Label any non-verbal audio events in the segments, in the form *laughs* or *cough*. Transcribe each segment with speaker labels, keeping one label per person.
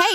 Speaker 1: Hey,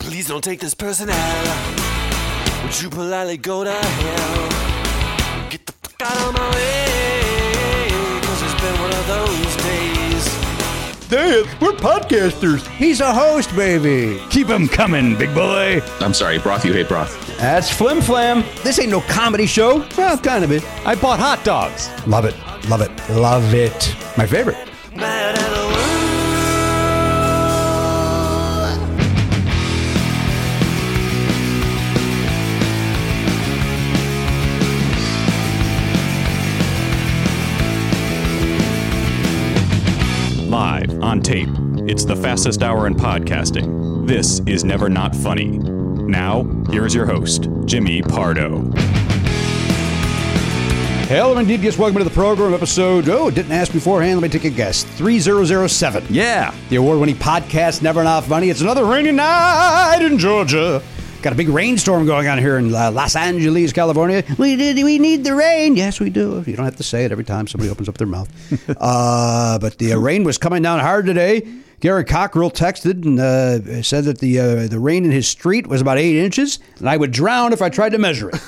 Speaker 2: Please don't take this person out. Would you politely go to hell? Get the fuck out of my way. Cause it's been one of those days.
Speaker 3: Damn, we're podcasters.
Speaker 4: He's a host, baby.
Speaker 3: Keep 'em coming, big boy.
Speaker 5: I'm sorry, broth. You hate broth.
Speaker 4: That's Flim Flam. This ain't no comedy show. Well, kind of it.
Speaker 3: I bought hot dogs.
Speaker 4: Love it. Love it. Love it. My favorite.
Speaker 2: Mad at the world.
Speaker 6: Live on tape. It's the fastest hour in podcasting. This is Never Not Funny. Now, here is your host, Jimmy Pardo.
Speaker 4: Hello, indeed. Guess welcome to the program episode. Oh, didn't ask beforehand. Let me take a guess. 3007.
Speaker 6: Yeah.
Speaker 4: The award winning podcast, Never Not Funny. It's another rainy night in Georgia. Got a big rainstorm going on here in uh, Los Angeles, California. We, did, we need the rain. Yes, we do. You don't have to say it every time somebody opens up their mouth. uh, but the uh, rain was coming down hard today. Garrett Cockrell texted and uh, said that the uh, the rain in his street was about eight inches, and I would drown if I tried to measure it.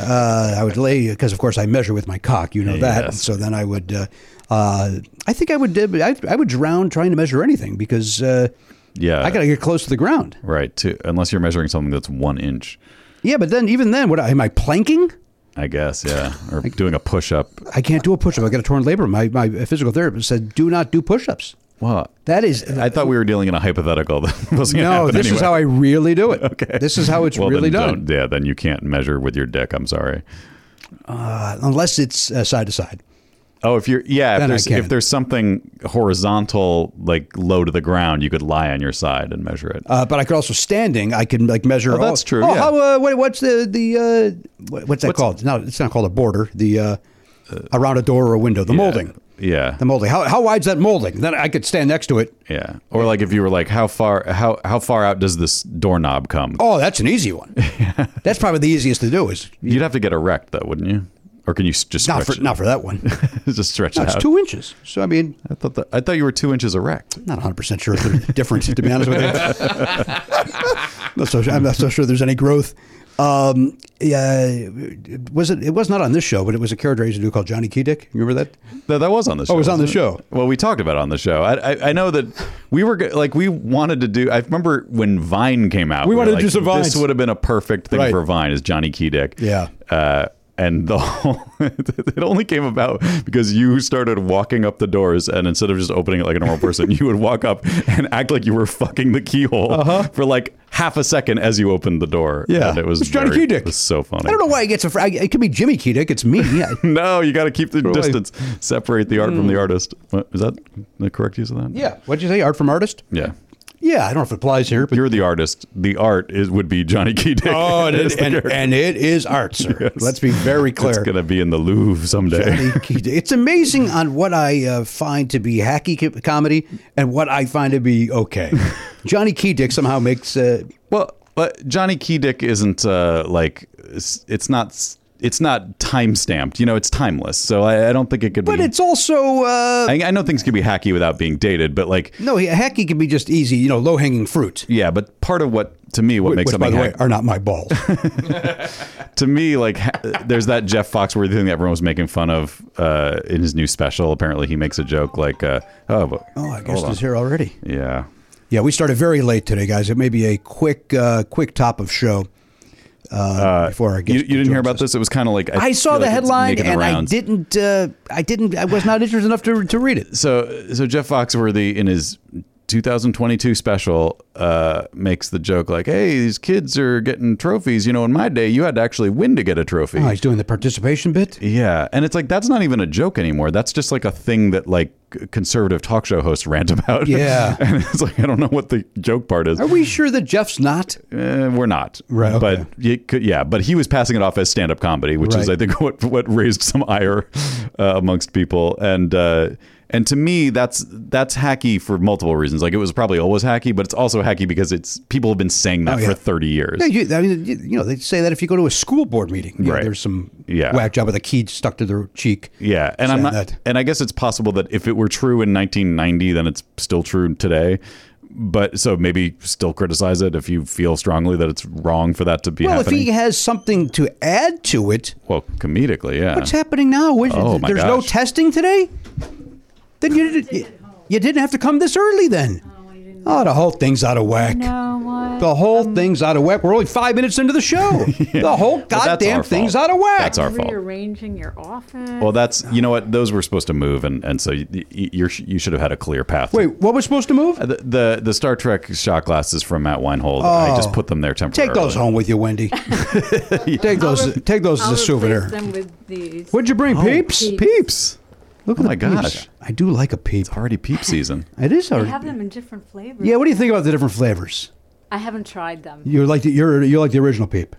Speaker 4: uh, I would lay because, of course, I measure with my cock. You know that.
Speaker 6: Yes.
Speaker 4: So then I would. Uh, uh, I think I would. uh, I, I would drown trying to measure anything because uh,
Speaker 6: Yeah.
Speaker 4: I got to get close to the ground.
Speaker 6: Right, too. Unless you're measuring something that's one inch,
Speaker 4: Yeah, but then even then, what am I planking?
Speaker 6: I guess.
Speaker 4: *laughs*
Speaker 6: Yeah. Or doing a push up.
Speaker 4: I can't do a push-up. I got a torn labrum. My my physical therapist said, "Do not do push-ups."
Speaker 6: Wow.
Speaker 4: That is.
Speaker 6: I thought we were dealing in a hypothetical that *laughs* wasn't gonna
Speaker 4: no,
Speaker 6: happen
Speaker 4: this
Speaker 6: anyway.
Speaker 4: is how I really do it.
Speaker 6: *laughs* Okay.
Speaker 4: This is how it's
Speaker 6: Well,
Speaker 4: really
Speaker 6: then
Speaker 4: done,
Speaker 6: don't- Yeah, then you can't measure with your dick. I'm sorry.
Speaker 4: unless it's uh, side to side.
Speaker 6: Oh, if you're yeah, if
Speaker 4: Then I
Speaker 6: there's
Speaker 4: can.
Speaker 6: if there's something horizontal, like low to the ground, you could lie on your side and measure it.
Speaker 4: Uh, but I could also standing. I can like measure.
Speaker 6: Oh, that's true,
Speaker 4: Oh,
Speaker 6: yeah.
Speaker 4: how, uh, what, what's the the uh, what, what's that called? No, it's not called a border. The uh, around a door or a window. The molding.
Speaker 6: yeah.
Speaker 4: The molding. How how wide's that molding? Then I could stand next to it.
Speaker 6: Yeah. Or like if you were like, how far how how far out does this doorknob come?
Speaker 4: Oh, that's an easy
Speaker 6: *laughs*
Speaker 4: one. that's probably the easiest to do. Is
Speaker 6: You'd have to get erect though, wouldn't you? Or can you s- just
Speaker 4: not
Speaker 6: stretch
Speaker 4: for
Speaker 6: it?
Speaker 4: not for that one.
Speaker 6: *laughs* just stretch
Speaker 4: No,
Speaker 6: it
Speaker 4: it's
Speaker 6: out?
Speaker 4: two inches. So I mean,
Speaker 6: I thought that, I thought you were two inches erect.
Speaker 4: not 100 percent sure if they're different. to be honest with *laughs* you, not so, I'm not so sure there's any growth. Um, yeah, it was it? It was not on this show, but it was a character I used to do called Johnny Keydick. You remember that?
Speaker 6: No, that was on the show.
Speaker 4: Oh, it was on the
Speaker 6: wasn't it? Well, we talked about it on the show. I, I I know that we were go- like we wanted to do. I remember when Vine came out.
Speaker 4: We
Speaker 6: were
Speaker 4: wanted to
Speaker 6: like,
Speaker 4: do some Vines.
Speaker 6: This would have been a perfect thing
Speaker 4: Right.
Speaker 6: for Vine is Johnny Keydick.
Speaker 4: Yeah.
Speaker 6: Uh, and the whole *laughs* it only came about because you started walking up the doors, and instead of just opening it like a normal person, you would walk up and act like you were fucking the keyhole
Speaker 4: Uh-huh.
Speaker 6: for like half a second as you opened the door. and it was
Speaker 4: it's Johnny
Speaker 6: very-
Speaker 4: Keydick.
Speaker 6: It was so funny.
Speaker 4: I don't know why he gets a. fr- I- It could be Jimmy Keydick. It's me. Yeah.
Speaker 6: *laughs* No, you got to keep the distance. Separate the art from the artist. What, is that the correct use of that?
Speaker 4: *laughs* yeah. What'd you say? Art from artist?
Speaker 6: Yeah.
Speaker 4: Yeah. I don't know if it applies here, but
Speaker 6: You're the artist. The art is would be Johnny Keydick.
Speaker 4: *laughs* oh, and,
Speaker 6: *laughs* It's
Speaker 4: it, *laughs*
Speaker 6: the
Speaker 4: and,
Speaker 6: character.
Speaker 4: and it is art, sir. *laughs* Let's be very clear.
Speaker 6: It's gonna be in the Louvre
Speaker 4: *laughs*
Speaker 6: someday. *laughs*
Speaker 4: Johnny Keydick. It's amazing *laughs* on what I uh, find to be hacky co- comedy and what I find to be okay. Johnny Key Dick somehow makes uh,
Speaker 6: Well, but Johnny Key Dick isn't uh, like it's, it's not it's not time stamped. You know, it's timeless. So I, I don't think it could
Speaker 4: But
Speaker 6: be.
Speaker 4: it's also uh,
Speaker 6: I, I know things can be hacky without being dated, but like
Speaker 4: no he- hacky can be just easy, you know, low hanging fruit.
Speaker 6: yeah. But part of what to me what makes
Speaker 4: Which, by
Speaker 6: something
Speaker 4: the way,
Speaker 6: hack-
Speaker 4: are not my
Speaker 6: *laughs*
Speaker 4: balls.
Speaker 6: to me like ha- there's that Jeff Foxworthy thing that everyone was making fun of uh, in his new special. Apparently, he makes a joke like, uh, "Oh, but,
Speaker 4: oh, I guess
Speaker 6: hold on.
Speaker 4: it's here already.
Speaker 6: yeah."
Speaker 4: Yeah, we started very late today, guys. It may be a quick, uh, quick top of show uh, before our guest.
Speaker 6: You, you didn't hear
Speaker 4: joins
Speaker 6: about
Speaker 4: us.
Speaker 6: this? It was kind of like
Speaker 4: I saw
Speaker 6: feel
Speaker 4: the
Speaker 6: like it's
Speaker 4: headline
Speaker 6: making the
Speaker 4: and I
Speaker 6: rounds.
Speaker 4: didn't. Uh, I didn't. I was not interested enough to to read it.
Speaker 6: so so Jeff Foxworthy in his 2022 special uh, makes the joke like, "Hey, these kids are getting trophies. You know, in my day, you had to actually win to get a trophy."
Speaker 4: Oh, he's doing the participation bit.
Speaker 6: yeah, and it's like that's not even a joke anymore. That's just like a thing that like conservative talk show hosts rant *laughs* about.
Speaker 4: Yeah.
Speaker 6: and it's like I don't know what the joke part is.
Speaker 4: Are we sure that Jeff's not?
Speaker 6: Eh, we're not
Speaker 4: Right, okay.
Speaker 6: but you could, yeah, but he was passing it off as stand-up comedy, which is,
Speaker 4: Right.
Speaker 6: I think, *laughs* what what raised some ire uh, amongst people. And uh, and to me, that's that's hacky for multiple reasons. Like it was probably always hacky, but it's also hacky because it's people have been saying that
Speaker 4: Oh, yeah.
Speaker 6: for thirty years.
Speaker 4: Yeah, you, I mean, you, you know, they say that if you go to a school board meeting, you know,
Speaker 6: Right.
Speaker 4: there's some
Speaker 6: Yeah.
Speaker 4: whack job with a key stuck to their cheek.
Speaker 6: Yeah, and I'm
Speaker 4: saying
Speaker 6: not,
Speaker 4: that.
Speaker 6: and I guess it's possible that if it were true in 1990, then it's still true today. But so maybe still criticize it if you feel strongly that it's wrong for that to be
Speaker 4: Well, if
Speaker 6: happening.
Speaker 4: he has something to add to it,
Speaker 6: well, comedically, yeah.
Speaker 4: what's happening now? What-
Speaker 6: Oh, my
Speaker 4: there's no
Speaker 6: gosh.
Speaker 4: testing today. Then you didn't. You, you didn't have to come this early then. Oh, the whole thing's out of whack. The whole
Speaker 7: Um,
Speaker 4: thing's out of whack. We're only five minutes into the
Speaker 6: *laughs*
Speaker 4: show. The whole
Speaker 6: Well, that's
Speaker 4: goddamn
Speaker 6: our
Speaker 4: thing's
Speaker 6: fault.
Speaker 4: out of whack.
Speaker 6: That's our fault.
Speaker 7: Rearranging your office.
Speaker 6: Well, that's you know what those were supposed to move, and and so you you're, you should have had a clear path.
Speaker 4: Wait, what was supposed to move?
Speaker 6: the the, the Star Trek shot glasses from Matt Weinhold. I just put them there temporarily.
Speaker 4: Oh. Take those home with you,
Speaker 6: *laughs*
Speaker 4: Wendy. Take those. Take those
Speaker 7: I'll
Speaker 4: as a souvenir.
Speaker 7: replace them with these.
Speaker 4: What'd you bring, Oh, peeps?
Speaker 6: Peeps. Look oh my gosh,
Speaker 4: I do like a peep.
Speaker 6: it's already peep season.
Speaker 4: It is
Speaker 7: I
Speaker 4: already.
Speaker 7: have them in different flavors.
Speaker 4: Yeah, what do you think about the different flavors?
Speaker 7: I haven't tried them.
Speaker 4: You like the you're, you like the original peep?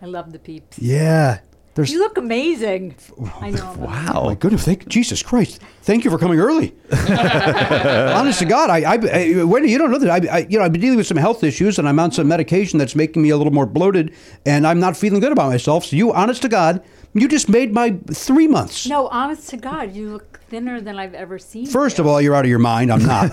Speaker 7: I love the peeps.
Speaker 4: Yeah. There's
Speaker 7: You look amazing. I know. about it.
Speaker 4: Oh my goodness! Thank Jesus Christ! Thank you for coming
Speaker 7: *laughs*
Speaker 4: early. Honest to God, I, I, I Wendy, you don't know that I, I, you know, I've been dealing with some health issues, and I'm on some medication that's making me a little more bloated, and I'm not feeling good about myself. So you, honest to God, you just made my three months.
Speaker 7: No, honest to God, you look thinner than I've ever seen.
Speaker 4: First
Speaker 7: you.
Speaker 4: of all, you're out of your mind. I'm
Speaker 7: *laughs*
Speaker 4: not.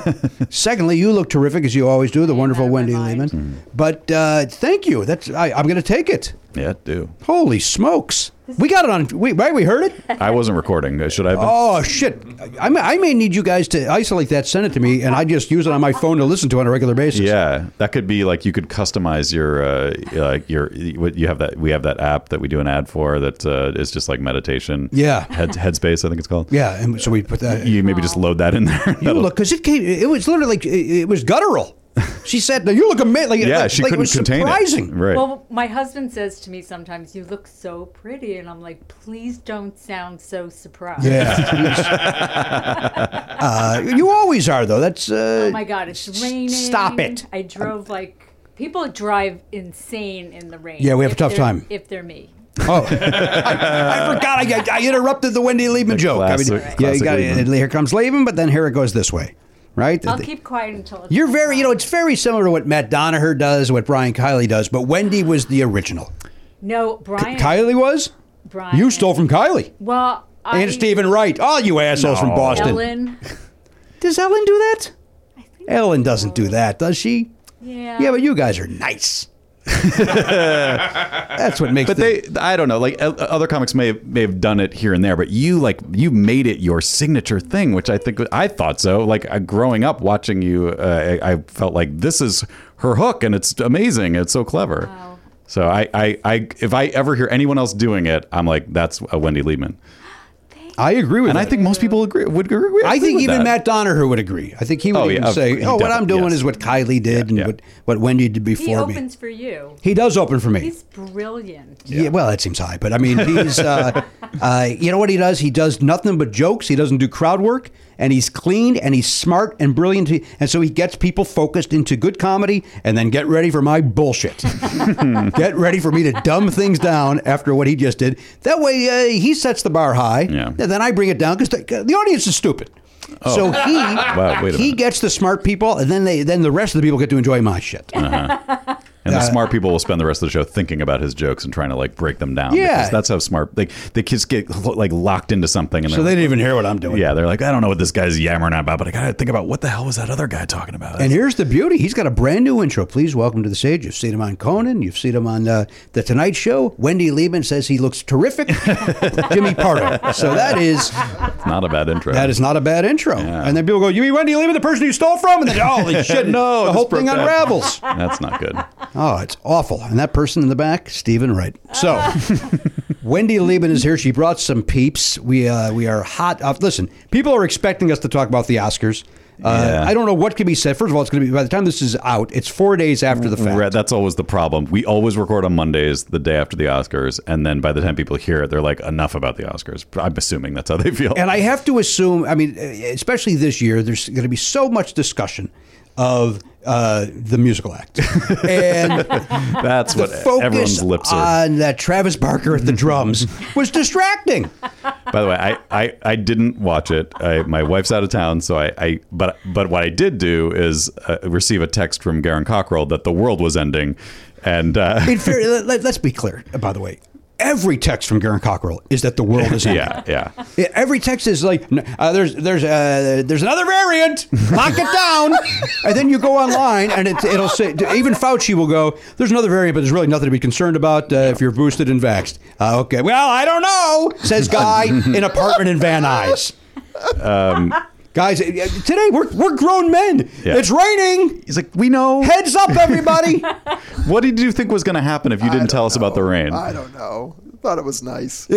Speaker 4: Secondly, you look terrific as you always do, the wonderful
Speaker 7: out of my
Speaker 4: Wendy
Speaker 7: mind. Mm.
Speaker 4: Lehman. But uh, thank you. That's I, I'm going to take it.
Speaker 6: Yeah,
Speaker 4: *laughs*
Speaker 6: do.
Speaker 4: Holy smokes! We got it on. We, right? We heard it.
Speaker 6: I wasn't recording. Uh, Should I? Have been?
Speaker 4: Oh shit! I may, I may need you guys to isolate that, send it to me, and I just use it on my phone to listen to on a regular basis.
Speaker 6: Yeah, that could be like you could customize your uh, like your what you have that we have that app that we do an ad for that uh, is just like meditation.
Speaker 4: Yeah.
Speaker 6: Head, Headspace, I think it's called.
Speaker 4: yeah. And so we put that. You,
Speaker 6: You maybe just load that in there. That'll-
Speaker 4: look, because it came. It was literally like it, it was guttural. She said, "No, you look amazing." Like,
Speaker 6: yeah,
Speaker 4: like,
Speaker 6: she
Speaker 4: like it
Speaker 6: couldn't
Speaker 4: was
Speaker 6: contain
Speaker 4: surprising.
Speaker 6: it. Right.
Speaker 7: Well, my husband says to me sometimes, "You look so pretty," and I'm like, "Please don't sound so surprised."
Speaker 4: Yeah. uh, you always are though. That's uh,
Speaker 7: Oh my God, it's raining.
Speaker 4: stop it.
Speaker 7: I drove like people drive insane in the rain.
Speaker 4: Yeah, we have a
Speaker 7: if
Speaker 4: tough
Speaker 7: they're-
Speaker 4: time.
Speaker 7: if they're me.
Speaker 4: Oh, I, I forgot. I, I interrupted the Wendy Liebman joke. I
Speaker 6: classic-
Speaker 4: mean, yeah, you
Speaker 6: classic
Speaker 4: got
Speaker 6: Liebman.
Speaker 4: Here comes Liebman, but then here it goes this way, right?
Speaker 7: I'll keep quiet until it's
Speaker 4: You're very, you know, it's very similar to what Matt Donaher does, what Brian Kiley does, but Wendy was the original.
Speaker 7: no Brian.
Speaker 4: Kiley was?
Speaker 7: Brian.
Speaker 4: You stole from Kiley.
Speaker 7: Well, I,
Speaker 4: and Stephen Wright. All you assholes from Boston.
Speaker 7: Ellen.
Speaker 4: Does Ellen do that? Ellen doesn't do that, does she?
Speaker 7: Yeah.
Speaker 4: Yeah, but you guys are
Speaker 6: *laughs*
Speaker 4: nice. That's what makes
Speaker 6: But
Speaker 4: the-
Speaker 6: they, I don't know, like o- other comics may have, may have done it here and there, but you like you made it your signature thing, which I think I thought so. Like uh, growing up watching you, uh, I, I felt like this is her hook, and it's amazing. It's so clever.
Speaker 7: Wow.
Speaker 6: So I, I, I, if I ever hear anyone else doing it, I'm like, that's a Wendy Liebman,
Speaker 4: I agree with
Speaker 6: and I
Speaker 4: that.
Speaker 6: think most people agree would agree.
Speaker 4: I think
Speaker 6: with
Speaker 4: even Matt
Speaker 6: that.
Speaker 4: Donaher would agree. I think he would
Speaker 6: Oh, yeah,
Speaker 4: even
Speaker 6: of-
Speaker 4: say,
Speaker 6: he
Speaker 4: "Oh, what I'm
Speaker 6: definitely-
Speaker 4: doing
Speaker 6: yes.
Speaker 4: is what Kylie did and
Speaker 6: yeah.
Speaker 4: What, what Wendy did before
Speaker 7: he
Speaker 4: me."
Speaker 7: opens for you.
Speaker 4: he does open for me.
Speaker 7: He's brilliant.
Speaker 4: Yeah. well, that seems high, but I mean, he's,
Speaker 6: *laughs*
Speaker 4: uh, uh, you know what he does? He does nothing but jokes. He doesn't do crowd work, and he's clean, and he's smart, and brilliant. He- And so he gets people focused into good comedy, and then get ready for my
Speaker 6: *laughs*
Speaker 4: bullshit. get ready for me to dumb things down after what he just did. That way, uh, he sets the bar high,
Speaker 6: Yeah.
Speaker 4: and then I bring it down because the, the audience is stupid.
Speaker 6: Oh.
Speaker 4: So he
Speaker 6: Wow, wait a
Speaker 4: he
Speaker 6: minute.
Speaker 4: gets the smart people, and then they then the rest of the people get to enjoy my shit.
Speaker 6: And the smart people will spend the rest of the show thinking about his jokes and trying to like break them down.
Speaker 4: Yeah.
Speaker 6: because that's how smart like the kids get like locked into something. And
Speaker 4: So they
Speaker 6: they're
Speaker 4: didn't even hear what I'm doing.
Speaker 6: like, yeah, they're like, I don't know what this guy's yammering about, but I gotta think about what the hell was that other guy talking about.
Speaker 4: And here's the beauty. He's got a brand new intro. Please welcome to the stage. You've seen him on Conan. You've seen him on uh, The Tonight Show. Wendy Liebman says he looks
Speaker 6: *laughs*
Speaker 4: terrific. Jimmy Pardo. So that is
Speaker 6: It's not a bad intro.
Speaker 4: that is not a bad intro. And then people go, "You mean Wendy Liebman, the person you stole from?" And then,
Speaker 6: *laughs*
Speaker 4: "Holy shit, The
Speaker 6: no, this
Speaker 4: whole
Speaker 6: broke
Speaker 4: thing
Speaker 6: that.
Speaker 4: unravels.
Speaker 6: That's
Speaker 4: *laughs*
Speaker 6: not good.
Speaker 4: Oh, it's awful. And that person in the back, Stephen Wright. So,
Speaker 6: *laughs*
Speaker 4: Wendy Lieben is here. She brought some peeps. We uh, we are hot. Up. Listen, people are expecting us to talk about the Oscars. Uh,
Speaker 6: Yeah.
Speaker 4: I don't know what can be said. First of all, it's going to be by the time this is out, it's four days after the fact.
Speaker 6: Right, that's always the problem. We always record on Mondays, the day after the Oscars, and then by the time people hear it, they're like, enough about the Oscars. I'm assuming that's how they feel.
Speaker 4: And I have to assume, I mean, especially this year, there's going to be so much discussion of uh, the musical
Speaker 6: *laughs*
Speaker 4: act. And
Speaker 6: that's
Speaker 4: the
Speaker 6: what everyone's
Speaker 4: focus
Speaker 6: lips are.
Speaker 4: on that Travis Barker at the
Speaker 6: *laughs*
Speaker 4: drums was distracting.
Speaker 6: By the way, I, I, I didn't watch it. I, my wife's out of town, so I, I but but what I did do is uh, receive a text from Garen Cockrell that the world was ending, and uh, *laughs*
Speaker 4: In fair, let, let- let's be clear, uh, by the way. Every text from Garen Cockrell is that the world is ending.
Speaker 6: yeah, yeah.
Speaker 4: Yeah, Every text is like, n- uh, there's there's uh, there's another variant, lock it down. and then you go online and it, it'll say, even Fauci will go, there's another variant, but there's really nothing to be concerned about uh, if you're boosted and vaxxed. Uh, okay, well, I don't know, says Guy in apartment in Van Nuys. Guys, uh, today we're, we're grown men.
Speaker 6: Um, Yeah.
Speaker 4: It's raining.
Speaker 6: He's like, we know.
Speaker 4: Heads up, everybody.
Speaker 6: What did you think was going to happen if you didn't tell us about the rain?
Speaker 8: I don't know. Thought it was nice.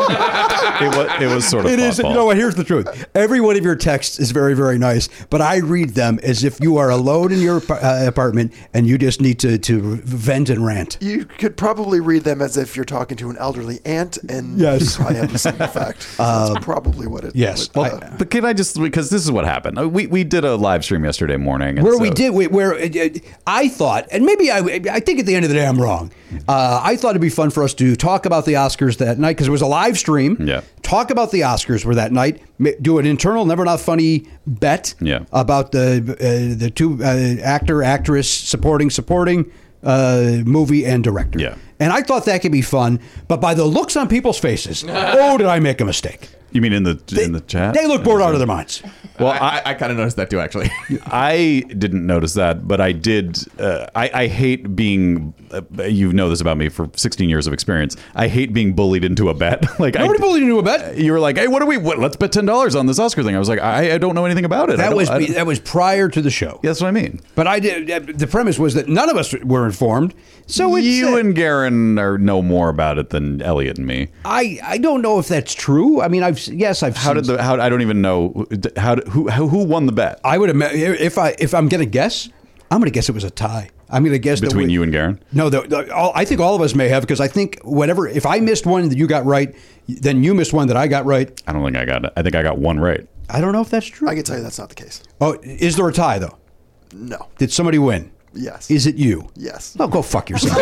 Speaker 6: It was,
Speaker 4: *laughs*
Speaker 6: it was sort of
Speaker 4: It is. You
Speaker 6: thoughtful.
Speaker 4: know what? Here's the truth. Every one of your texts is very, very nice, but I read them as if you are alone in your ap- uh, apartment and you just need to, to vent and rant.
Speaker 8: you could probably read them as if you're talking to an elderly aunt, and
Speaker 4: Yes.
Speaker 8: *laughs* I am the same effect. That's probably what it.
Speaker 4: Um, yes.
Speaker 8: what,
Speaker 4: Well,
Speaker 8: uh,
Speaker 6: But can I just because this is what happened? Uh, We we did a live stream yesterday morning and
Speaker 4: Where
Speaker 6: so-
Speaker 4: we did, we, where uh, uh, I thought, and maybe I, I think at the end of the day I'm wrong. Uh, I thought it'd be fun for us to talk about the Oscars that night because it was a live stream.
Speaker 6: Yeah.
Speaker 4: Talk about the Oscars were that night. ma- Do an internal, never not funny bet.
Speaker 6: Yeah.
Speaker 4: About the uh, the two uh, actor actress supporting supporting uh, movie and director.
Speaker 6: Yeah.
Speaker 4: And I thought that could be fun, but by the looks on people's faces, oh, did I make a mistake?
Speaker 6: You mean in the in the chat?
Speaker 4: They look bored out of their minds.
Speaker 6: Well,
Speaker 5: I, I kind of noticed that too, actually.
Speaker 6: *laughs* I didn't notice that, but I did. Uh, I, I hate being. Uh, you know this about me for 16 years of experience. I hate being bullied into a bet. *laughs* like I,
Speaker 4: Nobody bullied into a bet.
Speaker 6: You were like, "Hey, what are we? What, let's bet ten dollars on this Oscar thing." I was like, "I, I don't know anything about it." I
Speaker 4: That
Speaker 6: don't-
Speaker 4: was
Speaker 6: I don't-
Speaker 4: that was prior to the show.
Speaker 6: Yeah, that's what I mean.
Speaker 4: But I did. uh, The premise was that none of us were informed. So it's,
Speaker 6: you
Speaker 4: uh,
Speaker 6: and Garen are know more about it than Elliot and me.
Speaker 4: I. I don't know if that's true. I mean, I've yes, I've.
Speaker 6: How did the? How I don't even know. How did- who who who won the bet
Speaker 4: I would imagine if I if I'm gonna guess, I'm gonna guess it was a tie. I'm gonna guess that
Speaker 6: between
Speaker 4: we-
Speaker 6: you and Garen?
Speaker 4: No, the, the, all, I think all of us may have because I think whatever. If I missed one that you got right, then you missed one that I got right.
Speaker 6: I don't think I got. it. I think I got one right.
Speaker 4: I don't know if that's true.
Speaker 8: I can tell you that's not the case.
Speaker 4: oh, is there a tie though?
Speaker 8: No.
Speaker 4: Did somebody win?
Speaker 8: Yes.
Speaker 4: Is it you?
Speaker 8: Yes.
Speaker 4: No, go
Speaker 8: *laughs*
Speaker 4: fuck yourself.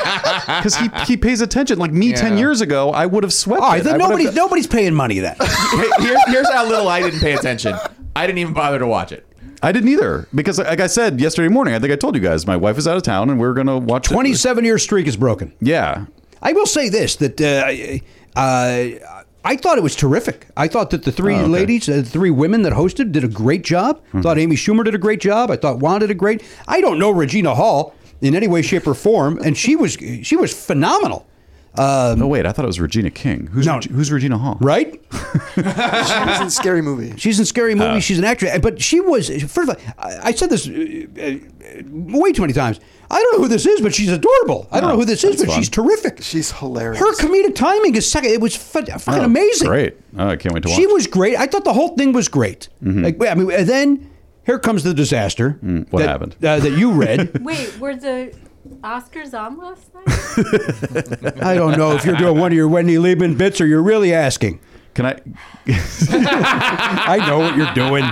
Speaker 6: Because he, he pays attention. Like me, ten
Speaker 5: Yeah.
Speaker 6: years ago, I would have swept.
Speaker 4: all
Speaker 6: it.
Speaker 4: right, then
Speaker 6: I would've
Speaker 4: Oh, nobody,
Speaker 6: got-
Speaker 4: nobody's paying money
Speaker 8: *laughs*
Speaker 4: to that.
Speaker 5: Hey,
Speaker 4: *laughs*
Speaker 5: here, here's how little I didn't pay attention. I didn't even bother to watch it.
Speaker 6: I didn't either because, like I said yesterday morning, I think I told you guys my wife is out of town and we are gonna watch it.
Speaker 4: Twenty-seven year streak is broken.
Speaker 6: Yeah,
Speaker 4: I will say this that uh, uh, I thought it was terrific. I thought that the three
Speaker 6: Oh, okay. Hmm.
Speaker 4: ladies, uh, the three women that hosted, did a great job. Thought Amy Schumer did a great job. I thought Juan did a great. I don't know Regina Hall in any way, shape, or form, and she was she was phenomenal,
Speaker 6: no, Oh, wait. I thought it was Regina King. Who's
Speaker 4: No.
Speaker 6: Reg- who's Regina Hall?
Speaker 4: right?
Speaker 8: It was a scary movie.
Speaker 4: She's in scary
Speaker 6: Uh.
Speaker 4: movies. she's an actress, but she was first of all. I, I said this uh, uh, way too many times. I don't know who this is, but she's adorable. I don't
Speaker 6: Oh,
Speaker 4: know who this is,
Speaker 6: that's
Speaker 4: but
Speaker 6: fun.
Speaker 4: she's terrific.
Speaker 8: She's hilarious.
Speaker 4: Her comedic timing is second. It was fu- fucking
Speaker 6: Oh,
Speaker 4: amazing.
Speaker 6: Great. Oh, I can't wait to watch. Mm-hmm.
Speaker 4: She was great. I thought the whole thing was great. Like, I mean, and then here comes the disaster.
Speaker 6: Mm, what
Speaker 4: that,
Speaker 6: happened?
Speaker 4: Uh, that you
Speaker 6: *laughs*
Speaker 4: read.
Speaker 7: Wait, were the Oscars on last
Speaker 4: *laughs*
Speaker 7: night?
Speaker 4: I don't know if you're doing one of your Wendy Liebman bits or you're really asking.
Speaker 6: Can I?
Speaker 4: *laughs*
Speaker 6: *laughs*
Speaker 4: I know what you're doing.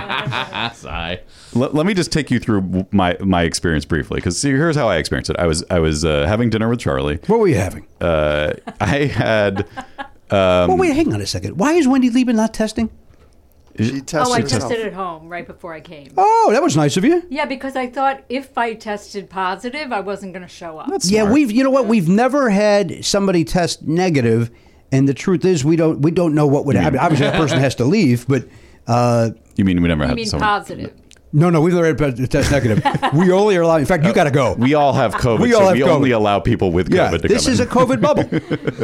Speaker 5: Sigh.
Speaker 6: Let, let me just take you through my my experience briefly because here's how I experienced it. I was I was uh, having dinner with Charlie.
Speaker 4: What were you having?
Speaker 6: Uh, I had.
Speaker 4: *laughs*
Speaker 6: Um,
Speaker 4: well, wait, hang on a second. Why is Wendy Liebman not testing?
Speaker 2: She tested
Speaker 7: oh, I
Speaker 2: herself.
Speaker 7: tested at home right before I came.
Speaker 4: Oh, that was nice of you.
Speaker 7: Yeah, because I thought if I tested positive, I wasn't going to show up.
Speaker 4: yeah, we've you know what we've never had somebody test negative, and the truth is we don't we don't know what would happen. Obviously, that person has to leave, but uh,
Speaker 6: you mean we never
Speaker 7: You mean positive?
Speaker 4: No, no, we've never had a test *laughs* negative. we only are allowed. In fact, you got to go.
Speaker 6: Uh, We all have COVID.
Speaker 4: We all
Speaker 6: so
Speaker 4: have
Speaker 6: we
Speaker 4: COVID.
Speaker 6: only allow people with COVID
Speaker 4: yeah,
Speaker 6: to come
Speaker 4: this
Speaker 6: in.
Speaker 4: is a COVID bubble.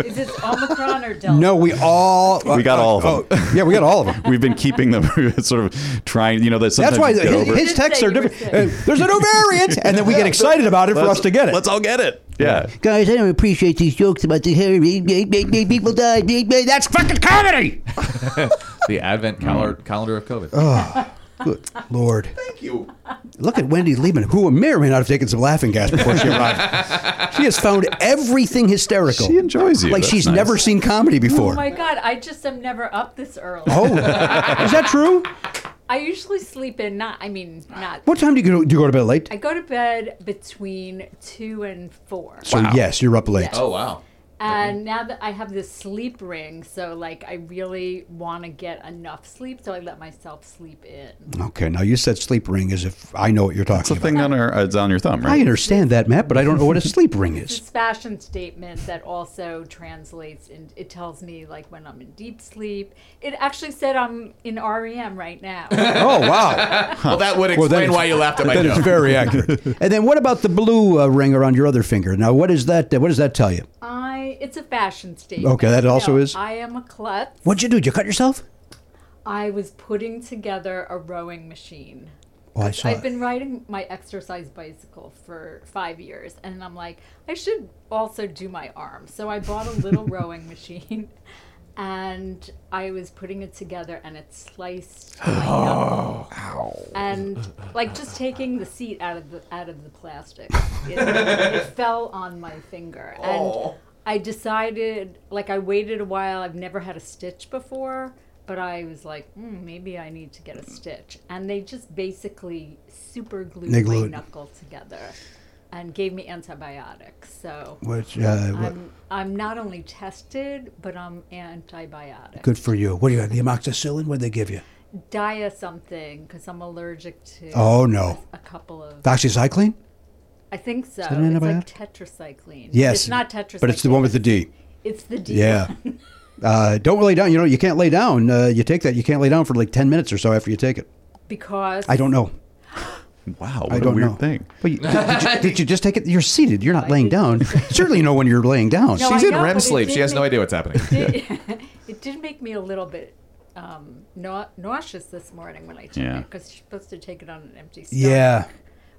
Speaker 7: Is this Omicron or
Speaker 4: *laughs*
Speaker 7: Delta?
Speaker 4: No, we all uh, oh,
Speaker 6: we got all of them.
Speaker 4: yeah, we got all of them.
Speaker 6: We've been keeping them sort of trying. You know that.
Speaker 4: That's
Speaker 6: *laughs* sometimes
Speaker 4: why
Speaker 6: you get
Speaker 4: his,
Speaker 6: over-
Speaker 4: his texts are different. Uh, There's a new variant, and then
Speaker 6: *laughs*
Speaker 4: we get excited about it for
Speaker 6: Let's-
Speaker 4: us to get it.
Speaker 6: Let's all get it. Yeah.
Speaker 4: Guys, I don't appreciate these jokes about the hair. People die. That's fucking comedy.
Speaker 5: the advent calendar, calendar of COVID.
Speaker 4: Oh, good lord. Thank you. Look at Wendy Liebman, who may or may not have taken some laughing gas before she
Speaker 6: *laughs*
Speaker 4: arrived. she has found everything hysterical. She
Speaker 6: enjoys you.
Speaker 4: Like
Speaker 6: That's
Speaker 4: she's
Speaker 6: nice.
Speaker 4: never seen comedy
Speaker 7: Oh
Speaker 4: before.
Speaker 7: my God, I just am never up this early.
Speaker 4: Oh, is that true?
Speaker 7: I usually sleep in, not, I mean, not.
Speaker 4: What time do you go, do you go to bed late?
Speaker 7: I go to bed between two and four.
Speaker 4: So yes, you're up late.
Speaker 7: Yes. Oh, And now that I have this sleep ring, so like I really want to get enough sleep, so I let myself sleep in.
Speaker 4: Okay, now you said sleep ring as if I know what you're talking about.
Speaker 6: Thing on her, it's on your thumb,
Speaker 4: I
Speaker 6: right?
Speaker 4: understand that, Matt, but I don't know what a sleep ring
Speaker 6: *laughs*
Speaker 4: is.
Speaker 7: It's fashion statement that also translates and it tells me like when I'm in deep sleep. It actually said I'm in REM
Speaker 4: *laughs*
Speaker 7: right now.
Speaker 4: Oh wow!
Speaker 5: Well, that would
Speaker 4: then
Speaker 5: explain
Speaker 4: it's-
Speaker 5: why you
Speaker 4: *laughs*
Speaker 5: laughed at my
Speaker 4: That is
Speaker 5: joke.
Speaker 4: very accurate. And then what about the blue uh, ring around your other finger? Now, what is that? uh, What does that tell you?
Speaker 7: I it's a fashion statement.
Speaker 4: Okay, that also
Speaker 7: No,
Speaker 4: is?
Speaker 7: I am a klutz.
Speaker 4: What'd you do? Did you cut yourself?
Speaker 7: I was putting together a rowing machine.
Speaker 4: Oh, I saw.
Speaker 7: I've
Speaker 4: it.
Speaker 7: been riding my exercise bicycle for five years, and I'm like, I should also do my arms. So I bought
Speaker 4: *laughs*
Speaker 7: a little rowing machine, and I was putting it together, and
Speaker 4: *gasps*
Speaker 7: it sliced my knuckle.
Speaker 4: *laughs*
Speaker 7: And like just taking the seat out of the out of the plastic, it,
Speaker 4: *laughs*
Speaker 7: it fell on my finger, and
Speaker 4: Oh.
Speaker 7: I decided like I waited a while. I've never had a stitch before, but I was like, mm, maybe I need to get a stitch. And they just basically super glued
Speaker 4: They
Speaker 7: my
Speaker 4: glued.
Speaker 7: knuckle together and gave me antibiotics. So
Speaker 4: Which uh, what-
Speaker 7: I'm I'm not only tested, but I'm antibiotic.
Speaker 4: good for you. What do you got? The amoxicillin? What did they give you?
Speaker 7: Dia something because I'm allergic to.
Speaker 4: Oh, no.
Speaker 7: A couple of.
Speaker 4: Doxycycline?
Speaker 7: I think so.
Speaker 4: that an
Speaker 7: it's like
Speaker 4: antibiotic?
Speaker 7: tetracycline.
Speaker 4: Yes.
Speaker 7: It's not tetracycline.
Speaker 4: But it's the one with the D.
Speaker 7: It's the D. *laughs*
Speaker 4: Yeah. Uh, don't lay down. You know, you can't lay down. Uh, you take that. You can't lay down for like ten minutes or so after you take it.
Speaker 7: Because
Speaker 4: I
Speaker 7: *laughs*
Speaker 4: don't know.
Speaker 6: Wow, what
Speaker 4: I don't
Speaker 6: a weird
Speaker 4: know.
Speaker 6: thing.
Speaker 4: But you, did, did you, did you just take it? You're seated. You're not
Speaker 7: *laughs*
Speaker 4: laying down. Certainly, you know when you're laying down.
Speaker 7: No, She's I in know, REM but it sleep.
Speaker 5: She has no idea what's happening.
Speaker 7: did- it did make me a little bit um, nau- nauseous this morning when I took it 'cause
Speaker 6: Yeah.
Speaker 7: it because you're supposed to take it on an empty stomach.
Speaker 4: Yeah.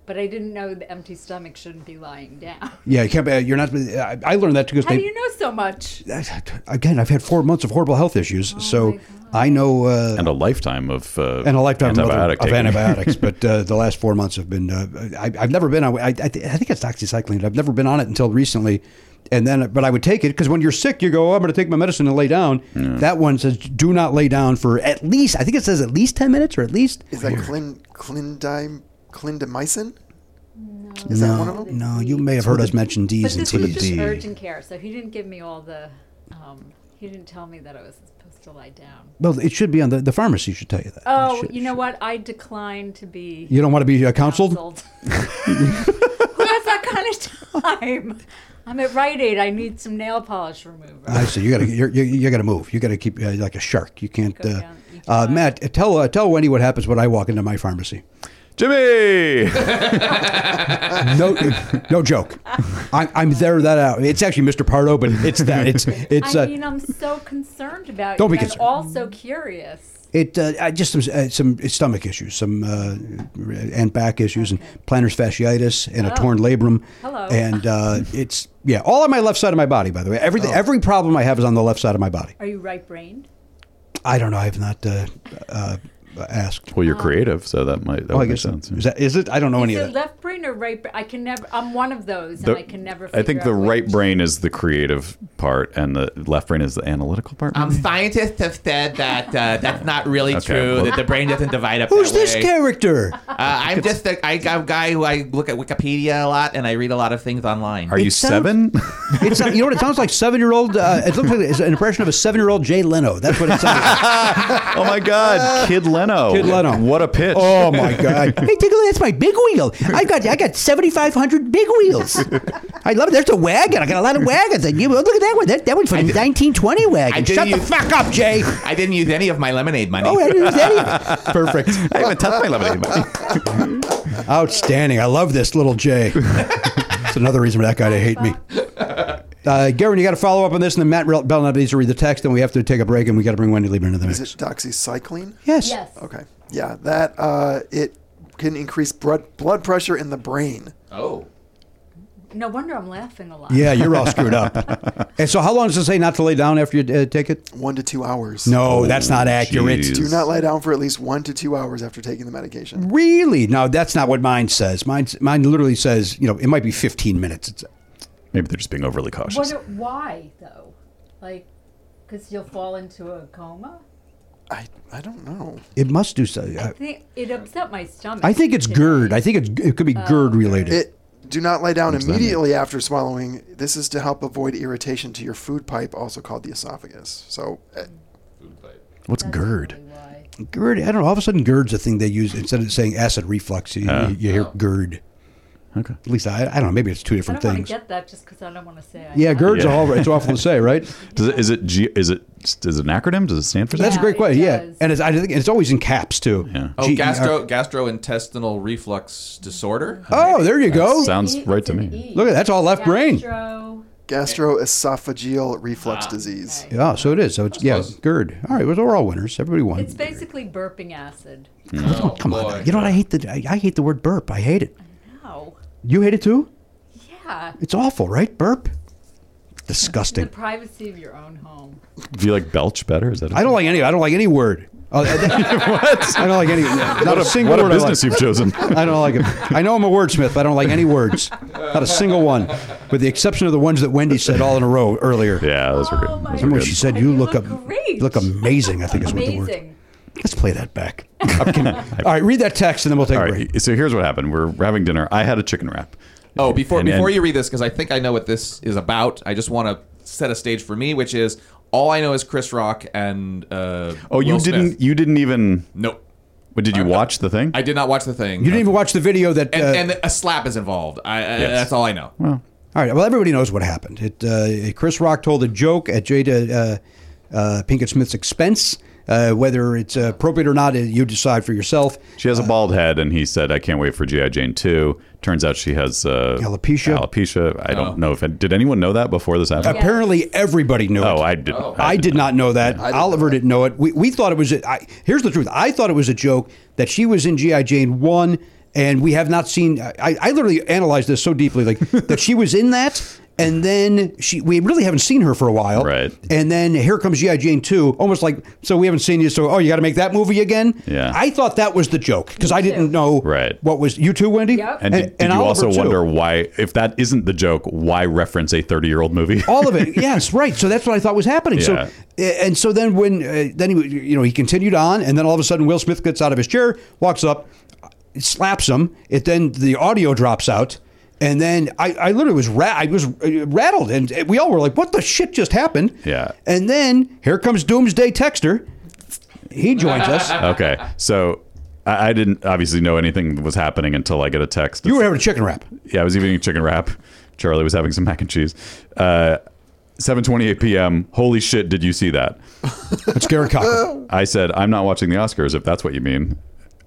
Speaker 7: But I didn't know the empty stomach shouldn't be lying down.
Speaker 4: Yeah, you can't. Uh, you're not. I, I learned that because
Speaker 7: How
Speaker 4: they.
Speaker 7: do you know Oh so much?
Speaker 4: again, I've had four months of horrible health issues, so I know. Uh,
Speaker 6: And a lifetime of uh,
Speaker 4: and a lifetime of, other-
Speaker 6: antibiotic
Speaker 4: of
Speaker 6: taking.
Speaker 4: antibiotics,
Speaker 6: *laughs*
Speaker 4: but uh, the last four months have been. Uh, I, I've never been on. I, I, thi- I think it's doxycycline. I've never been on it until recently, and then but I would take it because when you're sick, you go, oh, "I'm going to take my medicine and lay down." That one says, "Do not lay down for at least." I think it says at least ten minutes or at least.
Speaker 2: Is that clin, clindime, clindamycin? Is that one of
Speaker 4: No,
Speaker 2: them?
Speaker 4: no, you may have heard us mention
Speaker 7: But
Speaker 4: D's and
Speaker 7: this was just
Speaker 4: T's.
Speaker 7: urgent care, so he didn't give me all the. Um, he didn't tell me that I was supposed to lie down.
Speaker 4: Well, it should be on the, the pharmacy. Should tell you that.
Speaker 7: Oh, you know what? I declined to be.
Speaker 4: You don't want to be uh, counseled.
Speaker 7: counseled. *laughs* Who has that kind of time? I'm at Rite Aid. I need some nail polish remover.
Speaker 4: I see. You got to you you got to move. You got to keep uh, like a shark. You can't. Uh, uh, Matt, uh, tell uh, tell Wendy what happens when I walk into my pharmacy.
Speaker 6: Jimmy.
Speaker 4: No, no joke. I'm, I'm there that out. It's actually Mr. Pardo, but it's that. It's it's.
Speaker 7: I
Speaker 4: Uh,
Speaker 7: mean, I'm so concerned about
Speaker 4: Don't
Speaker 7: you.
Speaker 4: be concerned.
Speaker 7: I'm also curious.
Speaker 4: it uh, I- just some uh, some stomach issues, some uh, and back issues, and plantar fasciitis, and a
Speaker 7: Oh.
Speaker 4: torn labrum.
Speaker 7: Hello.
Speaker 4: And
Speaker 7: *laughs*
Speaker 4: uh, it's yeah, all on my left side of my body. By the way,
Speaker 7: Oh.
Speaker 4: everything every problem I have is on the left side of my body.
Speaker 7: Are you right-brained?
Speaker 4: I don't know. I have not uh, uh, asked.
Speaker 6: *laughs*
Speaker 7: Uh,
Speaker 6: Well, you're creative, so that might that
Speaker 4: Oh, I
Speaker 6: would make
Speaker 4: guess so.
Speaker 6: sense.
Speaker 4: Is that is it? I don't know any
Speaker 7: Is
Speaker 4: of
Speaker 7: it
Speaker 4: that.
Speaker 7: left brain brain or right brain? I can never. I'm one of those,
Speaker 6: The-
Speaker 7: and I can never.
Speaker 6: I think
Speaker 7: figure
Speaker 6: the
Speaker 7: out which.
Speaker 6: right brain is the creative part, and the left brain is the analytical part.
Speaker 5: Um, scientists have said that uh, that's not really
Speaker 6: Okay,
Speaker 5: true.
Speaker 6: well-
Speaker 5: that the brain doesn't divide up.
Speaker 4: Who's
Speaker 5: that
Speaker 4: this
Speaker 5: way.
Speaker 4: character?
Speaker 5: Uh, I'm just a, I, I'm a guy who I look at Wikipedia a lot and I read a lot of things online.
Speaker 6: Are you
Speaker 7: *laughs*
Speaker 6: seven?
Speaker 4: It's not, you know what it sounds like? Seven year old. Uh, it looks like it's an impression of a seven year old Jay Leno. That's what it sounds like.
Speaker 6: oh my God, Kid Leno!
Speaker 4: Kid Leno.
Speaker 6: What a pitch!
Speaker 4: *laughs* Oh my God! hey, take a look. That's my big wheel. I got I got seventy five hundred big wheels. I love it. There's a wagon. I got a lot of wagons. I give, look at that one. That, that one's from the nineteen twenty wagon.
Speaker 5: didn't
Speaker 4: Shut the
Speaker 5: use-
Speaker 4: fuck up, Jay.
Speaker 5: I didn't use any of my lemonade money.
Speaker 4: Oh, I
Speaker 5: *laughs*
Speaker 4: didn't use any of it. Perfect. *laughs*
Speaker 6: I haven't touched my lemonade money.
Speaker 4: Outstanding. I love this little Jay. That's another reason for that guy to hate me. Uh, Garen, you got to follow up on this, and then Matt Rel- Belknap needs to read the text, and we have to take a break, and we got to bring Wendy Lieber into the
Speaker 2: Is
Speaker 4: mix.
Speaker 2: it doxycycline?
Speaker 4: Yes.
Speaker 7: Yes.
Speaker 2: Okay. Yeah, that uh, it can increase blood blood pressure in the brain.
Speaker 5: Oh.
Speaker 7: No wonder I'm laughing a lot.
Speaker 4: Yeah, you're all screwed up. and so, how long does it say not to lay down after you uh, take it?
Speaker 2: One to two hours.
Speaker 4: No, that's not accurate.
Speaker 6: geez.
Speaker 2: Do not lie down for at least one to two hours after taking the medication.
Speaker 4: Really? No, that's not what mine says. Mine, mine literally says, you know, it might be 15 minutes. It's,
Speaker 6: *laughs* Maybe they're just being overly cautious.
Speaker 7: What, why though? Like, because you'll fall into a coma.
Speaker 2: I I don't know.
Speaker 4: it must do so. I,
Speaker 7: I think it upset my stomach.
Speaker 4: I think it's
Speaker 7: today.
Speaker 4: GERD. I think it's, it could be GERD related.
Speaker 2: Uh, It do not lie down
Speaker 6: that mean?
Speaker 2: immediately after swallowing. This is to help avoid irritation to your food pipe, also called the esophagus. So uh,
Speaker 6: What's GERD?
Speaker 7: Why?
Speaker 4: GERD. I don't know. All of a sudden, GERD's a thing they use instead of saying acid reflux. You, you- you hear GERD.
Speaker 6: Okay.
Speaker 4: At least I, I don't know. Maybe it's two
Speaker 7: Oh. I
Speaker 4: different
Speaker 7: don't want to
Speaker 4: things.
Speaker 7: get that just because I don't want to say. I
Speaker 4: Yeah,
Speaker 7: have
Speaker 4: GERD's
Speaker 6: Yeah.
Speaker 4: all it's awful to say,
Speaker 7: *laughs*
Speaker 4: right?
Speaker 6: Does it, is it G, is it is it an acronym? Does it stand for
Speaker 4: That's a
Speaker 6: something?
Speaker 4: great
Speaker 7: it
Speaker 4: question. Yeah,
Speaker 7: does.
Speaker 4: and it's, I think it's always in caps too.
Speaker 6: Yeah.
Speaker 5: Oh,
Speaker 4: G- E
Speaker 5: gastro gastrointestinal reflux disorder.
Speaker 4: Oh, there you go.
Speaker 7: it.
Speaker 6: Sounds
Speaker 7: It's
Speaker 6: right to
Speaker 7: an
Speaker 6: me.
Speaker 7: E.
Speaker 4: Look at that's all left brain.
Speaker 7: Gastro.
Speaker 2: gastroesophageal reflux disease.
Speaker 4: Yeah, so it is. So it's yeah,
Speaker 5: close.
Speaker 4: GERD. All right, well, we're all winners. Everybody won.
Speaker 7: It's basically burping acid.
Speaker 5: Oh,
Speaker 4: Come on, you know what I hate the I, I hate the word burp. I hate it.
Speaker 7: No.
Speaker 4: You hate it too?
Speaker 7: Yeah.
Speaker 4: It's awful, right? Burp.
Speaker 7: The
Speaker 4: Disgusting.
Speaker 7: privacy of your own home.
Speaker 6: Do you like belch better? Is that?
Speaker 4: I don't like any. I don't like any word. *laughs* Oh,
Speaker 6: what?
Speaker 4: I don't like any. Not
Speaker 6: What
Speaker 4: a,
Speaker 6: a,
Speaker 4: single
Speaker 6: what a
Speaker 4: word. I like.
Speaker 6: business you've
Speaker 7: *laughs*
Speaker 6: chosen.
Speaker 7: Oh
Speaker 4: I don't like it. I know I'm a wordsmith, but I don't like any words. Not a single one, with the exception of the ones that Wendy said all in a row earlier.
Speaker 6: Yeah, those were good.
Speaker 7: Oh
Speaker 6: Those
Speaker 7: my
Speaker 6: were
Speaker 4: Remember when
Speaker 6: good.
Speaker 4: she said
Speaker 7: God,
Speaker 4: you
Speaker 7: you
Speaker 4: look,
Speaker 7: look
Speaker 4: am-
Speaker 7: great.
Speaker 4: you look amazing. I think is what the word.
Speaker 7: Amazing.
Speaker 4: Let's play that back. Okay. all right, read that text and then we'll take
Speaker 6: All
Speaker 4: a break.
Speaker 6: right. So here's what happened. We're having dinner. I had a chicken wrap.
Speaker 5: Oh, before
Speaker 6: And-
Speaker 5: before
Speaker 6: and-
Speaker 5: you read this, because I think I know what this is about. I just want to set a stage for me, which is all I know is Chris Rock and. Uh,
Speaker 6: Oh, you
Speaker 5: Will Smith.
Speaker 6: didn't. You didn't even.
Speaker 5: Nope.
Speaker 6: But did you watch the thing?
Speaker 5: I did not watch the thing.
Speaker 4: You didn't even watch the video that.
Speaker 5: And,
Speaker 4: uh,
Speaker 5: and a slap is involved. I, I, That's all I know.
Speaker 4: All right. Well, everybody knows what hada It, uh, Chris Rock told a joke at Jada uh, uh, Pinkett Smith's expense. Uh, whether it's appropriate or not, uh, you decide for yourself.
Speaker 6: She has a bald head, and he said, "I can't wait for GI Jane 2. Turns out she has uh,
Speaker 4: Alopecia?
Speaker 6: Alopecia. I don't know if it, did anyone know that before this happened.
Speaker 4: Apparently, everybody knew
Speaker 6: Oh,
Speaker 4: it.
Speaker 6: I did.
Speaker 4: I did not know that.
Speaker 2: didn't know
Speaker 4: Oliver didn't know it. We, we thought it was. A, I, here's the truth. I thought it was a joke that she was in GI Jane one, and we have not seen. I, I literally analyzed this so deeply,
Speaker 6: *laughs*
Speaker 4: like that she was in that, and then she. We really haven't seen her for a while,
Speaker 6: Right.
Speaker 4: And then here comes GI Jane two, almost like so we haven't seen you. So oh, you got to make that movie again.
Speaker 6: Yeah.
Speaker 4: I thought that was the joke because I didn't
Speaker 7: too.
Speaker 4: know
Speaker 6: Right.
Speaker 4: what was you too, Wendy.
Speaker 7: Yep.
Speaker 6: And did, did you
Speaker 4: Oliver,
Speaker 6: also
Speaker 4: too.
Speaker 6: wonder why, if that isn't the joke, why reference a 30 year old movie?
Speaker 4: all of it. Yes, right. So that's what I thought was happening. So eh, and so then when uh, then he you know he continued on and then all of a sudden Will Smith gets out of his chair, walks up, slaps him. It then the audio drops out. And then I, I literally was ra- I was uh, rattled, and we all were like, "What the shit just happened?"
Speaker 6: Yeah.
Speaker 4: And then here comes Doomsday Texter. He joins us.
Speaker 6: *laughs* okay. So I, I didn't obviously know anything was happening until I get a text.
Speaker 4: You were having a chicken wrap.
Speaker 6: yeah, I was eating a chicken wrap. Charlie was having some mac and cheese. Uh, 7:28 p.m. Holy shit! Did you see that?
Speaker 4: It's Garrett Cocker.
Speaker 6: I said, I'm not watching the Oscars if that's what you mean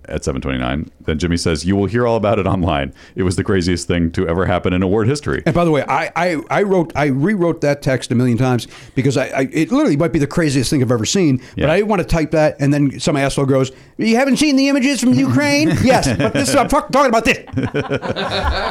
Speaker 6: at 7:29. Then Jimmy says, "You will hear all about it online. It was the craziest thing to ever happen in award history."
Speaker 4: And by the way, I, I, I wrote I rewrote that text a million times because I, I it literally might be the craziest thing I've ever seen. But
Speaker 6: Yeah.
Speaker 4: I didn't want to type that, and then some asshole goes, "You haven't seen the images from Ukraine?" *laughs* yes, but this is I'm fuck- talking *laughs* about this.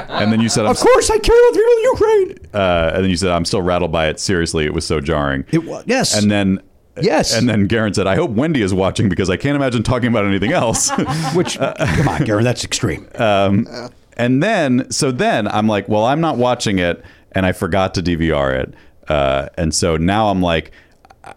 Speaker 6: And then you said, I'm
Speaker 4: Of course, I care about the people in Ukraine.
Speaker 6: uh, and then you said, "I'm still rattled by it. Seriously, it was so jarring."
Speaker 4: It was yes,
Speaker 6: And then
Speaker 4: Yes.
Speaker 6: And then Garen said, "I hope Wendy is watching *laughs* because I can't imagine talking about anything else."
Speaker 4: which come on, Garen, that's extreme.
Speaker 6: um, And then, so then I'm like, well, I'm not watching it, and I forgot to DVR it, uh, and so now I'm like.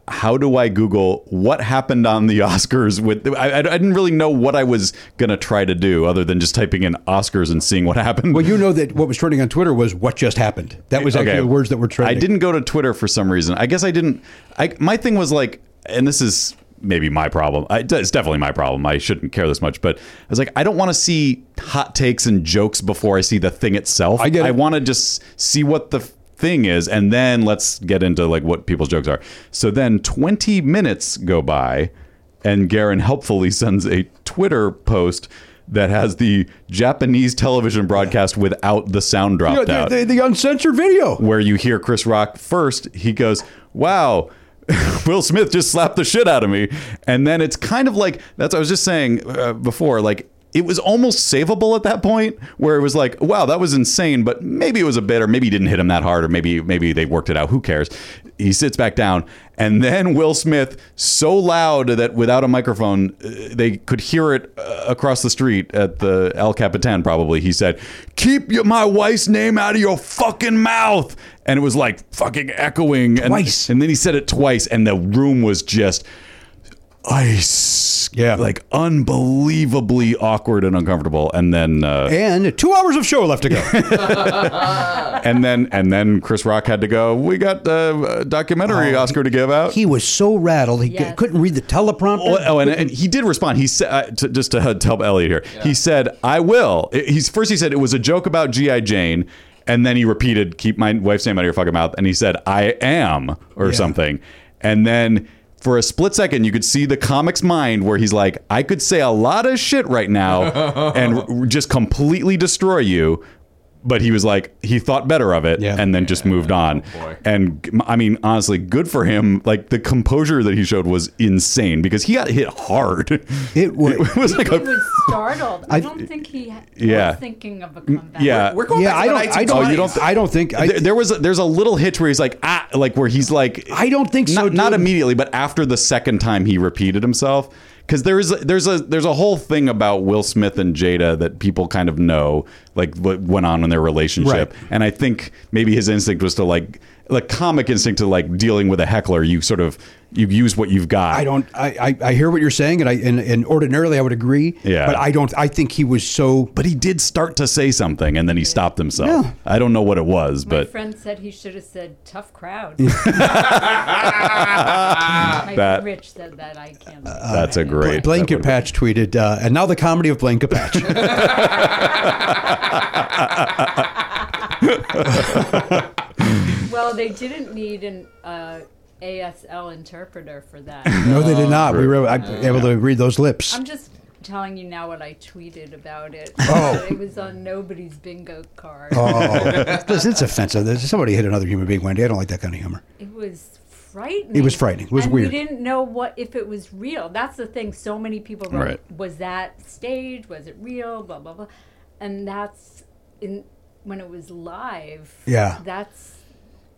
Speaker 6: How do I Google what happened on the *laughs* Oscars? With I, I I didn't really know what I was gonna try to do other than just typing in Oscars and seeing what happened.
Speaker 4: *laughs* Well, you know that what was trending on Twitter was what just happened. That was
Speaker 6: Okay.
Speaker 4: actually the words that were trending.
Speaker 6: I didn't go to Twitter for some reason. I guess I didn't. I my thing was like, and this is maybe my problem. I, it's definitely my problem. I shouldn't care this much, but I was like, I don't want to see hot takes and jokes before I see the thing itself. I get. I want to just see what the thing is, and then let's get into like what people's jokes are. So then twenty minutes go by, and Garen helpfully sends a Twitter post. That has the Japanese television broadcast without the sound dropped
Speaker 4: You know,
Speaker 6: out
Speaker 4: the- the- the uncensored video.
Speaker 6: where you hear Chris Rock first, he goes, "Wow, *laughs* Will Smith just slapped the shit out of me," and then it's kind of like that's. I was just saying uh, before, like it was almost savable at that point, where it was like, "Wow, that was insane," but maybe it was a bit, or maybe he didn't hit him that hard, or maybe maybe they worked it out. Who cares? He sits back down, and then Will Smith, so loud that without a microphone, uh, they could hear it uh, across the street at the El Capitan. Probably he said, "Keep your, my wife's name out of your fucking mouth," and it was like fucking echoing twice. And, and then he said it twice, and the room was just ice. Yeah, like unbelievably awkward and uncomfortable. And then uh, *laughs*
Speaker 4: And two hours of show left to go.
Speaker 6: and then and then Chris Rock had to go. We got uh, a documentary Oscar to give
Speaker 4: *laughs*
Speaker 6: out.
Speaker 4: he was so rattled he c- couldn't read the teleprompter.
Speaker 6: Oh, oh, and, and he did respond. He said, uh, to, just to, uh, to help Elliot here, he said, "I will." I- He's first. He said it was a joke about GI Jane, and then he repeated, "Keep my wife's name out of your fucking mouth," and he said, "I am" or something, and then. For a split second, you could see the comic's mind where he's like, I could say a lot of shit right now and r- just completely destroy you. But he was like, he thought better of it and then just moved on.
Speaker 4: Oh,
Speaker 6: and g- I mean, honestly, good for him. Like the composure that he showed was insane because he got hit hard. *laughs* It was, like
Speaker 7: he
Speaker 6: a.
Speaker 7: was startled. I,
Speaker 6: I-
Speaker 7: don't think he ha-
Speaker 6: Yeah.
Speaker 7: was thinking of a
Speaker 6: Yeah,
Speaker 7: We're- we're going
Speaker 4: Yeah, back to I the don't- I don't- 1920s.
Speaker 6: Oh, you don't.
Speaker 4: I don't think.
Speaker 6: Uh, there, there was. There's a little hitch where he's like, ah, like where he's like. I
Speaker 4: don't think
Speaker 6: so. Not immediately, but after the second time he repeated himself, because there is there's a there's a whole thing about Will Smith and Jada that people kind of know, like what went on in their relationship, and I think maybe his instinct was to like the comic instinct to like dealing with a heckler. You sort of you use what you've got.
Speaker 4: I don't. I, I, I hear what you're saying, and I and, and ordinarily I would agree.
Speaker 6: Yeah.
Speaker 4: But I don't. I think he was so.
Speaker 6: But he did start to say something, and then he stopped himself. I don't know what it was,
Speaker 7: My
Speaker 6: but *laughs*
Speaker 7: friend *laughs* said he should have said tough crowd. My
Speaker 6: That-
Speaker 7: Rich said that I can't.
Speaker 6: that's a great.
Speaker 4: Blanket Patch tweeted, uh, and now the comedy of Blanket Patch.
Speaker 6: *laughs*
Speaker 7: Well, they didn't need an uh, ASL interpreter for that.
Speaker 4: *laughs* no, they did not. We were I,
Speaker 7: Uh,
Speaker 4: able to read those lips.
Speaker 7: I'm just telling you now what I tweeted about it.
Speaker 4: Oh.
Speaker 7: it was on nobody's bingo card.
Speaker 4: Oh, listen, it's offensive. There's- Somebody hit another human being, Wendy. I don't like that kind of humor.
Speaker 7: It was frightening.
Speaker 4: It was frightening. It was
Speaker 7: and
Speaker 4: weird.
Speaker 7: We didn't know what if it was real. That's the thing. So many people wrote,
Speaker 4: Right.
Speaker 7: "Was that staged? Was it real?" Blah blah blah, and that's in when it was live.
Speaker 4: Yeah.
Speaker 7: that's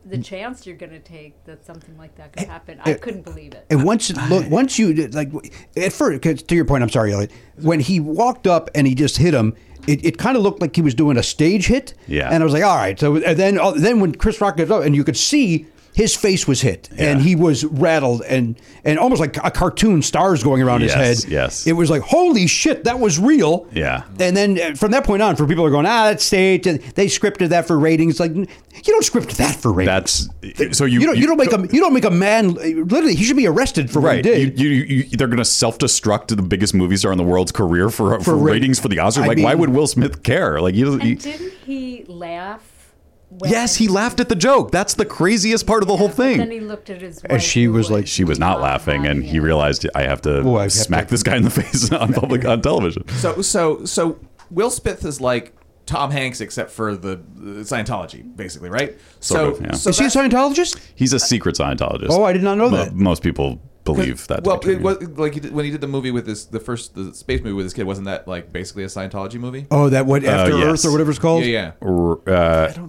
Speaker 7: the
Speaker 6: Mm.
Speaker 7: chance you're going to take that something like that
Speaker 6: Eh,
Speaker 7: could happen. I
Speaker 4: it-
Speaker 7: couldn't believe it.
Speaker 4: And once it look, once you did, like at first 'cause to your point, I'm sorry, Elliot. When he walked up and he just hit him, it, it kind of looked like he was doing a stage hit.
Speaker 6: Yeah.
Speaker 4: And I was like, all right. So and then oh, then when Chris Rock goes up and you could see his face was hit and he was rattled and and almost like a cartoon stars going around
Speaker 6: Yes,
Speaker 4: his head.
Speaker 6: yes.
Speaker 4: It was like holy shit, that was real.
Speaker 6: Yeah.
Speaker 4: And then uh, from that point on, for people are going, ah, that's staged. And they scripted that for ratings. Like you don't script that for ratings.
Speaker 6: That's so you
Speaker 4: You don't, you don't make a you don't make a man literally he should be arrested for what he
Speaker 6: right.
Speaker 4: did.
Speaker 6: You, you, you, they're going to self-destruct the biggest movie star in the world's career for for,
Speaker 4: For ra-
Speaker 6: ratings for the Oscars.
Speaker 4: I
Speaker 6: like, why
Speaker 4: mean-
Speaker 6: would Will Smith care? Like, you,
Speaker 7: And didn't he laugh? When,
Speaker 6: yes, he laughed at the joke. That's the craziest part of the whole
Speaker 7: But then
Speaker 6: thing.
Speaker 7: he looked at his
Speaker 6: And she was like, she was not laughing, and he realized I have to smack this guy in the face *laughs* on public on television.
Speaker 5: So so so Will Smith is like Tom Hanks except for the uh, Scientology, basically, right?
Speaker 6: Sort
Speaker 5: so
Speaker 6: of, yeah.
Speaker 5: so
Speaker 4: Is he a Scientologist?
Speaker 6: He's a secret Scientologist.
Speaker 4: Oh, I did not know
Speaker 6: Mo-
Speaker 4: that.
Speaker 6: Most people believe that.
Speaker 5: well,
Speaker 6: to be
Speaker 5: it was, like he did, when he did the movie with this, the first the space movie with this kid, wasn't that like basically a Scientology movie?
Speaker 4: Oh, that what
Speaker 6: Uh,
Speaker 4: after
Speaker 6: yes.
Speaker 4: Earth or whatever it's called.
Speaker 5: Yeah, yeah.
Speaker 6: true. Uh,
Speaker 5: know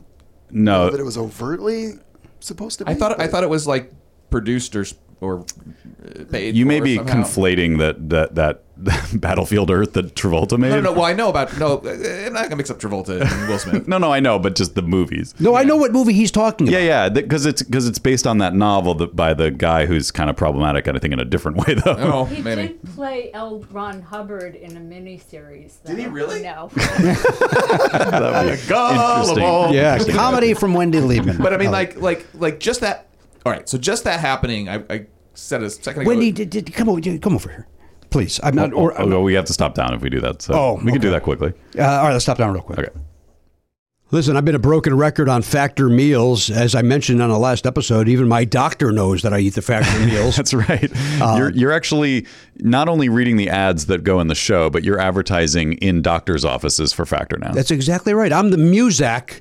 Speaker 6: no,
Speaker 9: Oh, that it was overtly supposed to be.
Speaker 5: I thought I
Speaker 9: but-
Speaker 5: thought it was like produced or s- or uh, paid.
Speaker 6: You may
Speaker 5: for
Speaker 6: be
Speaker 5: somehow.
Speaker 6: conflating that that that *laughs* Battlefield Earth that Travolta made.
Speaker 5: No, no, no. Well, I know about no. uh, I'm not gonna mix up Travolta and
Speaker 9: *laughs*
Speaker 5: Will Smith.
Speaker 6: No, no, I know, but just the movies.
Speaker 4: No, I know what movie he's talking about.
Speaker 6: Yeah, yeah, because it's because it's based on that novel that, by the guy who's kind of problematic, and I think in a different way though.
Speaker 5: Oh.
Speaker 6: *laughs*
Speaker 7: he did play L. Ron Hubbard in a miniseries. Though.
Speaker 5: Did he really?
Speaker 7: No.
Speaker 6: That'd
Speaker 5: *laughs*
Speaker 6: be
Speaker 5: Gullible.
Speaker 6: interesting. *laughs*
Speaker 4: Yeah,
Speaker 6: Interesting.
Speaker 4: comedy from Wendy Liebman.
Speaker 5: But I mean,
Speaker 4: Oh.
Speaker 5: like, like, like, just that. All right, so just that happening. I, I said a second ago.
Speaker 4: Wendy, did, did, come over, dude, come over here, please. I'm not. Or,
Speaker 6: Oh, we have to stop down if we do that. So
Speaker 4: Oh,
Speaker 6: we can do that quickly.
Speaker 4: uh, all right, let's stop down real quick.
Speaker 5: *laughs*
Speaker 6: Okay.
Speaker 4: Listen, I've been a broken record on factor meals. As I mentioned on the last episode, even my doctor knows that I eat the
Speaker 6: *laughs*
Speaker 4: factor meals.
Speaker 6: That's right.
Speaker 4: Uh,
Speaker 6: you're you're actually not only reading the ads that go in the show, but you're advertising in doctors' offices for Factor now.
Speaker 4: That's exactly right. I'm the Muzak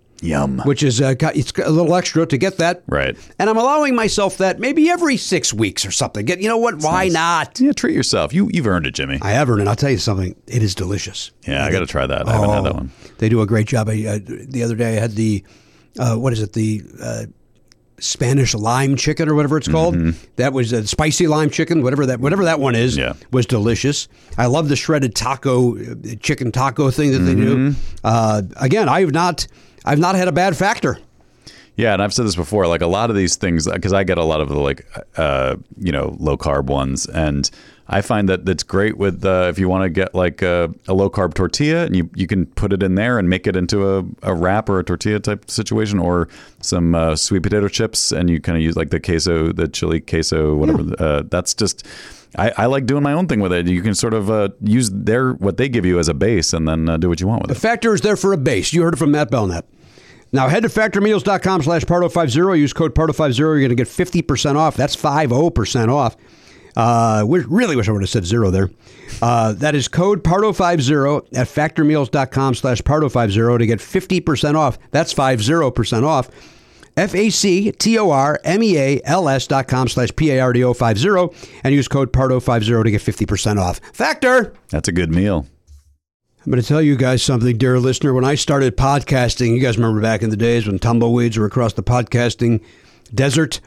Speaker 6: Yum.
Speaker 4: Which is uh, got- it's got a little extra to get that.
Speaker 6: Right.
Speaker 4: And I'm allowing myself that maybe every six weeks or something. Get you know what? Why not?
Speaker 6: Yeah, treat yourself. You you've earned it, Jimmy.
Speaker 4: I have earned it. I'll tell you something. It is delicious. Oh,
Speaker 6: yeah, I got to try that. I haven't had that one.
Speaker 4: They do a great job. I, uh, the other day I had the, uh, what is it, the uh, Spanish lime chicken or whatever it's called.
Speaker 6: Mm-hmm.
Speaker 4: That was a spicy lime chicken, whatever that whatever that one is,
Speaker 6: Yeah.
Speaker 4: was delicious. I love the shredded taco, uh, chicken taco thing that they do.
Speaker 6: Mm-hmm.
Speaker 4: Uh, again, I have not, I've not had a bad factor.
Speaker 6: Yeah, and I've said this before. Like a lot of these things, because I get a lot of the like, uh, you know, low carb ones, and I find that that's great with uh, if you want to get like a, a low carb tortilla, and you you can put it in there and make it into a, a wrap or a tortilla type situation, or some uh, sweet potato chips, and you kind of use like the queso, the chili queso, whatever. Uh, that's just. I, I like doing my own thing with it. You can sort of uh, use their what they give you as a base, and then uh, do what you want with
Speaker 4: The
Speaker 6: it.
Speaker 4: Factor is there for a base. You heard it from Matt Belknap. Now head to factormeals.com slash pardo50. Use code pardo50. You're going to get 50% off. That's 50% off. Uh, wish, really wish I would have said zero there. Uh, that is code pardo50 at factormeals.com slash pardo50 to get 50% off. That's 50% off. F A C T O R M E A L S dot com slash P A R D O 50 and use code PARDO50 to get 50% off. Factor!
Speaker 6: That's a good meal.
Speaker 4: I'm going to tell you guys something, dear listener. When I started podcasting, you guys remember back in the days when tumbleweeds were across the podcasting desert?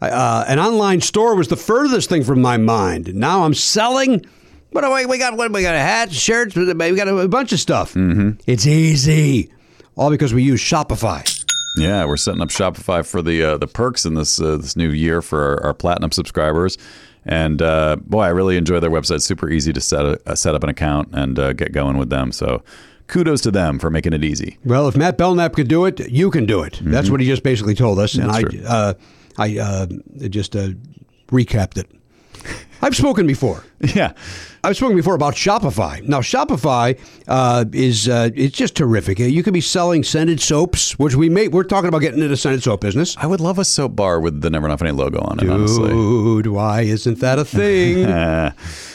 Speaker 4: Uh, an online store was the furthest thing from my mind. Now I'm selling. What do we, we got? What we got? Hats, shirts. We got a, bunch of stuff. Mm-hmm. It's easy, all because we use Shopify.
Speaker 6: Yeah, we're setting up Shopify for the uh, the perks in this uh, this new year for our, our platinum subscribers. And uh, boy, I really enjoy their website. Super easy to set a, uh, set up an account and uh, get going with them. So kudos to them for making it easy. *laughs*
Speaker 4: Well, if Matt Belknap could do it, you can do it. That's what he just basically told us, and I,
Speaker 6: Mm-hmm. That's true.
Speaker 4: uh, I uh, just uh, recapped it. I've spoken before.
Speaker 6: Yeah,
Speaker 4: I've spoken before about Shopify. Now, Shopify uh, is uh, it's just terrific. You could be selling scented soaps, which we may we're talking about getting into the scented soap business.
Speaker 6: I would love a soap bar with the Never Enough Any logo on it. Honestly,
Speaker 4: Dude, why isn't that a
Speaker 6: *laughs*
Speaker 4: thing?
Speaker 6: Uh,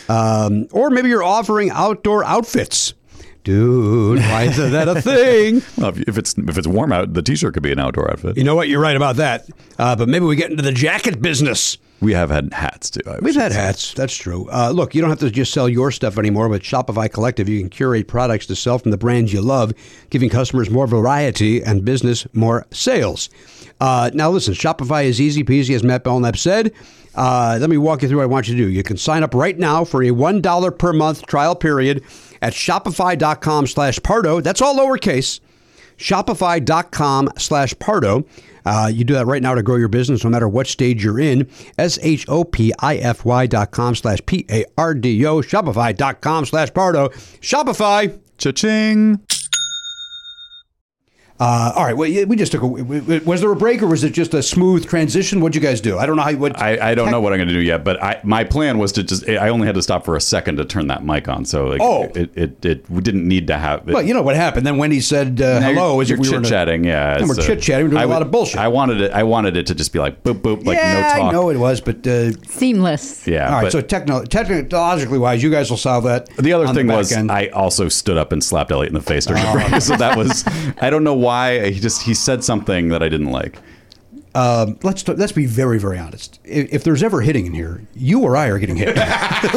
Speaker 4: um, or maybe you're offering outdoor outfits. Dude, why isn't that a thing?
Speaker 6: well, if, if it's if it's warm out, the T-shirt could be an outdoor outfit.
Speaker 4: You know what? You're right about that. Uh, but maybe we get into the jacket business.
Speaker 6: we have had hats too. I
Speaker 4: We've
Speaker 6: should
Speaker 4: had
Speaker 6: say.
Speaker 4: hats. That's true. Uh, look, you don't have to just sell your stuff anymore. With Shopify Collective, you can curate products to sell from the brands you love, giving customers more variety and business more sales. Uh, now, listen, Shopify is easy peasy, as Matt Belknap said. Uh, let me walk you through what I want you to do. You can sign up right now for a $1 per month trial period at shopify.com slash Pardo. That's all lowercase shopify.com slash pardo uh, you do that right now to grow your business no matter what stage you're in s-h-o-p-i-f-y dot com slash p-a-r-d-o shopify.com slash pardo shopify
Speaker 6: Cha-ching.
Speaker 4: Uh, all right. Well, yeah, we just took a. w- w- Was there a break or was it just a smooth transition? What'd you guys do? I don't know how. you- What
Speaker 6: I, I don't know what I'm going to do yet, but I, my plan was to just. I only had to stop for a second to turn that mic on, so like,
Speaker 4: Oh.
Speaker 6: it, it it didn't need to have.
Speaker 4: Well, you know what happened. Then Wendy said uh,
Speaker 6: Now you're-
Speaker 4: hello as
Speaker 6: you're
Speaker 4: if we were in
Speaker 6: chit
Speaker 4: a-
Speaker 6: chatting. Yeah,
Speaker 4: And we're
Speaker 6: so
Speaker 4: chit chatting. We're doing
Speaker 6: I
Speaker 4: a lot
Speaker 6: would-
Speaker 4: of bullshit.
Speaker 6: I wanted it. I wanted it to just be like boop boop, like
Speaker 4: yeah,
Speaker 6: no talk.
Speaker 4: I know it was, but uh,
Speaker 10: Seamless.
Speaker 6: Yeah.
Speaker 4: all right.
Speaker 6: but
Speaker 4: so techno- technologically wise, you guys will solve that.
Speaker 6: the other
Speaker 4: on
Speaker 6: thing
Speaker 4: back
Speaker 6: was,
Speaker 4: end. Oh.
Speaker 6: I also stood up and slapped Elliot in the face during the break. So that was. I don't know why he just he said something that I didn't like.
Speaker 4: um, let's t- let's be very very honest. If, if there's ever hitting in here, you or I are getting hit. *laughs*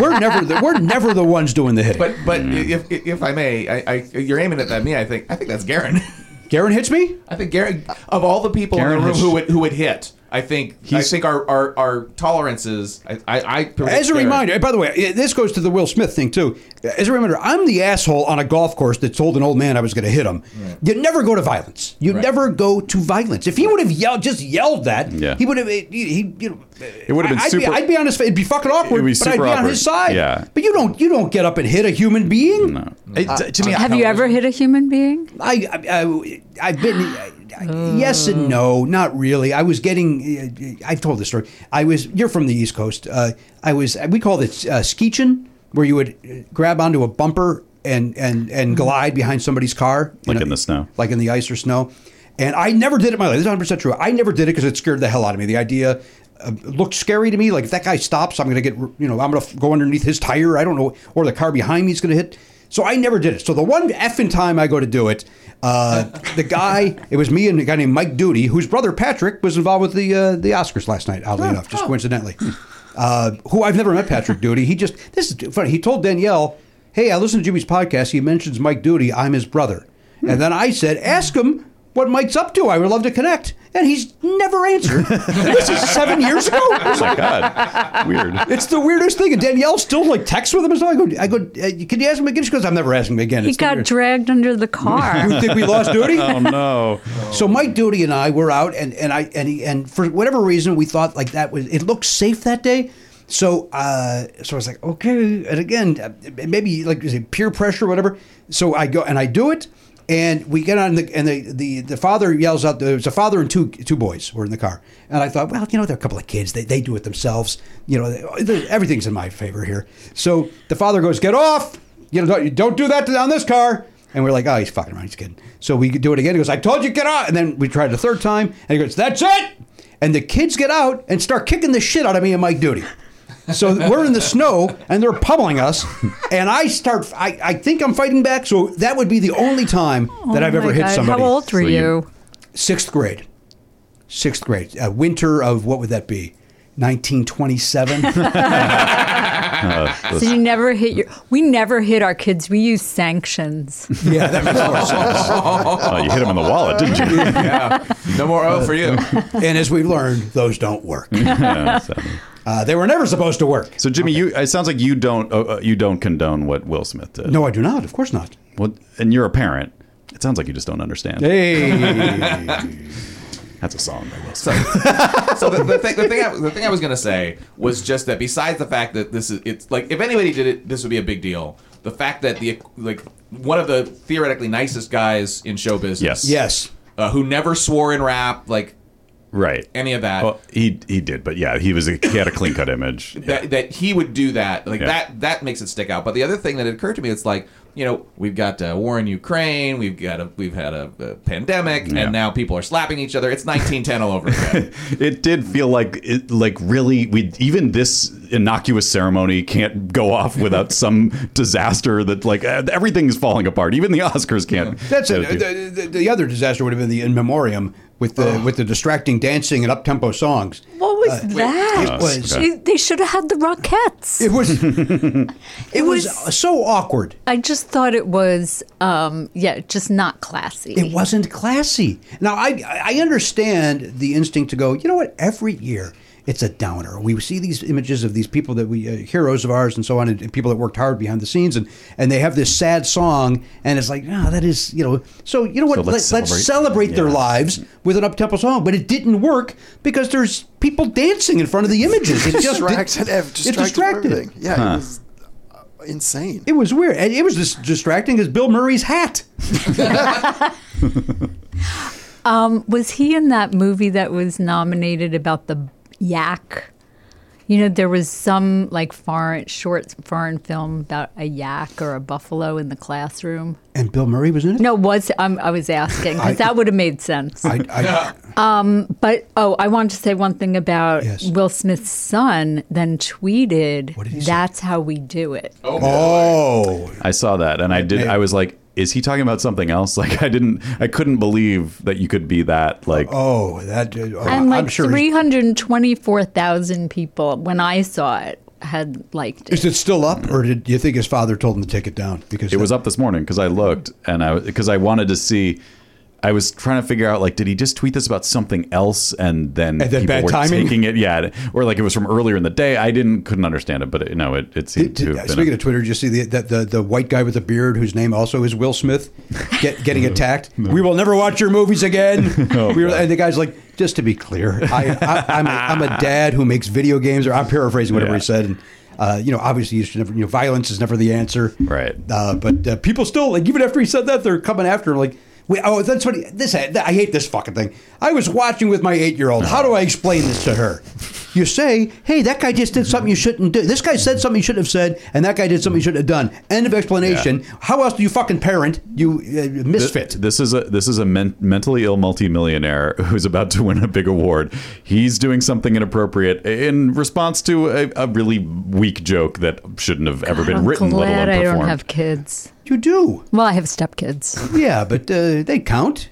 Speaker 4: we're never the, we're never the ones doing the hitting.
Speaker 5: *laughs* But but if, if if I may, I, I you're aiming it at me. I think I think that's Garen. *laughs*
Speaker 4: Garen hits me.
Speaker 5: I think Garen of all the people in
Speaker 4: Garen
Speaker 5: the room
Speaker 4: has-
Speaker 5: who would who would hit. I think I think our our, our tolerances. I I, I predict
Speaker 4: As a
Speaker 5: Garen.
Speaker 4: reminder, by the way, i- this goes to the Will Smith thing too. As a reminder, I'm the asshole on a golf course that told an old man I was going to hit him. You never go to violence. You never go to violence. If he would have yelled, just yelled that,
Speaker 6: Yeah.
Speaker 4: he would have. He, he- you know,
Speaker 6: It would have been
Speaker 4: I'd
Speaker 6: super.
Speaker 4: Be, I'd be on his. fa- It'd be fucking awkward.
Speaker 6: It would be
Speaker 4: but I'd
Speaker 6: super
Speaker 4: be on
Speaker 6: awkward.
Speaker 4: his side.
Speaker 6: Yeah.
Speaker 4: But you don't. You don't get up and hit a human being. No. to me,
Speaker 7: Have you ever hit a human being?
Speaker 4: I, I, I have been yes and no, not really. I was getting. uh, I've told this story. I was. You're from the East Coast. Uh, I was. We called it uh, skeechin', where you would uh, grab onto a bumper and and and glide behind somebody's car, you
Speaker 6: Like
Speaker 4: know,
Speaker 6: in the snow.
Speaker 4: like in the ice or snow. And I never did it in my life. This is 100 percent true. I never did it because it scared the hell out of me. The idea uh, looked scary to me. Like if that guy stops, I'm going to get you know I'm going to go underneath his tire. I don't know, or the car behind me is going to hit. So I never did it. So the one effing time I go to do it, uh, the guy, it was me and a guy named Mike Duty, whose brother Patrick was involved with the uh, the Oscars last night. Oddly enough, just coincidentally, uh, who I've never met Patrick Duty. He just this is funny. He told Danielle, "Hey, I listened to Jimmy's podcast. He mentions Mike Duty. I'm his brother." Hmm. And then I said, ask him what Mike's up to. I would love to connect. And he's never answered. *laughs* this is seven years ago.
Speaker 6: Oh my
Speaker 4: *laughs*
Speaker 6: god, weird.
Speaker 4: It's the weirdest thing. And Danielle still like texts with him. and stuff. I go, I go, uh, can you ask him again? She goes, I'm never asking him again.
Speaker 7: He
Speaker 4: It's the
Speaker 7: got
Speaker 4: weirdest-
Speaker 7: dragged under
Speaker 4: *laughs*
Speaker 7: the car.
Speaker 4: you think we lost Duty?
Speaker 6: Oh no.
Speaker 4: So Mike Duty and I were out, and and I and he, and for whatever reason we thought like that was it looked safe that day. So uh, so I was like, okay, and again, uh, maybe like is it peer pressure or whatever. So I go and I do it, and we get on the and the the, the father yells out. There's a father and two two boys were in the car, and I thought, well, you know, they're a couple of kids. They they do it themselves. You know, they- they- everything's in my favor here. So the father goes, get off. You know, don't, don't do that to- on this car. And we're like, oh, he's fucking around. He's kidding. So we do it again. He goes, I told you, get out. And then we tried it a third time. And he goes, that's it. And the kids get out and start kicking the shit out of me and Mike Duty. So *laughs* we're in the snow and they're pummeling us. And I start, I, I think I'm fighting back. So that would be the only time that
Speaker 7: Oh
Speaker 4: I've ever
Speaker 7: my
Speaker 4: hit
Speaker 7: God.
Speaker 4: somebody.
Speaker 7: How old were So you- you?
Speaker 4: Sixth grade. Sixth grade. Uh, winter of what would that be?
Speaker 7: *laughs*
Speaker 4: *laughs* 1927.
Speaker 7: So you never hit your. We never hit our kids. We use sanctions.
Speaker 4: yeah, that makes more sense.
Speaker 6: Oh, you hit him in the wallet, didn't
Speaker 4: *laughs*
Speaker 6: you?
Speaker 5: yeah. No more
Speaker 2: Uh,
Speaker 5: O for *laughs* you.
Speaker 4: and as we've learned, those don't
Speaker 7: *laughs*
Speaker 4: work.
Speaker 6: Yeah, so.
Speaker 4: Uh, they were never supposed to work.
Speaker 6: So Jimmy, you it sounds like you don't uh, uh, you don't condone what Will Smith did.
Speaker 4: No, I do not. Of course not.
Speaker 6: Well, and you're a parent. It sounds like you just don't understand.
Speaker 4: Hey.
Speaker 6: *laughs* That's a song by Will Smith.
Speaker 5: So, so the, the thing, the thing, I, the thing I was gonna say was just that. Besides the fact that this is, it's like if anybody did it, this would be a big deal. The fact that the like one of the theoretically nicest guys in show business,
Speaker 6: Yes. Yes.
Speaker 5: uh, who never swore in rap, like
Speaker 6: Right.
Speaker 5: any of that.
Speaker 4: Oh,
Speaker 6: Well, he he did, but yeah, he was a, he had a clean cut image.
Speaker 5: that, that he would do that like
Speaker 6: Yeah.
Speaker 5: that that makes it stick out but the other thing that occurred to me it's like you know we've got uh, war in ukraine we've got a we've had a, a pandemic
Speaker 6: Yeah.
Speaker 5: and now people are slapping each other it's 1910 all over again
Speaker 6: It did feel like it, like really we even this innocuous ceremony can't go off without some disaster that like eh, everything's falling apart. Even the Oscars can't.
Speaker 4: That's it.
Speaker 6: can't do-
Speaker 4: The, the, the other disaster would have been the in memoriam with the with the distracting dancing and up tempo songs.
Speaker 7: What Uh, was that?
Speaker 4: it was-
Speaker 7: They- They should have had the Rockettes.
Speaker 4: It *laughs* was it was so awkward.
Speaker 7: I just thought it was, um, yeah, just not classy.
Speaker 4: It wasn't classy. Now I I understand the instinct to go. You know what? Every year it's a downer. We see these images of these people that we uh, heroes of ours and so on, and, and people that worked hard behind the scenes, and and they have this sad song, and it's like, ah, that is you know. So you know what?
Speaker 6: So
Speaker 4: let's,
Speaker 6: let's
Speaker 4: let's celebrate,
Speaker 6: celebrate.
Speaker 4: their
Speaker 6: Yeah.
Speaker 4: lives with an up tempo song, but it didn't work because there's people dancing in front of the images. It just did-
Speaker 2: distracted. ev-
Speaker 4: it
Speaker 2: distracted from
Speaker 4: distracted.
Speaker 2: everything. Yeah,
Speaker 6: Huh.
Speaker 2: it was uh, insane.
Speaker 4: It was weird. And It was just distracting as Bill Murray's hat.
Speaker 7: Um, was he in that movie that was nominated about the yak? You know, there was some like foreign short foreign film about a yak or a buffalo in the classroom.
Speaker 4: And Bill Murray was in it?
Speaker 7: No, was um, I was asking
Speaker 4: I-
Speaker 7: because that would have made sense.
Speaker 4: I,
Speaker 2: *laughs*
Speaker 4: I,
Speaker 7: Um, but oh, I wanted to say one thing about
Speaker 4: Yes.
Speaker 7: Will Smith's son. Then tweeted, "That's how we do it."
Speaker 4: Oh.
Speaker 5: I saw that and I did I was like is he talking about something else? *laughs* Like I didn't I couldn't believe that you could be that like
Speaker 4: oh, that oh,
Speaker 7: and like
Speaker 5: I'm sure he's-
Speaker 7: 324,000 people when I saw it had liked it.
Speaker 4: is it still up, or did you think his father told him to take it down? Because
Speaker 5: it was up this morning because I looked and I because I wanted to see. I was trying to figure out like, did he just tweet this about something else and then
Speaker 4: And then
Speaker 5: people
Speaker 4: bad
Speaker 5: were
Speaker 4: timing?
Speaker 5: taking it? Yeah, or like it was from earlier in the day. I didn't couldn't understand it, but it, no, it, it seemed to have been.
Speaker 4: uh, Speaking of Twitter, did you see the, the the the white guy with the beard whose name also is Will Smith get,
Speaker 5: *laughs*
Speaker 4: getting attacked? We will never watch your movies again. we were, and the guy's like, just to be clear, I, I, I'm, a, I'm a dad who makes video games, or I'm paraphrasing whatever he said. And, uh, you know, obviously, you should never, you know, violence is never the answer. Right. Uh, but uh, people still, like, even after he said that, they're coming after him. Like, we, oh, that's what he, this. I hate this fucking thing. I was watching with my eight-year-old. How do I explain this to her? You say, "Hey, that guy just did something you shouldn't do. This guy said something you shouldn't have said, and that guy did something you shouldn't have done." End of explanation. How else do you fucking parent? You uh, misfit.
Speaker 5: Th- This is a this is a men- mentally ill multimillionaire *laughs* who's about to win a big award. He's doing something inappropriate in response to a, a really weak joke that shouldn't have ever been
Speaker 7: I'm
Speaker 5: written, let alone
Speaker 7: glad I
Speaker 5: performed.
Speaker 7: don't have kids.
Speaker 4: You do.
Speaker 7: Well, I have stepkids.
Speaker 4: Yeah, but uh, they count.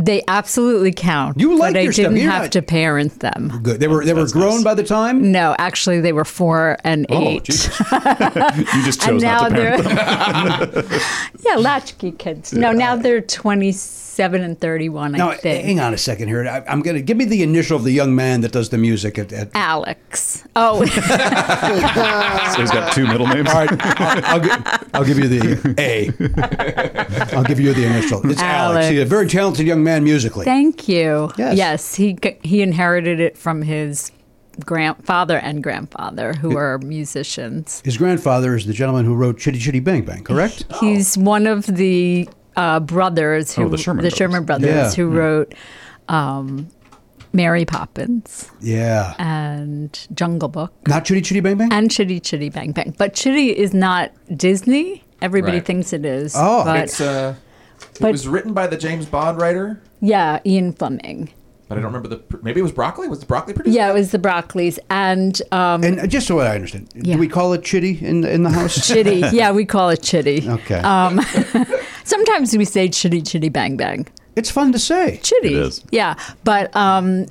Speaker 7: They absolutely count.
Speaker 4: You like
Speaker 7: but
Speaker 4: your
Speaker 7: I
Speaker 4: step-
Speaker 7: didn't
Speaker 4: you're
Speaker 7: have
Speaker 4: not-
Speaker 7: to parent them.
Speaker 4: Good. They were they were grown by the time.
Speaker 7: No, actually, they were four and eight. *laughs*
Speaker 5: you just Oh,
Speaker 7: And
Speaker 5: chose not to
Speaker 7: now
Speaker 5: parent
Speaker 7: they're-
Speaker 5: them.
Speaker 7: *laughs* Yeah, latchkey kids. No, now they're 27 and 31,
Speaker 4: Now,
Speaker 7: I think.
Speaker 4: hang on a second here. I, I'm gonna give me the initial of the young man that does the music at, at
Speaker 7: Alex. Oh, *laughs*
Speaker 5: So he's got two middle names.
Speaker 4: All right, I'll, I'll, gi- I'll give you the A. I'll give you the initial. It's Alex.
Speaker 7: Alex.
Speaker 4: He's a very talented young man musically.
Speaker 7: Thank you.
Speaker 4: Yes.
Speaker 7: he g- he inherited it from his grandfather and grandfather, who are musicians.
Speaker 4: His grandfather is the gentleman who wrote Chitty Chitty Bang Bang, correct?
Speaker 7: He's one of the uh, brothers who
Speaker 4: Oh, the Sherman brothers.
Speaker 7: brothers
Speaker 4: Yeah.
Speaker 7: who
Speaker 4: Mm.
Speaker 7: wrote um, Mary Poppins
Speaker 4: Yeah.
Speaker 7: and Jungle Book.
Speaker 4: Not Chitty Chitty Bang Bang?
Speaker 7: And Chitty Chitty Bang Bang. But Chitty is not Disney. Everybody
Speaker 6: Right.
Speaker 7: thinks it is.
Speaker 4: Oh.
Speaker 7: but,
Speaker 6: it's uh,
Speaker 7: *laughs* but-
Speaker 6: it was written by the James Bond writer,
Speaker 7: yeah, Ian Fleming.
Speaker 6: but I don't remember the. pr- Maybe it was Broccoli. Was the Broccoli producer?
Speaker 7: Yeah, it was the Broccoli's and um,
Speaker 4: and just so I understand,
Speaker 7: yeah.
Speaker 4: Do we call it Chitty in the, in the house?
Speaker 7: *laughs* chitty.
Speaker 4: *laughs*
Speaker 7: Yeah, we call it chitty.
Speaker 4: Okay.
Speaker 7: Um, *laughs* sometimes we say chitty chitty bang bang.
Speaker 4: It's fun to say.
Speaker 7: Chitty.
Speaker 4: It is.
Speaker 7: Yeah, but um,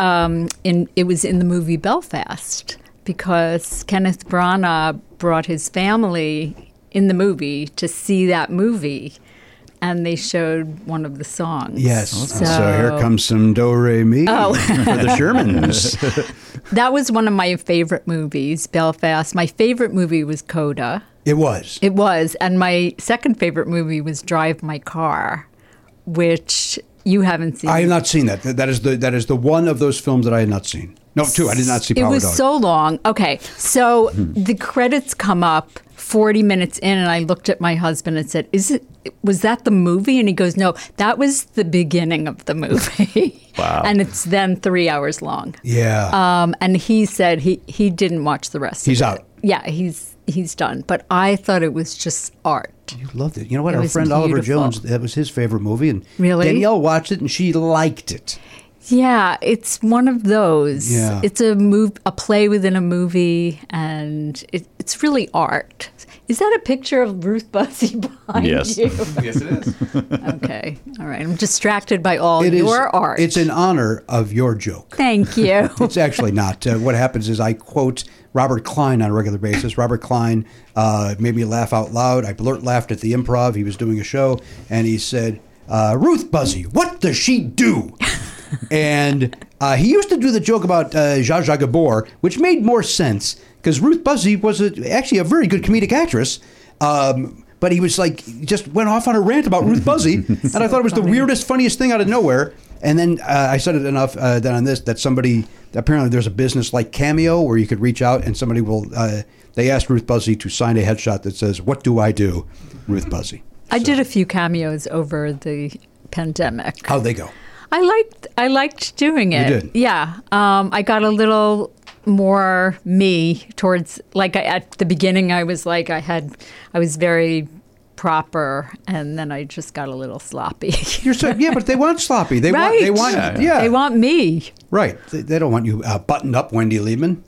Speaker 7: um, in it was in the movie Belfast because Kenneth Branagh brought his family in the movie to see that movie, and they showed one of the songs.
Speaker 4: Yes. Oh, So, here comes some Do Re Mi
Speaker 7: Oh.
Speaker 4: for the Shermans.
Speaker 7: *laughs* That was one of my favorite movies, Belfast. My favorite movie was Coda.
Speaker 4: it was.
Speaker 7: It was. And my second favorite movie was Drive My Car, which you haven't seen.
Speaker 4: I have not seen that. That that is the that is the one of those films that I had not seen. No, two. I did not see
Speaker 7: It
Speaker 4: Power
Speaker 7: was
Speaker 4: Dog. Hmm.
Speaker 7: so long. Okay. So the credits come up 40 minutes in, and I looked at my husband and said, Is it, was that the movie? And he goes, No, that was the beginning of the movie.
Speaker 4: *laughs* Wow.
Speaker 7: and it's then three hours long.
Speaker 4: yeah.
Speaker 7: Um, and he said he, he didn't watch the rest.
Speaker 4: He's
Speaker 7: of
Speaker 4: out.
Speaker 7: It. Yeah, he's he's done. But I thought it was just art.
Speaker 4: You loved it. You know what?
Speaker 7: It
Speaker 4: Our
Speaker 7: was
Speaker 4: friend Oliver
Speaker 7: beautiful.
Speaker 4: Jones, that was his favorite movie. And
Speaker 7: Really?
Speaker 4: Danielle watched it and she liked it.
Speaker 7: Yeah, it's one of those.
Speaker 4: Yeah.
Speaker 7: It's a move, a play within a movie, and it, it's really art. Is that a picture of Ruth Bussey *laughs* behind
Speaker 4: Yes.
Speaker 7: you?
Speaker 4: *laughs* Yes, it
Speaker 6: is.
Speaker 7: okay, all right. I'm distracted by all
Speaker 4: It is-
Speaker 7: your art.
Speaker 4: It's in honor of your joke.
Speaker 7: Thank you.
Speaker 4: *laughs* it's actually not. Uh, what happens is I quote Robert Klein on a regular basis. Robert Klein uh, made me laugh out loud. I blurt laughed at the improv. He was doing a show and he said, uh, Ruth Buzzy, what does she do? and uh, he used to do the joke about uh, Zsa Zsa Gabor, which made more sense because Ruth Buzzy was a, actually a very good comedic actress. Um, but he was like, just went off on a rant about Ruth Buzzy, and I thought it was the weirdest, funniest thing out of nowhere. And then uh, I said it enough uh, then on this that somebody apparently there's a business like Cameo where you could reach out and somebody will. Uh, they asked Ruth Buzzy to sign a headshot that says "What do I do?" Ruth Buzzy.
Speaker 7: I did a few cameos over the pandemic.
Speaker 4: How they go?
Speaker 7: I liked I liked doing
Speaker 4: You
Speaker 7: it.
Speaker 4: did.
Speaker 7: Yeah. Um, I got a little more me towards like I, at the beginning I was like I had I was very proper and then I just got a little sloppy. *laughs*
Speaker 4: You're so yeah, but they want sloppy. They
Speaker 7: right.
Speaker 4: want. They want. Yeah.
Speaker 7: They want me.
Speaker 4: Right. They, they don't want you uh, buttoned up, Wendy Liebman.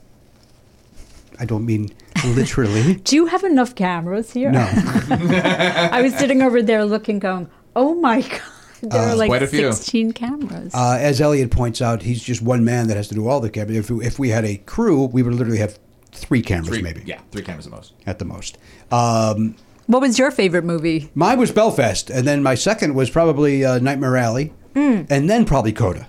Speaker 4: I don't mean *laughs* literally.
Speaker 7: Do you have enough cameras here?
Speaker 4: No.
Speaker 7: *laughs* I was sitting over there looking going, "Oh my *laughs* god, there
Speaker 4: Uh,
Speaker 7: are like
Speaker 4: Quite a few.
Speaker 7: 16 cameras."
Speaker 4: Uh, as Elliot points out, he's just one man that has to do all the cameras. If, if we had a crew, we would literally have three cameras,
Speaker 6: Three,
Speaker 4: maybe
Speaker 6: Yeah, three cameras at most.
Speaker 4: at the most. Um,
Speaker 7: what was your favorite movie?
Speaker 4: mine was Belfast, and then my second was probably uh, Nightmare Alley,
Speaker 7: Mm.
Speaker 4: and then probably Coda.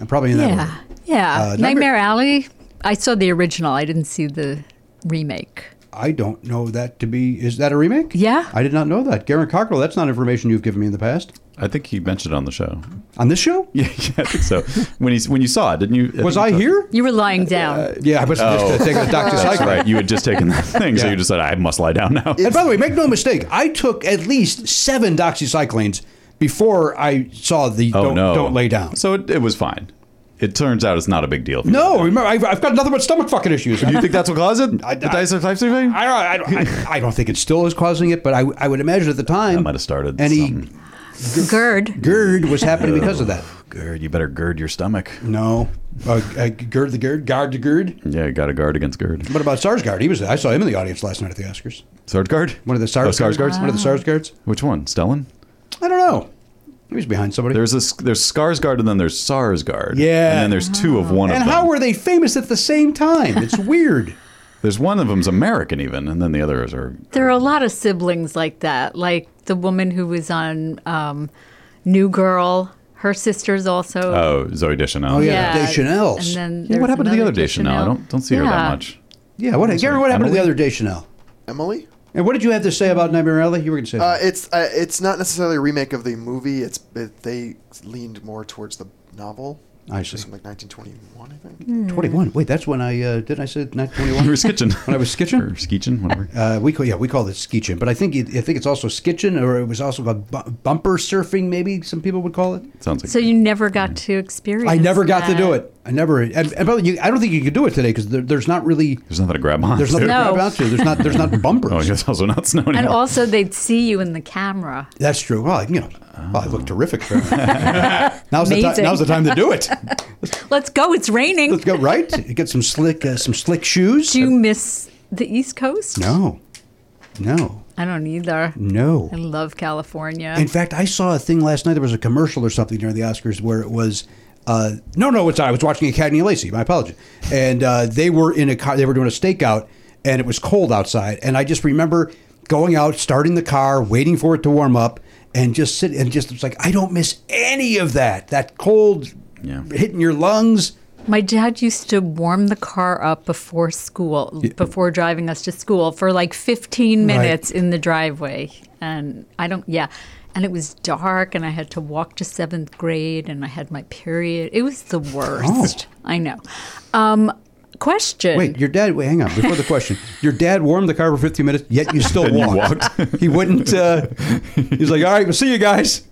Speaker 4: I'm probably in that order.
Speaker 7: Yeah. Yeah.
Speaker 4: Uh, Nightmare-
Speaker 7: Nightmare Alley. I saw the original. I didn't see the remake.
Speaker 4: I don't know that to be. Is that a remake?
Speaker 7: Yeah.
Speaker 4: I did not know that. Garen Cockrell, that's not information you've given me in the past.
Speaker 5: I think he mentioned it on the show. *laughs*
Speaker 4: On this show?
Speaker 5: Yeah, yeah I think so. when he when you saw it, didn't you?
Speaker 4: Was
Speaker 5: think
Speaker 4: I
Speaker 5: so. Oh.
Speaker 4: here?
Speaker 7: You were lying down.
Speaker 4: Yeah, I was just uh, taking a Dr.
Speaker 5: *laughs* That's
Speaker 4: Psycho. *laughs*
Speaker 5: right. You had just taken that thing, so you decided I must lie down now.
Speaker 4: And by the way, make no mistake, I took at least seven doxycyclines before I saw the
Speaker 5: *laughs* oh
Speaker 4: don't,
Speaker 5: no!
Speaker 4: don't lay down.
Speaker 5: So it, it was fine. It turns out it's not a big deal. For you.
Speaker 4: No, remember, I've, I've got nothing but stomach fucking issues.
Speaker 5: You think that's what caused it?
Speaker 4: I,
Speaker 5: The
Speaker 4: *laughs*
Speaker 5: doxycycline?
Speaker 4: I, don't- I, don't- I, I don't think it still is causing it, but I, I would imagine at the time. I might
Speaker 5: have started.
Speaker 4: Any
Speaker 7: GERD.
Speaker 4: GERD was happening because of that.
Speaker 5: Gird, you better gird your stomach.
Speaker 4: *laughs* No. Uh, uh, GERD the GERD? Guard the GERD?
Speaker 5: Yeah, you got to guard against gird.
Speaker 4: What about Sarsgaard? He was. I saw him in the audience last night at the Oscars.
Speaker 5: Sarge guard.
Speaker 4: One of the Sars
Speaker 5: oh, Sarge guards.
Speaker 4: One of the Sars guards.
Speaker 5: Which one? Stellan?
Speaker 4: I don't know. He was behind somebody.
Speaker 5: There's this. There's Skarsgård and then there's Sarsgaard.
Speaker 4: Yeah.
Speaker 5: And then there's two of one
Speaker 4: and
Speaker 5: of them.
Speaker 4: how were they famous at the same time?
Speaker 5: *laughs*
Speaker 4: It's weird.
Speaker 5: There's one of them's American even, and then the others are
Speaker 7: There are a lot of siblings like that. Like the woman who was on um, New Girl. Her sister's also.
Speaker 5: oh Zoe Deschanel.
Speaker 4: Oh, Uh, yeah, Yeah. Deschanels.
Speaker 7: And then
Speaker 5: Yeah, what
Speaker 7: there's
Speaker 5: happened to the other
Speaker 7: another
Speaker 5: Deschanel? I
Speaker 7: Deschanel.
Speaker 5: don't don't see her
Speaker 7: Yeah.
Speaker 5: that much.
Speaker 4: Yeah, what, Gary, what happened to the other day, Chanel?
Speaker 2: Emily?
Speaker 4: And what did you have to say about Nightmare Alley? You were going to say
Speaker 2: Uh, it's uh, it's not necessarily a remake of the movie. It's it, they leaned more towards the novel.
Speaker 4: I
Speaker 2: which
Speaker 4: see.
Speaker 2: is From like 1921, I think.
Speaker 4: 21. Wait, that's when I, uh, didn't I say 921?
Speaker 5: You were skitching.
Speaker 4: when I was skitching?
Speaker 5: Or skitching, whatever.
Speaker 4: Uh, we call, yeah, we call it skitching, but I think it, I think it's also skitching, or it was also called bu- bumper surfing. Maybe some people would call it.
Speaker 5: Sounds like
Speaker 7: So you never got to experience.
Speaker 4: I never got to
Speaker 7: that.
Speaker 4: do it. I never. And, and by the way, you, I don't think you could do it today because there, there's not really
Speaker 5: there's nothing to grab on.
Speaker 4: there's nothing
Speaker 5: *laughs*
Speaker 7: No.
Speaker 4: to grab onto. There's not there's
Speaker 7: *laughs*
Speaker 4: not bumpers.
Speaker 5: Oh, it's also not snow
Speaker 7: And
Speaker 5: anymore.
Speaker 7: also, they'd see you in the camera.
Speaker 4: That's true. Well, you know, well, I look terrific. apparently. now's the time.
Speaker 7: Amazing.
Speaker 4: Now's the time to do it.
Speaker 7: Let's go. It's raining.
Speaker 4: Let's go right. Get some slick uh, some slick shoes.
Speaker 7: Do you miss the East Coast?
Speaker 4: No, no,
Speaker 7: I don't either.
Speaker 4: no.
Speaker 7: I love California.
Speaker 4: In fact, I saw a thing last night. There was a commercial or something during the Oscars where it was. Uh, no, no, it's I was watching Academy of Lacey. My apologies. And uh, they were in a car. They were doing a stakeout, and it was cold outside. And I just remember going out, starting the car, waiting for it to warm up, and just sit and just it's like I don't miss any of that. That cold hitting your lungs.
Speaker 7: My dad used to warm the car up before school, before driving us to school for like 15
Speaker 4: Right.
Speaker 7: minutes in the driveway. And I don't, yeah. And it was dark, and I had to walk to seventh grade, and I had my period. It was the worst. I know. Um, question.
Speaker 4: Oh. Wait, your dad. Wait, hang on. Before the
Speaker 5: *laughs*
Speaker 4: question, your dad warmed the car for 15 minutes, yet you still
Speaker 5: And you
Speaker 4: walked. he wouldn't. Uh, he's like, all right, we'll see you guys.
Speaker 5: *laughs*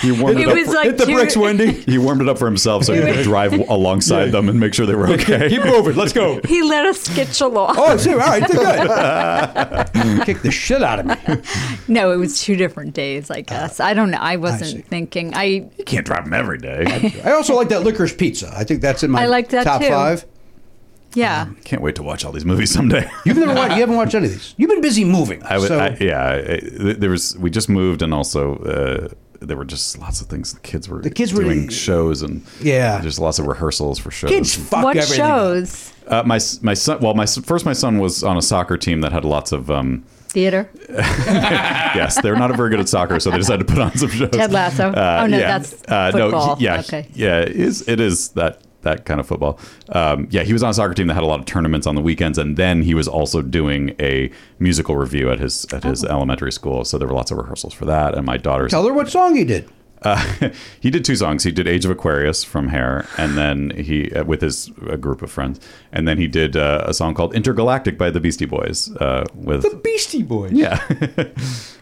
Speaker 5: He warmed
Speaker 7: It
Speaker 5: it, up.
Speaker 7: was
Speaker 5: for-
Speaker 7: like
Speaker 4: Hit the
Speaker 7: two-
Speaker 4: bricks,
Speaker 5: *laughs*
Speaker 4: Wendy.
Speaker 5: he warmed it up for himself so he could *laughs* drive alongside them and make sure they were okay.
Speaker 4: Keep moving. Let's go.
Speaker 7: He let us
Speaker 4: *laughs*
Speaker 7: skitch along.
Speaker 4: Oh, I see. All right, good.
Speaker 5: *laughs*
Speaker 4: Kick the shit out of me.
Speaker 7: No, it was two different days, I
Speaker 4: Ah.
Speaker 7: guess. I don't know. I wasn't thinking. I
Speaker 5: *laughs* You can't drive them every day.
Speaker 4: *laughs* I also like that licorice pizza. I think that's in my
Speaker 7: I like that
Speaker 4: top
Speaker 7: too.
Speaker 4: five.
Speaker 7: yeah.
Speaker 4: Um,
Speaker 5: Can't wait to watch all these movies someday. *laughs*
Speaker 4: You've never watched. You haven't watched any of these. You've been busy moving.
Speaker 5: I was,
Speaker 4: so,
Speaker 5: I, yeah. I, th- there was we just moved, and also uh, there were just lots of things. The kids were the
Speaker 4: kids were-
Speaker 5: doing shows, and
Speaker 4: Yeah.
Speaker 5: there's lots of rehearsals for shows.
Speaker 4: kids fuck
Speaker 7: what
Speaker 4: everything.
Speaker 7: shows?
Speaker 5: Uh, my s- my son. Well, my s- first my son was on a soccer team that had lots of. Um,
Speaker 7: Theater?
Speaker 5: yes, they're not very good at soccer, so they decided to put on some shows.
Speaker 7: Ted Lasso?
Speaker 5: Uh,
Speaker 7: Oh, no,
Speaker 5: yeah.
Speaker 7: that's
Speaker 5: uh,
Speaker 7: football.
Speaker 5: No, he- yeah,
Speaker 7: Okay.
Speaker 5: yeah, it is it is that that kind of football. Um, yeah, he was on a soccer team that had a lot of tournaments on the weekends, and then he was also doing a
Speaker 7: Oh.
Speaker 5: musical review at his at his elementary school. So there were lots of rehearsals for that. And my daughter's
Speaker 4: Tell her what song you did.
Speaker 5: Uh, he did two songs. He did "Age of Aquarius" from Hair, and then he uh, with his a group of friends, and then he did uh, a song called "Intergalactic" by the Beastie Boys uh, with
Speaker 4: Beastie Boys.
Speaker 5: Yeah. *laughs*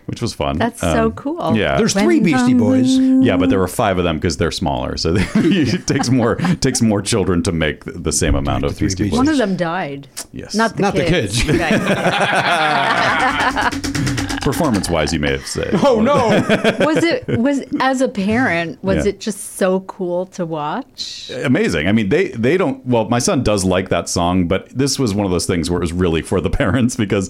Speaker 5: which was fun.
Speaker 7: That's so cool.
Speaker 5: Yeah,
Speaker 7: There's three When Beastie I'm Boys.
Speaker 5: Yeah, but there were five of them because they're smaller, so *laughs* it takes more takes more children to make the same amount of Beastie Boys.
Speaker 7: One of them died.
Speaker 5: Yes.
Speaker 7: Not the
Speaker 5: Not the
Speaker 7: kids.
Speaker 5: kids.
Speaker 7: Right.
Speaker 5: Performance wise, you may have said.
Speaker 7: Oh,
Speaker 5: *laughs*
Speaker 7: was it was as a parent was
Speaker 5: Yeah.
Speaker 7: it just so cool to watch?
Speaker 5: amazing. I mean, they they don't. Well, my son does like that song, but this was one of those things where it was really for the *laughs* parents because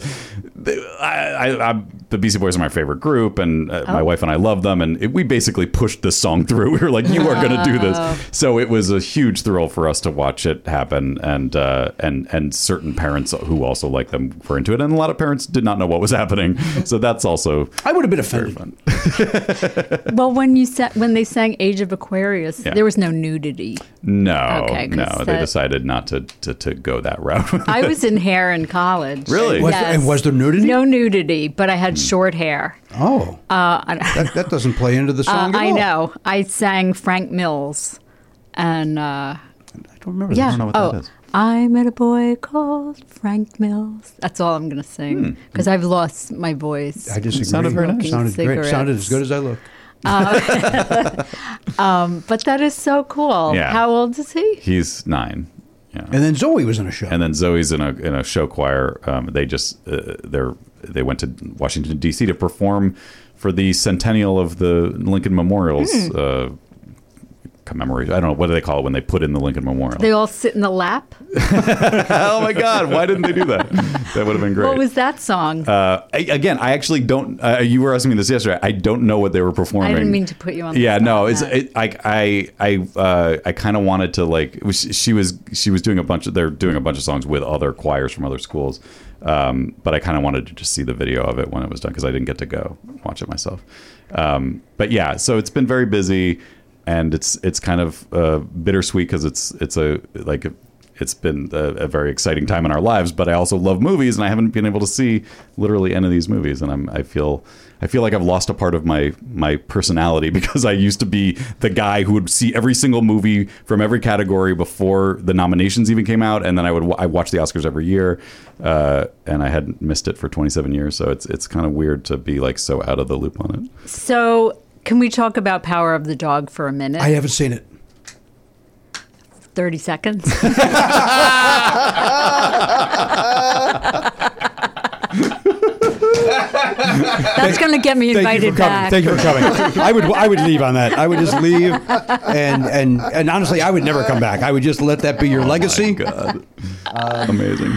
Speaker 5: they, I, I, I, the Beastie Boys are my favorite group, and uh, my
Speaker 8: Oh.
Speaker 5: wife and I love them, and it, we basically pushed this song *laughs* through. We were like, "You are going to do
Speaker 8: Oh.
Speaker 5: this," so it was a huge thrill for us to watch it happen, and uh, and and certain parents who also like them were into it, and a lot of parents did not know what was
Speaker 7: *laughs*
Speaker 5: happening, so that's also
Speaker 4: I would have been offended.
Speaker 7: Well, when you sa- when they sang Age of Aquarius,
Speaker 5: Yeah.
Speaker 7: there was no nudity.
Speaker 5: No,
Speaker 7: Okay,
Speaker 5: no,
Speaker 7: 'cause
Speaker 5: they
Speaker 7: that-
Speaker 5: decided not to, to to go that route.
Speaker 7: I was in hair in college.
Speaker 5: *laughs* Really? Was there-
Speaker 7: Yes.
Speaker 4: was there nudity?
Speaker 7: No nudity, but I had short hair.
Speaker 4: Oh,
Speaker 7: Uh, I-
Speaker 4: that, that doesn't play into the song
Speaker 7: uh,
Speaker 4: at
Speaker 7: I
Speaker 4: all.
Speaker 7: know. I sang Frank Mills, and uh, I
Speaker 5: don't remember.
Speaker 4: that. I don't know what
Speaker 7: oh,
Speaker 4: that is.
Speaker 7: I met a boy called Frank Mills. That's all I'm gonna sing because I've lost my voice.
Speaker 4: Hmm. I disagree.
Speaker 7: from smoking
Speaker 4: Sounded great. Sounded
Speaker 7: cigarettes.
Speaker 4: as good as I look.
Speaker 7: Um, um, but that is so cool.
Speaker 5: Yeah.
Speaker 7: How old is he?
Speaker 5: He's nine. Yeah.
Speaker 4: And then Zoe was in a show.
Speaker 5: And then Zoe's in a in a show choir. Um, they just uh, they're they went to Washington D.C. to perform for the centennial of the Lincoln Memorial's
Speaker 7: Hmm.
Speaker 5: uh, commemoration. I don't know what do they call it when they put in the Lincoln Memorial.
Speaker 7: They all sit in the lap.
Speaker 5: *laughs* oh my *laughs* God! Why didn't they do that? That would have been great.
Speaker 7: What was that song?
Speaker 5: uh, I- again, I actually don't. Uh, you were asking me this yesterday. I don't know what they were performing.
Speaker 7: I didn't mean to put you on. the
Speaker 5: yeah
Speaker 7: spot
Speaker 5: no
Speaker 7: on
Speaker 5: it's
Speaker 7: that.
Speaker 5: it, like i i uh, i kind of wanted to like it was- she was she was doing a bunch of they're doing a bunch of songs with other choirs from other schools um, but i kind of wanted to just see the video of it when it was done because i didn't get to go watch it myself um, but yeah so it's been very busy and it's it's kind of uh, bittersweet because it's it's a like it's been a, a very exciting time in our lives, but I also love movies, and I haven't been able to see literally any of these movies, and I'm I feel I feel like I've lost a part of my my personality *laughs* because I used to be the guy who would see every single movie from every category before the nominations even came out, and then I would wa- I watch the Oscars every year, uh, and I hadn't missed it for 27 years, so it's it's kind of weird to be like so out of the loop on
Speaker 2: *laughs*
Speaker 5: it.
Speaker 7: So, can we talk about Power of the Dog for a minute?
Speaker 4: I haven't seen it. *laughs*
Speaker 7: 30 seconds. That's going to get me
Speaker 4: Thank you
Speaker 7: invited
Speaker 4: for coming.
Speaker 7: back.
Speaker 4: Thank you for coming. I would I would leave on that. I would just leave, and and and honestly, I would never come back. I would just let that be your legacy.
Speaker 5: Amazing.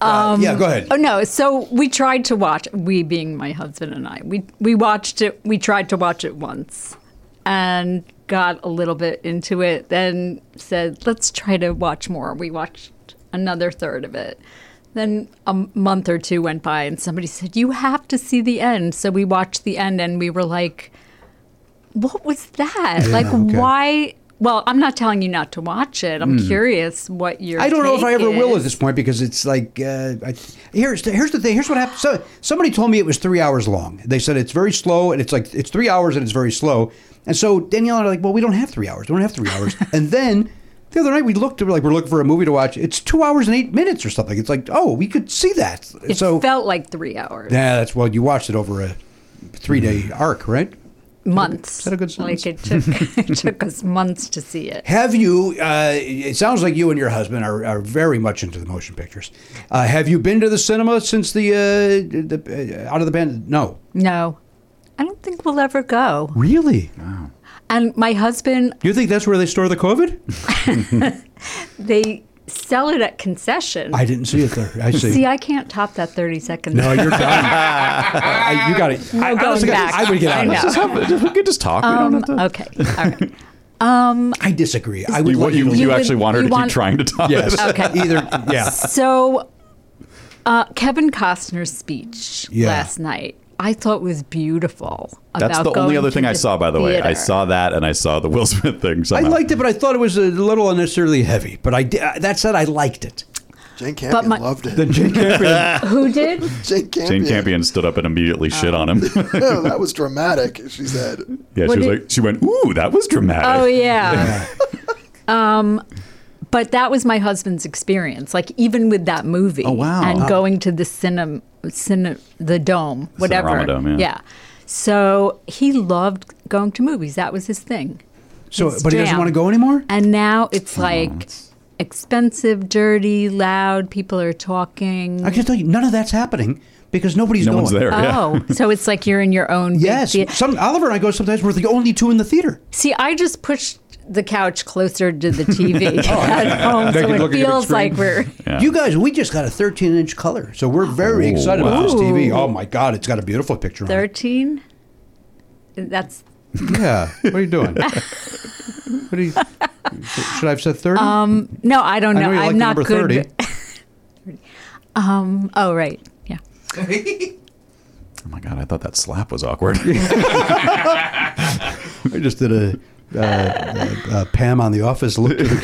Speaker 7: Um,
Speaker 4: yeah, go ahead.
Speaker 7: Oh no! So we tried to watch. We being my husband and I, we we watched it. We tried to watch it once, and got a little bit into it. Then said, "Let's try to watch more." We watched another third of it. Then a month or two went by, and somebody said, "You have to see the end." So we watched the end, and we were like, "What was that?
Speaker 4: Yeah,
Speaker 7: like,
Speaker 4: okay.
Speaker 7: why?" Well, I'm not telling you not to watch it. I'm
Speaker 4: Mm.
Speaker 7: curious what your
Speaker 4: I don't know if I
Speaker 7: take
Speaker 4: ever will
Speaker 7: is.
Speaker 4: at this point because it's like uh, I, here's the, here's the thing. Here's what happened. So, somebody told me it was three hours long. They said it's very slow, and it's like it's three hours and it's very slow. And so Danielle and I are like, well, we don't have three hours. We don't have three *laughs* hours. and then the other night we looked. We're like, we're looking for a movie to watch. It's two hours and eight minutes or something. It's like, oh, we could see that.
Speaker 7: It
Speaker 4: so
Speaker 7: felt like three hours.
Speaker 4: yeah, that's well, you watched it over a three day arc, right?
Speaker 7: months. Is that a good
Speaker 4: sentence?
Speaker 7: Like it took *laughs* it took us months to see it.
Speaker 4: Have you? Uh, it sounds like you and your husband are, are very much into the motion pictures. Uh, have you been to the cinema since the, uh, the uh, out of the band? No,
Speaker 7: No, I don't think we'll ever go.
Speaker 4: really.
Speaker 7: And my husband,
Speaker 4: You think that's where they store the COVID?
Speaker 7: they sell it at concession.
Speaker 4: I didn't see it there.
Speaker 7: *laughs*
Speaker 4: I see.
Speaker 7: See, I can't top that thirty seconds.
Speaker 4: no, you're done. I, you got it.
Speaker 7: No
Speaker 4: I,
Speaker 7: going
Speaker 4: honestly,
Speaker 7: back.
Speaker 4: I would get out.
Speaker 7: I
Speaker 4: of
Speaker 7: know.
Speaker 4: this.
Speaker 5: we could just talk.
Speaker 7: Um, *laughs* okay, all right. Um,
Speaker 4: I disagree. I would
Speaker 5: You-
Speaker 4: love
Speaker 5: you-
Speaker 4: to-
Speaker 5: you You actually would- want her you to keep want- trying to top
Speaker 4: yes.
Speaker 5: it. Okay.
Speaker 4: Either. Yeah.
Speaker 7: So, uh, Kevin Costner's speech
Speaker 5: Yeah.
Speaker 7: last night, I thought was beautiful.
Speaker 5: That's
Speaker 7: about
Speaker 5: the only
Speaker 7: going
Speaker 5: other
Speaker 7: to
Speaker 5: thing I saw, by the way. I
Speaker 7: theater.
Speaker 5: saw that and I saw the Will Smith thing.
Speaker 4: I
Speaker 5: Somehow.
Speaker 4: uh, liked it, but I thought it was a little unnecessarily heavy. But I did, that said, I liked it.
Speaker 2: Jane
Speaker 7: But
Speaker 2: Campion
Speaker 7: my-
Speaker 2: loved it.
Speaker 5: Then Jane Campion-
Speaker 7: *laughs* Who did?
Speaker 2: Jane
Speaker 5: Jane
Speaker 2: Campion.
Speaker 5: Campion stood up and immediately shit
Speaker 2: *laughs*
Speaker 5: on him.
Speaker 2: no, Oh, that
Speaker 5: *laughs*
Speaker 2: was dramatic. She said.
Speaker 5: yeah, she
Speaker 7: What
Speaker 5: was
Speaker 7: did-
Speaker 5: like, she went, "Ooh, that was dramatic."
Speaker 4: *laughs*
Speaker 7: Oh yeah. um, but that was my husband's experience. Like even with that movie.
Speaker 5: Oh, wow.
Speaker 7: And
Speaker 5: Wow.
Speaker 7: going to the cinema, cine, the dome, whatever.
Speaker 5: Cinerama Dome, yeah.
Speaker 7: So he loved going to movies. That was his thing.
Speaker 4: So,
Speaker 7: His
Speaker 4: but he doesn't
Speaker 7: jam.
Speaker 4: want to go anymore.
Speaker 7: And now it's like expensive, dirty, loud. People are talking.
Speaker 4: I can tell you, none of that's happening because nobody's
Speaker 5: No
Speaker 4: going.
Speaker 5: one's there, yeah.
Speaker 7: Oh, so it's like you're in your own. big
Speaker 4: Yes,
Speaker 7: thea-
Speaker 4: some Oliver and I go sometimes. We're the only two in the theater.
Speaker 7: See, I just pushed the couch closer to
Speaker 4: *laughs*
Speaker 7: the TV *laughs* at home,
Speaker 4: Oh, They
Speaker 7: so
Speaker 4: can look at
Speaker 7: it
Speaker 4: your big
Speaker 7: feels like
Speaker 4: screen.
Speaker 7: we're.
Speaker 4: You guys, we just got a 13 inch color, so we're very
Speaker 5: Oh,
Speaker 4: excited about this
Speaker 7: wow.
Speaker 4: TV.
Speaker 7: Ooh.
Speaker 4: Oh my God, it's got a beautiful picture. on it.
Speaker 7: 13 that's
Speaker 4: Yeah, what are you
Speaker 7: *laughs*
Speaker 4: doing? what are you? Should I have said 30?
Speaker 7: um no i don't
Speaker 4: I
Speaker 7: know,
Speaker 4: know you
Speaker 7: i'm
Speaker 4: like the
Speaker 7: not
Speaker 4: number
Speaker 7: good
Speaker 4: 30.
Speaker 7: with- um oh right yeah
Speaker 5: Oh my god, I thought that slap was awkward.
Speaker 4: *laughs*
Speaker 5: *laughs*
Speaker 4: I just did a. Uh, uh, uh, Pam on the office looked to the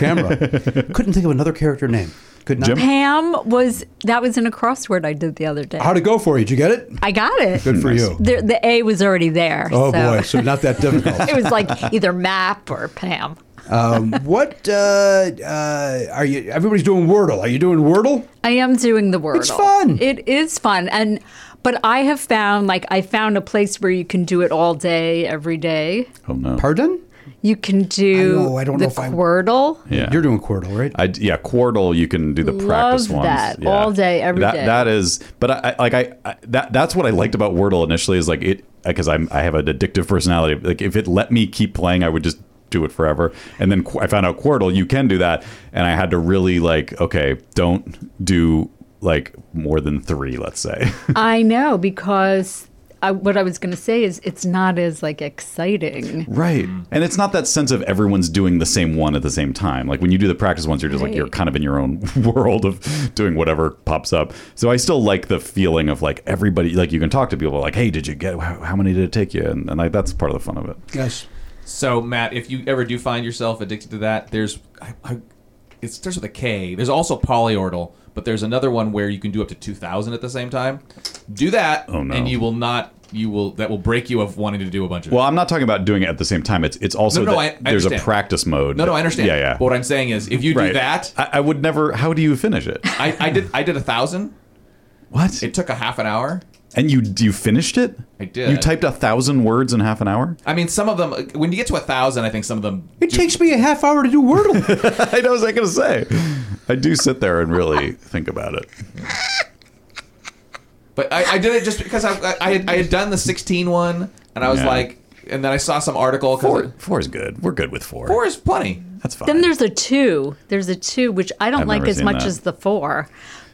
Speaker 5: *laughs*
Speaker 4: camera. Couldn't think of another character name. Could not.
Speaker 7: pam was that was in a crossword i did the other day
Speaker 4: How'd it go for you? Did you get it?
Speaker 7: i got it
Speaker 4: Ah, Good for you.
Speaker 7: the, the a was already there
Speaker 4: Oh
Speaker 7: so.
Speaker 4: boy, so not that
Speaker 7: *laughs*
Speaker 4: difficult.
Speaker 7: it was like either map or pam
Speaker 5: *laughs*
Speaker 4: um, what uh, uh, are you? Everybody's doing Wordle. Are you doing Wordle?
Speaker 7: I am doing the Wordle. It's fun. It is fun, and but I have found like I found a place where you can do it all day, every day.
Speaker 5: oh no.
Speaker 4: Pardon?
Speaker 7: You can do
Speaker 4: know, I don't
Speaker 7: the
Speaker 4: know if I-
Speaker 7: Wordle.
Speaker 5: Yeah.
Speaker 4: You're doing Quirtle, right?
Speaker 5: I, yeah, Quirtle. You can do the
Speaker 7: Love
Speaker 5: practice ones
Speaker 7: that.
Speaker 5: Yeah.
Speaker 7: All day, every
Speaker 5: that,
Speaker 7: day.
Speaker 5: That is, but I, I like I, I that that's what I liked about Wordle initially is like it because I'm I have an addictive personality. Like if it let me keep playing, I would just do it forever. And then Qu- I found out Quirtle, you can do that, and I had to really like okay, don't do like more than three, let's say.
Speaker 7: I know because I, what I was going to say is it's not as like exciting.
Speaker 5: Right.
Speaker 6: Mm.
Speaker 5: And it's not that sense of everyone's doing the same one at the same time. Like when you do the practice ones, you're just like,
Speaker 7: Right.
Speaker 5: you're kind of in your own *laughs* world of doing whatever pops up. So I still like the feeling of like everybody, like you can talk to people like, hey, did you get, how, how many did it take you? And, and like, that's part of the fun of it.
Speaker 4: Yes.
Speaker 6: So Matt, if you ever do find yourself addicted to that, there's I, I, it starts with a K. There's also polyortle, but there's another one where you can do up to two thousand at the same time. Do that, oh,
Speaker 5: no.
Speaker 6: and you will not. You will that will break you of wanting to do a bunch of.
Speaker 5: Well, I'm not talking about doing it at the same time. It's it's also
Speaker 6: No, no,
Speaker 5: that
Speaker 6: I- I
Speaker 5: there's a
Speaker 6: understand.
Speaker 5: practice mode.
Speaker 6: No, no, I understand.
Speaker 5: Yeah, yeah.
Speaker 6: But what I'm saying is, if you do
Speaker 5: Right.
Speaker 6: that,
Speaker 5: I, I would never. How do you finish it?
Speaker 6: I, I did. I did a thousand.
Speaker 5: What?
Speaker 6: It took a half an hour.
Speaker 5: And you you finished it?
Speaker 6: I did.
Speaker 5: You typed a thousand words in half an hour?
Speaker 6: I mean, some of them. When you get to a thousand, I think some of them.
Speaker 4: It takes me a half hour to do
Speaker 5: *laughs* Oh,
Speaker 4: Wordle.
Speaker 5: I know, I was not going to say. I do sit there and really think about it.
Speaker 6: But I, I did it just because I, I, I, had, I had done the 16 one, and I was
Speaker 5: Yeah.
Speaker 6: like, and then I saw some article. 'cause
Speaker 5: Four,
Speaker 6: it-
Speaker 5: four is good. We're good with four.
Speaker 6: four is plenty.
Speaker 5: That's fine.
Speaker 7: Then there's a two. There's a two which I don't
Speaker 5: I've
Speaker 7: like
Speaker 5: never
Speaker 7: as
Speaker 5: seen
Speaker 7: much
Speaker 5: that.
Speaker 7: as the four.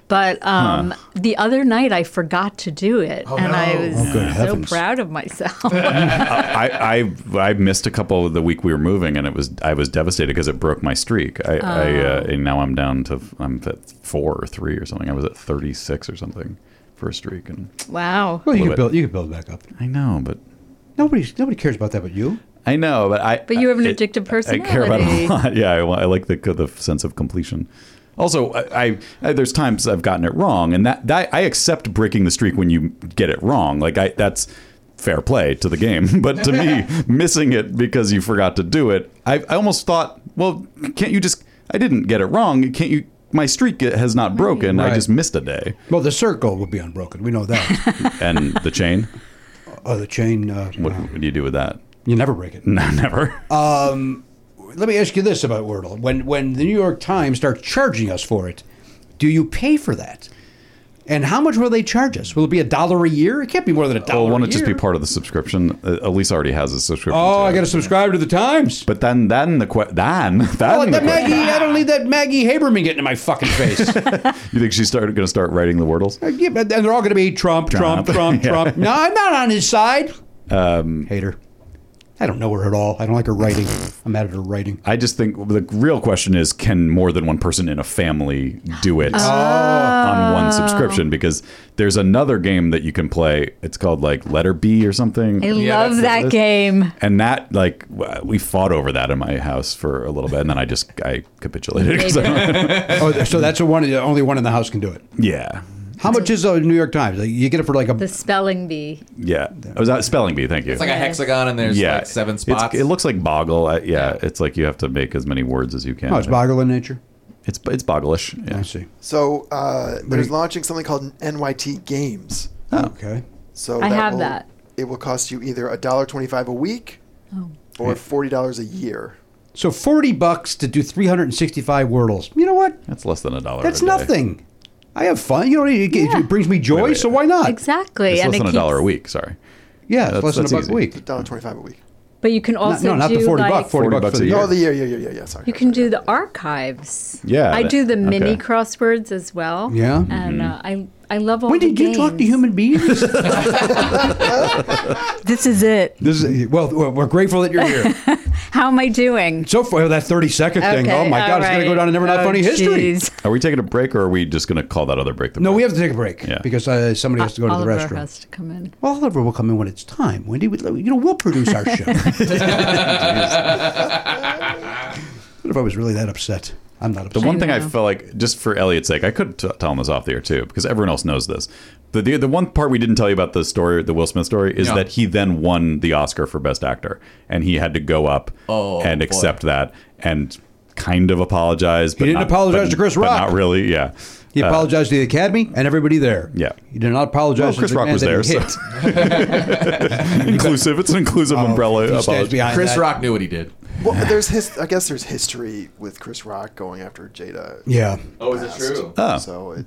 Speaker 7: But um,
Speaker 5: Huh.
Speaker 7: the other night I forgot to do it,
Speaker 6: Oh,
Speaker 7: and I was so
Speaker 5: heavens.
Speaker 7: proud of myself.
Speaker 6: *laughs*
Speaker 5: I, I I missed a couple the week we were moving, and it was I was devastated because it broke my streak. I, I uh, and now I'm down to I'm at four or three or something. I was at 36 or something for a streak, and
Speaker 7: wow.
Speaker 4: Well, you
Speaker 5: Blew
Speaker 4: can
Speaker 5: it.
Speaker 4: build. You can build back up.
Speaker 5: I know, but
Speaker 4: Nobody, nobody cares about that, but you.
Speaker 5: I know, but I.
Speaker 7: But you have an
Speaker 5: it-
Speaker 7: addictive
Speaker 5: I care about it
Speaker 7: personality.
Speaker 5: a lot. *laughs* Yeah, I, wa- I like the the sense of completion. Also, I, I, I there's times I've gotten it wrong, and that, that I accept breaking the streak when you get it wrong. Like I, that's fair play to the game. *laughs* But to
Speaker 7: *laughs*
Speaker 5: me, missing it because you forgot to do it, I, I almost thought, well, can't you just? I didn't get it wrong. Can't you? My streak uh, has not broken.
Speaker 4: Right.
Speaker 5: I just missed a day,
Speaker 4: Well, the circle will be unbroken. We know that.
Speaker 7: *laughs*
Speaker 5: and the chain.
Speaker 4: oh, the chain. Uh,
Speaker 5: What, what do you do with that? *laughs*
Speaker 4: you never break it.
Speaker 5: No, never.
Speaker 4: Um, let me ask you this about Wordle: when when the New York Times starts charging us for it, do you pay for that? And how much will they charge us? Will it be a dollar a year? It can't be more than a dollar.
Speaker 5: Oh, won't
Speaker 4: a
Speaker 5: it just be
Speaker 4: year.
Speaker 5: part of the subscription? Uh, Elise already has a subscription.
Speaker 4: Oh,
Speaker 5: to
Speaker 4: I
Speaker 5: it.
Speaker 4: got to subscribe to the Times.
Speaker 5: But then, then the que- then *laughs* then
Speaker 4: Oh,
Speaker 5: the
Speaker 4: that Maggie,
Speaker 5: question.
Speaker 4: I don't need that Maggie Haberman getting in my fucking face.
Speaker 5: You think she's started going to start writing the wordles?
Speaker 4: *laughs* yeah, but and they're *laughs* all going to be Trump, Trump, Trump,
Speaker 5: Trump.
Speaker 4: Trump. No, I'm not on his side. Um, Hater. I don't know her at all. I don't like her writing. I'm mad at her writing.
Speaker 5: I just think the real question is can more than one person in a family do it
Speaker 4: Oh.
Speaker 5: on one subscription? Because there's another game that you can play. It's called like Letter B or something.
Speaker 7: I love
Speaker 6: *laughs*
Speaker 7: that game.
Speaker 5: And that, like, w- we fought over that in my house for a little bit. And then I just, I capitulated. *laughs* 'cause I don't-
Speaker 4: *laughs* oh, so that's the one. The only one in the house can do it.
Speaker 5: yeah.
Speaker 4: How much is the New York Times? Like, You get it for like a
Speaker 7: The spelling bee.
Speaker 5: Yeah. It was out spelling bee. Thank you.
Speaker 6: It's like a hexagon and there's like seven
Speaker 5: It's-
Speaker 6: spots.
Speaker 5: it looks like boggle. I, yeah. It's like you have to make as many words as you can.
Speaker 4: oh, it's boggle in nature.
Speaker 5: It's, it's bogglish. Yeah. I see.
Speaker 2: So uh,
Speaker 5: do
Speaker 2: there's
Speaker 5: you-
Speaker 2: launching something called NYT Games.
Speaker 4: Okay.
Speaker 2: So
Speaker 7: I
Speaker 2: that
Speaker 7: have
Speaker 2: will,
Speaker 7: that.
Speaker 2: It will cost you either a dollar twenty-five a week
Speaker 7: Oh.
Speaker 2: or
Speaker 4: Yeah.
Speaker 2: forty dollars a year.
Speaker 4: So forty bucks to do 365 wordles. You know what?
Speaker 5: That's less than a dollar.
Speaker 4: That's
Speaker 5: a day.
Speaker 4: nothing. I have fun. You know, it, it-
Speaker 7: Yeah.
Speaker 4: it brings me joy. So why not?
Speaker 7: Exactly.
Speaker 5: It's
Speaker 7: and
Speaker 5: less
Speaker 7: it
Speaker 5: than a
Speaker 7: keeps,
Speaker 5: dollar a week. Sorry.
Speaker 4: Yeah, it's less than a buck a week.
Speaker 2: A dollar twenty-five a week.
Speaker 7: But you can also
Speaker 4: no, not
Speaker 7: do
Speaker 4: the 40
Speaker 7: like,
Speaker 4: buck, 40 bucks for the year.
Speaker 2: Oh, the year, yeah, yeah, yeah, yeah. Sorry.
Speaker 7: You can do the archives.
Speaker 4: Yeah,
Speaker 7: I
Speaker 4: that-
Speaker 7: do the mini
Speaker 4: okay.
Speaker 7: crosswords as well.
Speaker 4: Yeah.
Speaker 7: And uh, I I love all
Speaker 4: When
Speaker 7: the
Speaker 4: did you talk to human *laughs* beings?
Speaker 7: *laughs* This is it.
Speaker 4: This is, well, well, we're grateful that you're
Speaker 7: *laughs*
Speaker 4: here.
Speaker 7: How am I doing?
Speaker 4: So far, that 30 second thing.
Speaker 7: Okay,
Speaker 4: oh my God, it's going to go
Speaker 7: alright.
Speaker 4: down to never not
Speaker 7: Oh,
Speaker 4: funny history.
Speaker 7: jeez.
Speaker 5: Are we taking a break or are we just going to call that other break? The
Speaker 4: No, we have to take a break because uh, somebody has to go to
Speaker 7: Oliver
Speaker 4: the restroom.
Speaker 7: has to come in.
Speaker 4: Well, Oliver will come in when it's time. Wendy, we, you know, we'll produce our
Speaker 5: *laughs*
Speaker 4: show. *laughs* what if I was really that upset? I'm not
Speaker 5: The
Speaker 4: upset.
Speaker 5: one thing I felt like, just for Elliot's sake, I could t- tell him this off the air too, because everyone else knows this. The, the the one part we didn't tell you about the story, the Will Smith story, is
Speaker 6: Yeah.
Speaker 5: that he then won the Oscar for Best Actor, and he had to go up
Speaker 6: Oh,
Speaker 5: and
Speaker 6: boy.
Speaker 5: accept that and kind of apologize. But
Speaker 4: didn't
Speaker 5: not-
Speaker 4: apologize
Speaker 5: but-
Speaker 4: to Chris
Speaker 5: but
Speaker 4: Rock.
Speaker 5: not really. Yeah,
Speaker 4: He
Speaker 5: Uh,
Speaker 4: apologized to the Academy and everybody there.
Speaker 5: yeah.
Speaker 4: He did not apologize
Speaker 5: Well,
Speaker 4: to
Speaker 5: Chris
Speaker 4: the
Speaker 5: Rock
Speaker 4: man
Speaker 5: was
Speaker 4: that
Speaker 5: there,
Speaker 4: he
Speaker 5: so- *laughs*
Speaker 4: hit.
Speaker 5: inclusive. It's an inclusive umbrella.
Speaker 4: he stands
Speaker 5: apology.
Speaker 4: behind
Speaker 6: Chris Rock knew what he *laughs* did.
Speaker 2: Well, there's his. I guess there's history with Chris Rock going after Jada.
Speaker 4: Yeah.
Speaker 6: Oh, is it true?
Speaker 5: Oh.
Speaker 2: So it,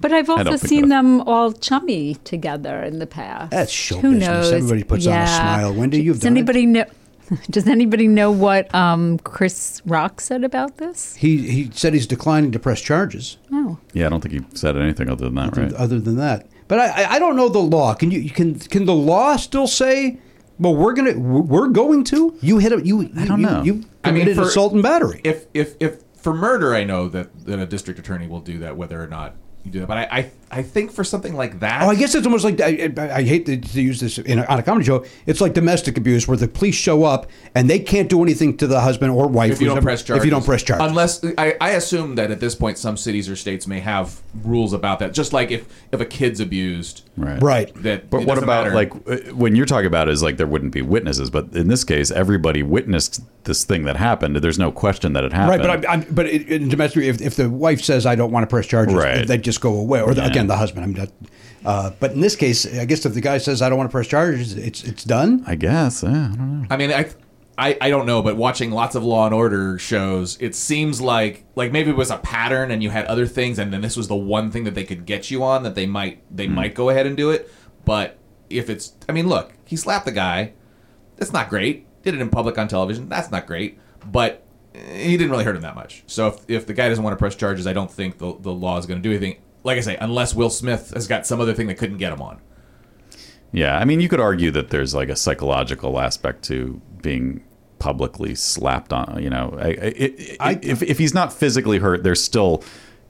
Speaker 7: But I've
Speaker 5: I don't
Speaker 7: also
Speaker 5: think
Speaker 7: seen
Speaker 5: that-
Speaker 7: them all chummy together in the past.
Speaker 4: That's show
Speaker 7: Who
Speaker 4: business.
Speaker 7: knows?
Speaker 4: Everybody puts on a smile. Wendy, you've
Speaker 7: does
Speaker 4: done it.
Speaker 7: anybody know? *laughs* Does anybody know what um, Chris Rock said about this?
Speaker 4: He, he said he's declining to press charges.
Speaker 7: No.
Speaker 5: Yeah, I don't think he said anything other than that, right?
Speaker 4: other than that. But I, I- I don't know the law. Can you you can can the law still say? Well, we're gonna we're going to you hit a you. I
Speaker 5: don't know.
Speaker 4: You, committed
Speaker 6: for-
Speaker 4: assault and battery.
Speaker 6: If if if for murder, I know that, that a district attorney will do that, whether or not you do that. But I I, I think for something like that,
Speaker 4: Oh, I guess it's almost like I, I, I hate to, to use this in a, on a comedy show. It's like domestic abuse, where the police show up and they can't do anything to the husband or wife
Speaker 6: if you
Speaker 4: who's
Speaker 6: don't
Speaker 4: never-
Speaker 6: press charges,
Speaker 4: If you don't press charges,
Speaker 6: unless I, I assume that at this point, some cities or states may have rules about that. Just like if if a kid's abused,
Speaker 5: Right.
Speaker 4: right?
Speaker 6: That
Speaker 5: But
Speaker 6: it
Speaker 5: what
Speaker 6: doesn't
Speaker 5: about
Speaker 6: matter.
Speaker 5: like uh, when you're talking about is like there wouldn't be witnesses, but in this case, everybody witnessed this thing that happened. There's no question that it
Speaker 4: Right,
Speaker 5: happened.
Speaker 4: but I'm, I'm, but in in domestic, if, if the wife says I don't want to press charges,
Speaker 5: Right.
Speaker 4: they just go away. Or the,
Speaker 5: Yeah.
Speaker 4: again, the husband. I mean, that, uh, but in this case, I guess if the guy says I don't want to press charges, it's it's
Speaker 7: *laughs*
Speaker 4: done.
Speaker 5: I guess. Yeah, I don't know.
Speaker 6: I mean, I, I, I don't know, but watching lots of Law and Order shows, it seems like like maybe it was a pattern, and you had other things, and then this was the one thing that they could get you on that they might they might go ahead and do it. But if it's, I mean, look, he slapped the guy. That's not great. Did it in public on television. That's not great. But eh, he didn't really hurt him that much. So if, if the guy doesn't want to press charges, I don't think the, the law is going to do anything. Like I say, unless Will Smith has got some other thing that couldn't get him on.
Speaker 5: Yeah, I mean, you could argue that there's like a psychological aspect to being publicly slapped on. You know, I, I, it,
Speaker 4: I-
Speaker 5: if if he's not physically hurt, there's still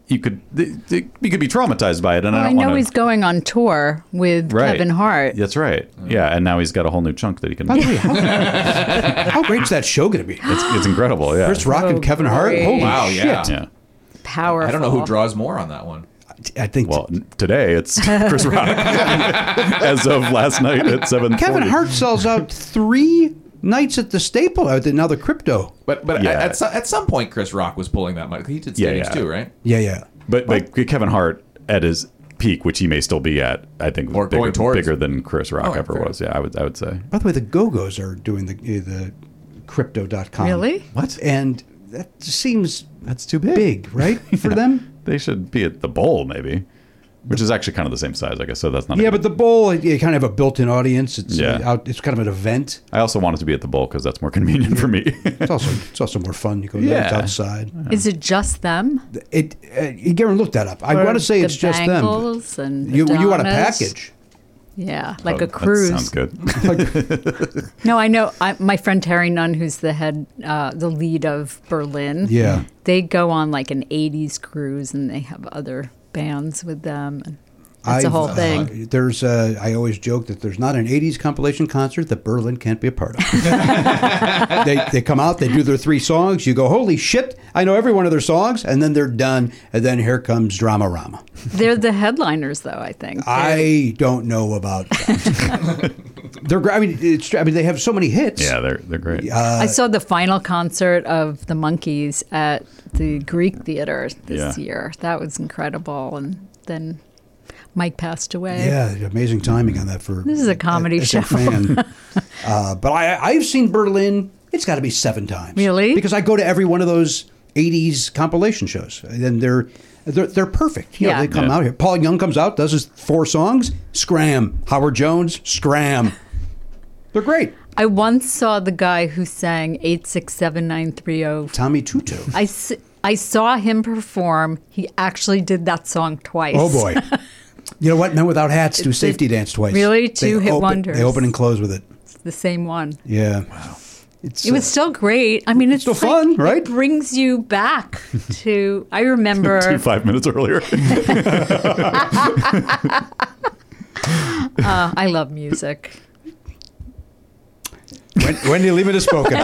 Speaker 5: you could th- th- you could be traumatized by it, and
Speaker 7: Well,
Speaker 5: I
Speaker 7: I
Speaker 5: don't
Speaker 7: know
Speaker 5: want
Speaker 7: he's going on tour with
Speaker 5: Right.
Speaker 7: Kevin Hart.
Speaker 5: That's right. Yeah, and now he's got a whole new chunk that he can.
Speaker 4: By the way,
Speaker 5: It's,
Speaker 4: how, how great's that show going to be?
Speaker 7: *laughs*
Speaker 5: it's incredible. Yeah.
Speaker 4: Chris Rock
Speaker 7: Oh,
Speaker 4: and Kevin Hart.
Speaker 7: great.
Speaker 4: Holy
Speaker 6: Wow,
Speaker 4: shit!
Speaker 6: yeah.
Speaker 5: Yeah.
Speaker 7: Powerful.
Speaker 6: I don't know who draws more on that one.
Speaker 4: I think
Speaker 5: Well, n- today it's *laughs* Chris
Speaker 6: *laughs*
Speaker 5: Rock. As of last night at seven.
Speaker 4: Kevin Hart sells
Speaker 5: *laughs*
Speaker 4: out three nights at the Staple out there now the crypto.
Speaker 6: But but
Speaker 5: Yeah.
Speaker 6: at, at, some, at some point, Chris Rock was pulling that money. He did
Speaker 5: Yeah,
Speaker 6: stadiums
Speaker 5: yeah. *laughs*
Speaker 6: too, right?
Speaker 4: Yeah, yeah.
Speaker 5: But like Kevin Hart at his peak, which he may still be at, I think was
Speaker 6: Or
Speaker 5: bigger,
Speaker 6: going towards.
Speaker 5: bigger than Chris Rock
Speaker 6: Oh,
Speaker 5: ever
Speaker 6: fair.
Speaker 5: was. Yeah, I would I would say.
Speaker 4: By the way, the Go Go's are doing the uh, the crypto.com.
Speaker 7: Really?
Speaker 5: What?
Speaker 4: And that seems
Speaker 5: That's too big.
Speaker 4: big, right, for them?
Speaker 5: They should be at the bowl maybe, which is actually kind of the same size, I guess. So that's not. a
Speaker 4: Yeah,
Speaker 5: good-
Speaker 4: but the bowl you kind of have a built-in audience. It's uh,
Speaker 5: Yeah.
Speaker 4: out, it's kind of an event.
Speaker 5: I also wanted to be at the bowl because that's more convenient for me.
Speaker 4: It's also it's also more fun. You go
Speaker 5: Yeah.
Speaker 4: it's outside.
Speaker 7: Is it just them?
Speaker 4: It uh, Garen looked that up. I
Speaker 7: Or
Speaker 4: want to say
Speaker 7: the
Speaker 4: it's just them.
Speaker 7: Bangles and
Speaker 4: You you want a
Speaker 7: Adonis?
Speaker 4: package?
Speaker 7: Yeah, like
Speaker 5: Oh,
Speaker 7: a cruise.
Speaker 5: That sounds good.
Speaker 7: No, I know. I, my friend Terry Nunn, who's the head, uh, the lead of Berlin.
Speaker 5: Yeah.
Speaker 7: they go on like an '80s cruise, and they have other bands with them. And it's a
Speaker 4: I've,
Speaker 7: whole
Speaker 4: uh,
Speaker 7: thing.
Speaker 4: there's, uh, I always joke that there's not an '80s compilation concert that Berlin can't be a part
Speaker 5: *laughs*
Speaker 4: of. they, they come out, they do their three songs. You go, holy shit! I know every one of their songs, and then they're done. And then here comes Drama Rama.
Speaker 7: They're the headliners, though. I think.
Speaker 4: I don't know about. that. *laughs* they're. gr- I mean, it's. I mean, they have so many hits. Yeah,
Speaker 5: they're they're great.
Speaker 4: uh,
Speaker 7: I saw the final concert of the Monkees at the Greek Theater this
Speaker 4: Yeah.
Speaker 7: year. That was incredible. And then Mike passed away.
Speaker 4: Yeah, amazing timing on that for
Speaker 7: This is a comedy
Speaker 4: as
Speaker 7: show.
Speaker 4: A
Speaker 7: *laughs*
Speaker 4: fan. uh, but I, I've seen Berlin. It's got to be seven times. Really? Because I go to every one of those '80s compilation shows, and they're they're, they're perfect. You know,
Speaker 8: Yeah.
Speaker 4: they come
Speaker 8: Yeah.
Speaker 4: out here. Paul Young comes out, does his four songs, scram. Howard Jones, scram. They're great.
Speaker 7: I once saw the guy who sang 8679305.
Speaker 4: Tommy Tutu.
Speaker 7: I, s- I saw him perform. He actually did that song twice.
Speaker 4: Oh boy. you know what? Men without hats do safety dance twice.
Speaker 7: Really?
Speaker 4: They
Speaker 7: Two hit
Speaker 4: open-
Speaker 7: wonders.
Speaker 4: They open and close with it.
Speaker 7: It's *laughs* the same one.
Speaker 4: Yeah. Wow. It's,
Speaker 7: it was still great. I mean, it's still
Speaker 4: fun, right? It
Speaker 7: brings you
Speaker 4: *laughs*
Speaker 7: back to. I remember.
Speaker 5: *laughs* Two five minutes earlier. *laughs*
Speaker 7: Uh, I love music.
Speaker 4: uh, Wendy Lehman has
Speaker 7: *laughs*
Speaker 4: spoken.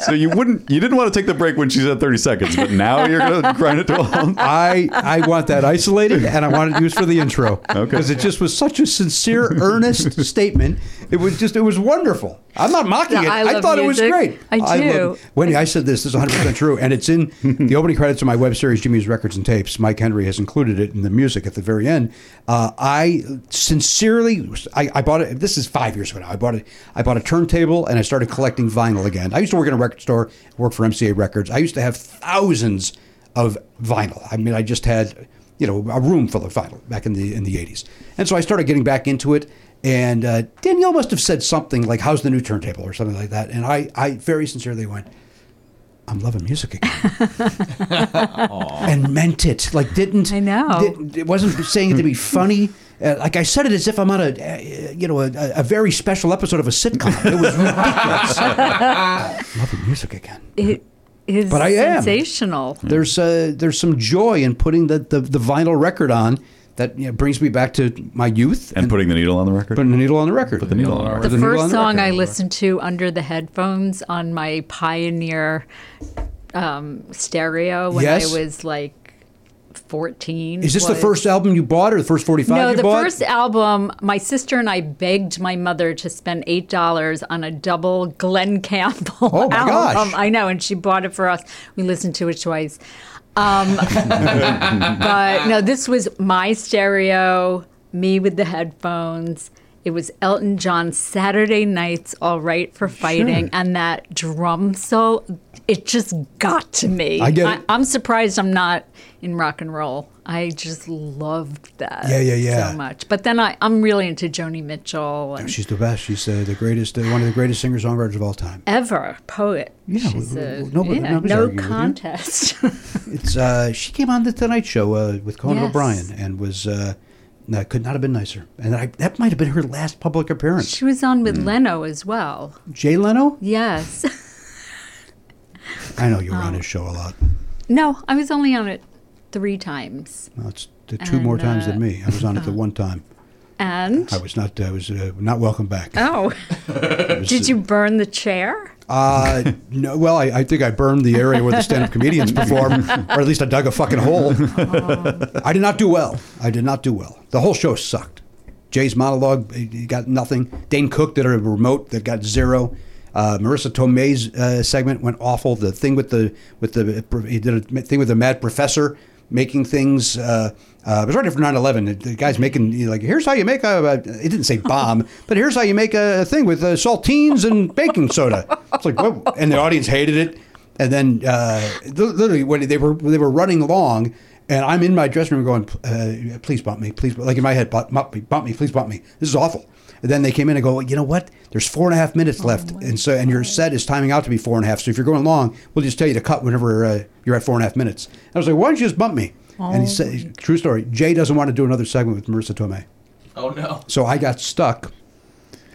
Speaker 5: so you wouldn't, you didn't want to take the break when she said thirty seconds, but now you're going to *laughs* grind it to a halt.
Speaker 4: I I want that isolated, and I want it used for the intro because it just was such a sincere, earnest statement. It was just it was wonderful. I'm not mocking
Speaker 7: No,
Speaker 4: it.
Speaker 7: I
Speaker 4: I,
Speaker 7: love
Speaker 4: thought it
Speaker 7: music.
Speaker 4: was great.
Speaker 7: I do.
Speaker 4: love it. Wendy, I said this. This is 100 percent true, and it's in the opening credits of my web series, Jimmy's Records and Tapes. Mike Henry has included it in the music at the very end. Uh, I sincerely, I, I bought it. This is five years ago now. I bought it. I bought a turntable, and I started collecting vinyl again. I used to work in a record store, work for MCA Records. I used to have thousands of vinyl. I mean, I just had you know a room full of vinyl back in the in the 80s, and so I started getting back into it. And uh, Danielle must have said something like, "How's the new turntable?" or something like that. And I, I very sincerely went, "I'm loving music *laughs* again." and meant it. Like didn't I know? it wasn't saying it to be funny. Uh, like I said it as if I'm on a uh, you know a, a very special episode of a sitcom. It was *laughs* ridiculous. Loving music again.
Speaker 7: It is
Speaker 4: But I am.
Speaker 7: sensational.
Speaker 4: There's uh, there's some joy in putting the the, the vinyl record on. That you know, brings me back to my youth
Speaker 5: and, putting the needle on the record.
Speaker 4: Putting the needle on the record. Put the needle on the
Speaker 7: The first song I listened to under the headphones on my Pioneer um, stereo when
Speaker 4: Yes.
Speaker 7: I was like 14.
Speaker 4: Is this the
Speaker 7: was-
Speaker 4: first album you bought, or the first forty five?
Speaker 7: No,
Speaker 4: you
Speaker 7: the
Speaker 4: bought?
Speaker 7: first album, my sister and I begged my mother to spend $8 on a double Glenn Campbell
Speaker 4: Oh, my
Speaker 7: album.
Speaker 4: gosh.
Speaker 7: I know, and she bought it for us. We listened to it twice.
Speaker 4: *laughs*
Speaker 7: Um, but no, this was my stereo, me with the headphones. It was Elton John's Saturday Nights All Right for Fighting,
Speaker 4: Sure.
Speaker 7: and that drum solo, it just got to me.
Speaker 4: I get it.
Speaker 7: I'm surprised I'm not in rock and roll. I just loved that
Speaker 4: Yeah, yeah, yeah.
Speaker 7: so much. But then I, I'm really into Joni Mitchell and
Speaker 4: Oh, She's the best. She's uh, the greatest, uh, one of the greatest singer songwriters of all time.
Speaker 7: ever poet. Yeah, She's a,
Speaker 4: nobody-
Speaker 7: yeah,
Speaker 4: nobody's
Speaker 7: no
Speaker 4: arguing with you. *laughs*
Speaker 7: contest.
Speaker 4: It's uh, she came on the Tonight Show uh, with Conan
Speaker 7: Yes.
Speaker 4: O'Brien and was uh, no, could not have been nicer. And I, that might have been her last public appearance.
Speaker 7: she was on with
Speaker 4: Mm.
Speaker 7: Leno as well.
Speaker 4: Jay Leno.
Speaker 7: Yes. *laughs*
Speaker 4: I know you were
Speaker 7: Oh.
Speaker 4: on his show a lot.
Speaker 7: No, I was only on it three times.
Speaker 4: No, it's the two more
Speaker 7: And,
Speaker 4: times
Speaker 7: uh,
Speaker 4: than me. I was on it
Speaker 7: *laughs*
Speaker 4: the one time.
Speaker 7: And
Speaker 4: I was not. I was uh, not welcome back. *laughs*
Speaker 7: oh,
Speaker 4: It was,
Speaker 7: did you burn the chair?
Speaker 4: Uh, no, well, I, I think I burned the area where the stand-up
Speaker 7: *laughs*
Speaker 4: comedians perform, or at least I dug a fucking hole. I did not do well. I did not do well. The whole show sucked. Jay's monologue he- he got nothing. Dane Cook did a remote that got zero. Uh, Marissa Tomei's uh, segment went awful. The thing with the with the he did a thing with the mad professor making things. Uh, uh, it was right after 9-11. The guy's making you know, like, here's how you make a. a it didn't say bomb, but here's how you make a thing with uh, saltines and baking soda. It's like, what? and the audience hated it. And then uh, li- literally when they were they were running long, and I'm in my dressing room going, uh, please bump me, please, like in my head, bump, bump me, bump me, please bump me. This is awful. And then they came in and go, well, you know what? There's four and a half minutes left, and so and your set is timing out to be four and a half. So if you're going long, we'll just tell you to cut whenever uh, you're at four and a half minutes. I was like, why don't you just bump me? And
Speaker 8: Oh
Speaker 4: he said, true story. Jay doesn't want to do another segment with Marissa Tomei.
Speaker 6: Oh no.
Speaker 4: So I got stuck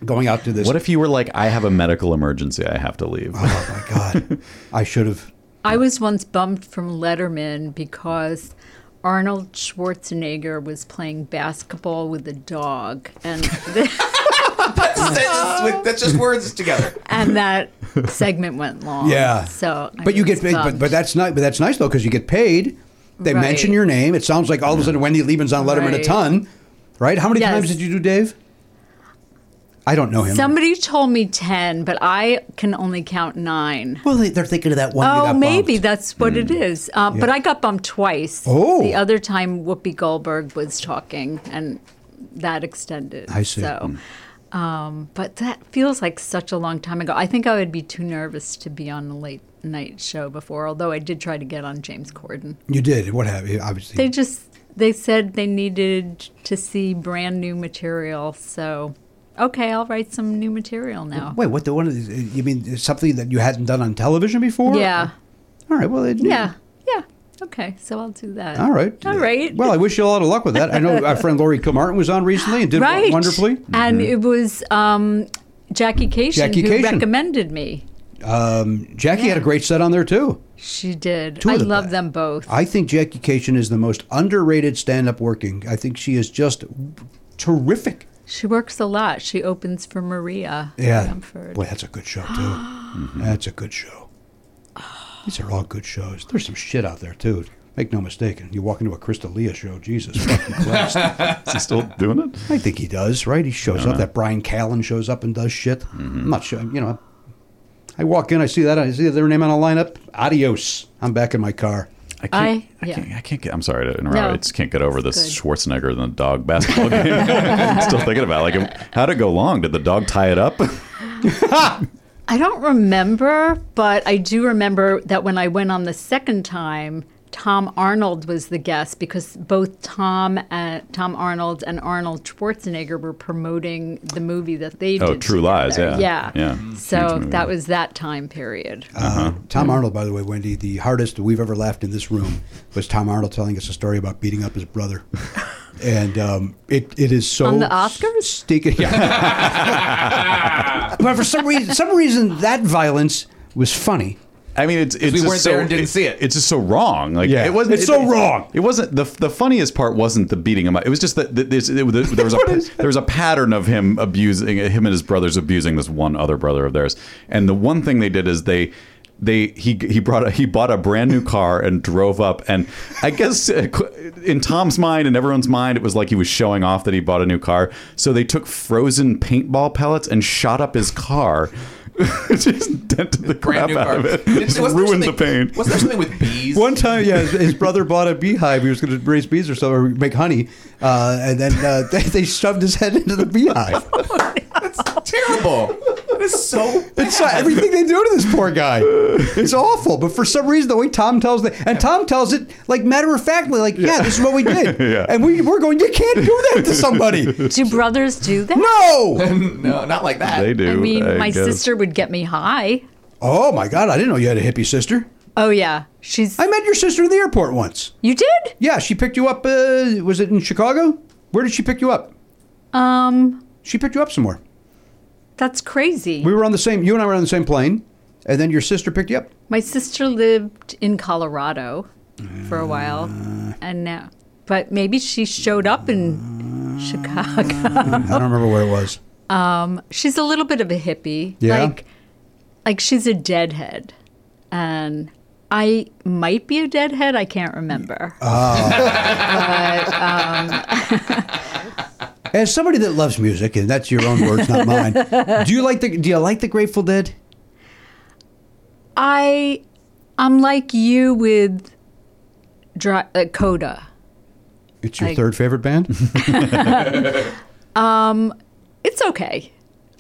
Speaker 4: going out to this.
Speaker 5: What if you were like, I have a medical emergency, I have to leave?
Speaker 4: Oh *laughs* my god, I should have.
Speaker 7: I was once bumped from Letterman because Arnold Schwarzenegger was playing basketball with a dog,
Speaker 6: *laughs*
Speaker 7: and
Speaker 6: that's, that's, just, that's just words together.
Speaker 7: and that segment went long.
Speaker 4: Yeah.
Speaker 7: So, I
Speaker 4: But you
Speaker 7: was
Speaker 4: get paid, but,
Speaker 7: bummed.
Speaker 4: but that's not. But that's nice though because you get paid. They
Speaker 7: Right.
Speaker 4: mention your name. It sounds like all of a sudden Wendy Lieben's on Letterman a
Speaker 7: Right.
Speaker 4: ton, right? How many
Speaker 7: Yes.
Speaker 4: times did you do Dave? I don't know him.
Speaker 7: Somebody told me 10, but I can only count nine.
Speaker 4: Well, they- they're thinking of that one. you
Speaker 7: Oh,
Speaker 4: got
Speaker 7: maybe that's what it is. Um, But
Speaker 4: Yeah.
Speaker 7: I got bumped twice.
Speaker 4: Oh.
Speaker 7: The other time, Whoopi Goldberg was talking, and that extended.
Speaker 4: I see. Mm.
Speaker 7: So, um, but that feels like such a long time ago. I think I would be too nervous to be on a late night show before, although I did try to get on James Corden.
Speaker 4: You did. What have you? Obviously.
Speaker 7: They just they said they needed to see brand new material, so okay, I'll write some new material now.
Speaker 4: Wait, what the one? Of these, you mean something that you hadn't done on television before?
Speaker 7: Yeah.
Speaker 4: All right. Well. It,
Speaker 7: Yeah. Yeah. Okay. So I'll do that.
Speaker 4: All right.
Speaker 7: All right.
Speaker 4: Well, I wish you a lot of luck with that. I know our friend Lori Kilmartin was on recently and did
Speaker 7: *laughs* right.
Speaker 4: wonderfully. Mm-hmm.
Speaker 7: And it was um, Jackie Cation
Speaker 4: Jackie
Speaker 7: who
Speaker 4: Cation.
Speaker 7: recommended me.
Speaker 4: Um, Jackie had a great set on there too.
Speaker 7: She did.
Speaker 4: Two of
Speaker 7: I
Speaker 4: the
Speaker 7: love them both.
Speaker 4: I think Jackie Cation is the most underrated stand-up working. I think she is just terrific.
Speaker 7: She works a lot. She opens for Maria.
Speaker 4: Yeah.
Speaker 7: Comfort.
Speaker 4: Boy, that's a good show too. Mm-hmm. That's a good show. These are all good shows. There's some shit out there too. Make no mistake. You walk into a Crystal Leah show, Jesus fucking Christ.
Speaker 5: Is he still doing it?
Speaker 4: I think he does, right? He shows up. That Brian Callen shows up and does shit. I'm not sure. You know, I walk in, I see that, I see their name on a lineup. Adios. I'm back in my car.
Speaker 5: I
Speaker 7: I-
Speaker 5: can't. I,
Speaker 7: yeah.
Speaker 5: can't, I can't get. I'm sorry to interrupt.
Speaker 7: No,
Speaker 5: I just can't get over this
Speaker 7: good.
Speaker 5: Schwarzenegger and the dog basketball game. *laughs* Still thinking about it. like how'd it go long? Did the dog tie it up?
Speaker 7: I don't remember, but I do remember that when I went on the second time, Tom Arnold was the guest because both Tom and Tom Arnold and Arnold Schwarzenegger were promoting the movie that they
Speaker 5: Oh,
Speaker 7: did.
Speaker 5: True Lies,
Speaker 7: together.
Speaker 5: yeah.
Speaker 7: Yeah.
Speaker 5: Yeah. Huge
Speaker 7: So
Speaker 5: movie.
Speaker 7: that was that time period.
Speaker 4: Uh-huh. Um, Tom Arnold, by the way, Wendy, the hardest we've ever laughed in this *laughs* room was Tom Arnold telling us a story about beating up his *laughs* brother. And um, it, it is so
Speaker 7: On the Oscars?
Speaker 4: stinking. Yeah. *laughs* but for some reason, some reason that violence was *laughs* funny.
Speaker 5: I mean, it's it's
Speaker 6: we
Speaker 5: just
Speaker 6: weren't
Speaker 5: so,
Speaker 6: there and didn't see it.
Speaker 5: It's just so wrong. Like
Speaker 4: Yeah.
Speaker 5: it wasn't.
Speaker 4: It's
Speaker 5: it-
Speaker 4: so
Speaker 5: it-
Speaker 4: wrong.
Speaker 5: It wasn't the the funniest part. Wasn't the beating him up. It was just that that this, it, was- there was
Speaker 6: *laughs*
Speaker 5: a there was a pattern of him abusing him and his brothers abusing this one other brother of theirs. And the one thing they did is they. They he he brought a, he bought a brand new car and drove up and I guess *laughs* uh, in Tom's mind and everyone's mind it was like he was showing off that he bought a new car so they took frozen paintball pellets and shot up his car *laughs* just dented the crap
Speaker 6: Brand new
Speaker 5: out
Speaker 6: car.
Speaker 5: of it
Speaker 6: Didn't-
Speaker 5: Just
Speaker 6: *laughs* wasn't there
Speaker 5: ruined the
Speaker 6: something-
Speaker 5: paint
Speaker 6: Wasn't there something
Speaker 5: *laughs*
Speaker 6: with bees?
Speaker 4: One time, Uh, yeah, his, his brother bought a beehive. He was going to raise bees or something, or make honey, uh, and then uh, *laughs* they, they shoved his head into the *laughs* beehive.
Speaker 6: terrible. It's so. *laughs*
Speaker 4: It's uh, everything they do to this poor guy. It's awful. But for some reason, the way Tom tells it, and Tom tells it like matter of factly, like, yeah, this is what we did,
Speaker 5: Yeah.
Speaker 4: and we we're going, you can't do that to somebody.
Speaker 7: Do brothers do that?
Speaker 4: No.
Speaker 6: No, not like that.
Speaker 5: They do.
Speaker 7: I mean, my
Speaker 5: guess.
Speaker 7: sister would get me high.
Speaker 4: Oh my God, I didn't know you had a hippie sister.
Speaker 7: Oh yeah, she's.
Speaker 4: I met your sister at the airport once.
Speaker 7: you did?
Speaker 4: Yeah, she picked you up. Uh, was it in Chicago? Where did she pick you up?
Speaker 7: Um,
Speaker 4: She picked you up somewhere.
Speaker 7: that's crazy.
Speaker 4: We were on the same. You and I were on the same plane, and then your sister picked you up.
Speaker 7: My sister lived in Colorado for a while, and now, but maybe she showed up in Chicago. Um,
Speaker 4: I don't remember where it was.
Speaker 7: she's a little bit of a hippie.
Speaker 4: Yeah?
Speaker 7: Like, like she's a deadhead, and I might be a deadhead. I can't remember.
Speaker 4: As somebody that loves music, and that's your own words, not mine. Do you like the Do you like the Grateful Dead?
Speaker 7: I, I'm like you with, dry, uh, Coda.
Speaker 4: It's your
Speaker 7: I-
Speaker 4: third favorite
Speaker 7: *laughs*
Speaker 4: band.
Speaker 7: It's okay.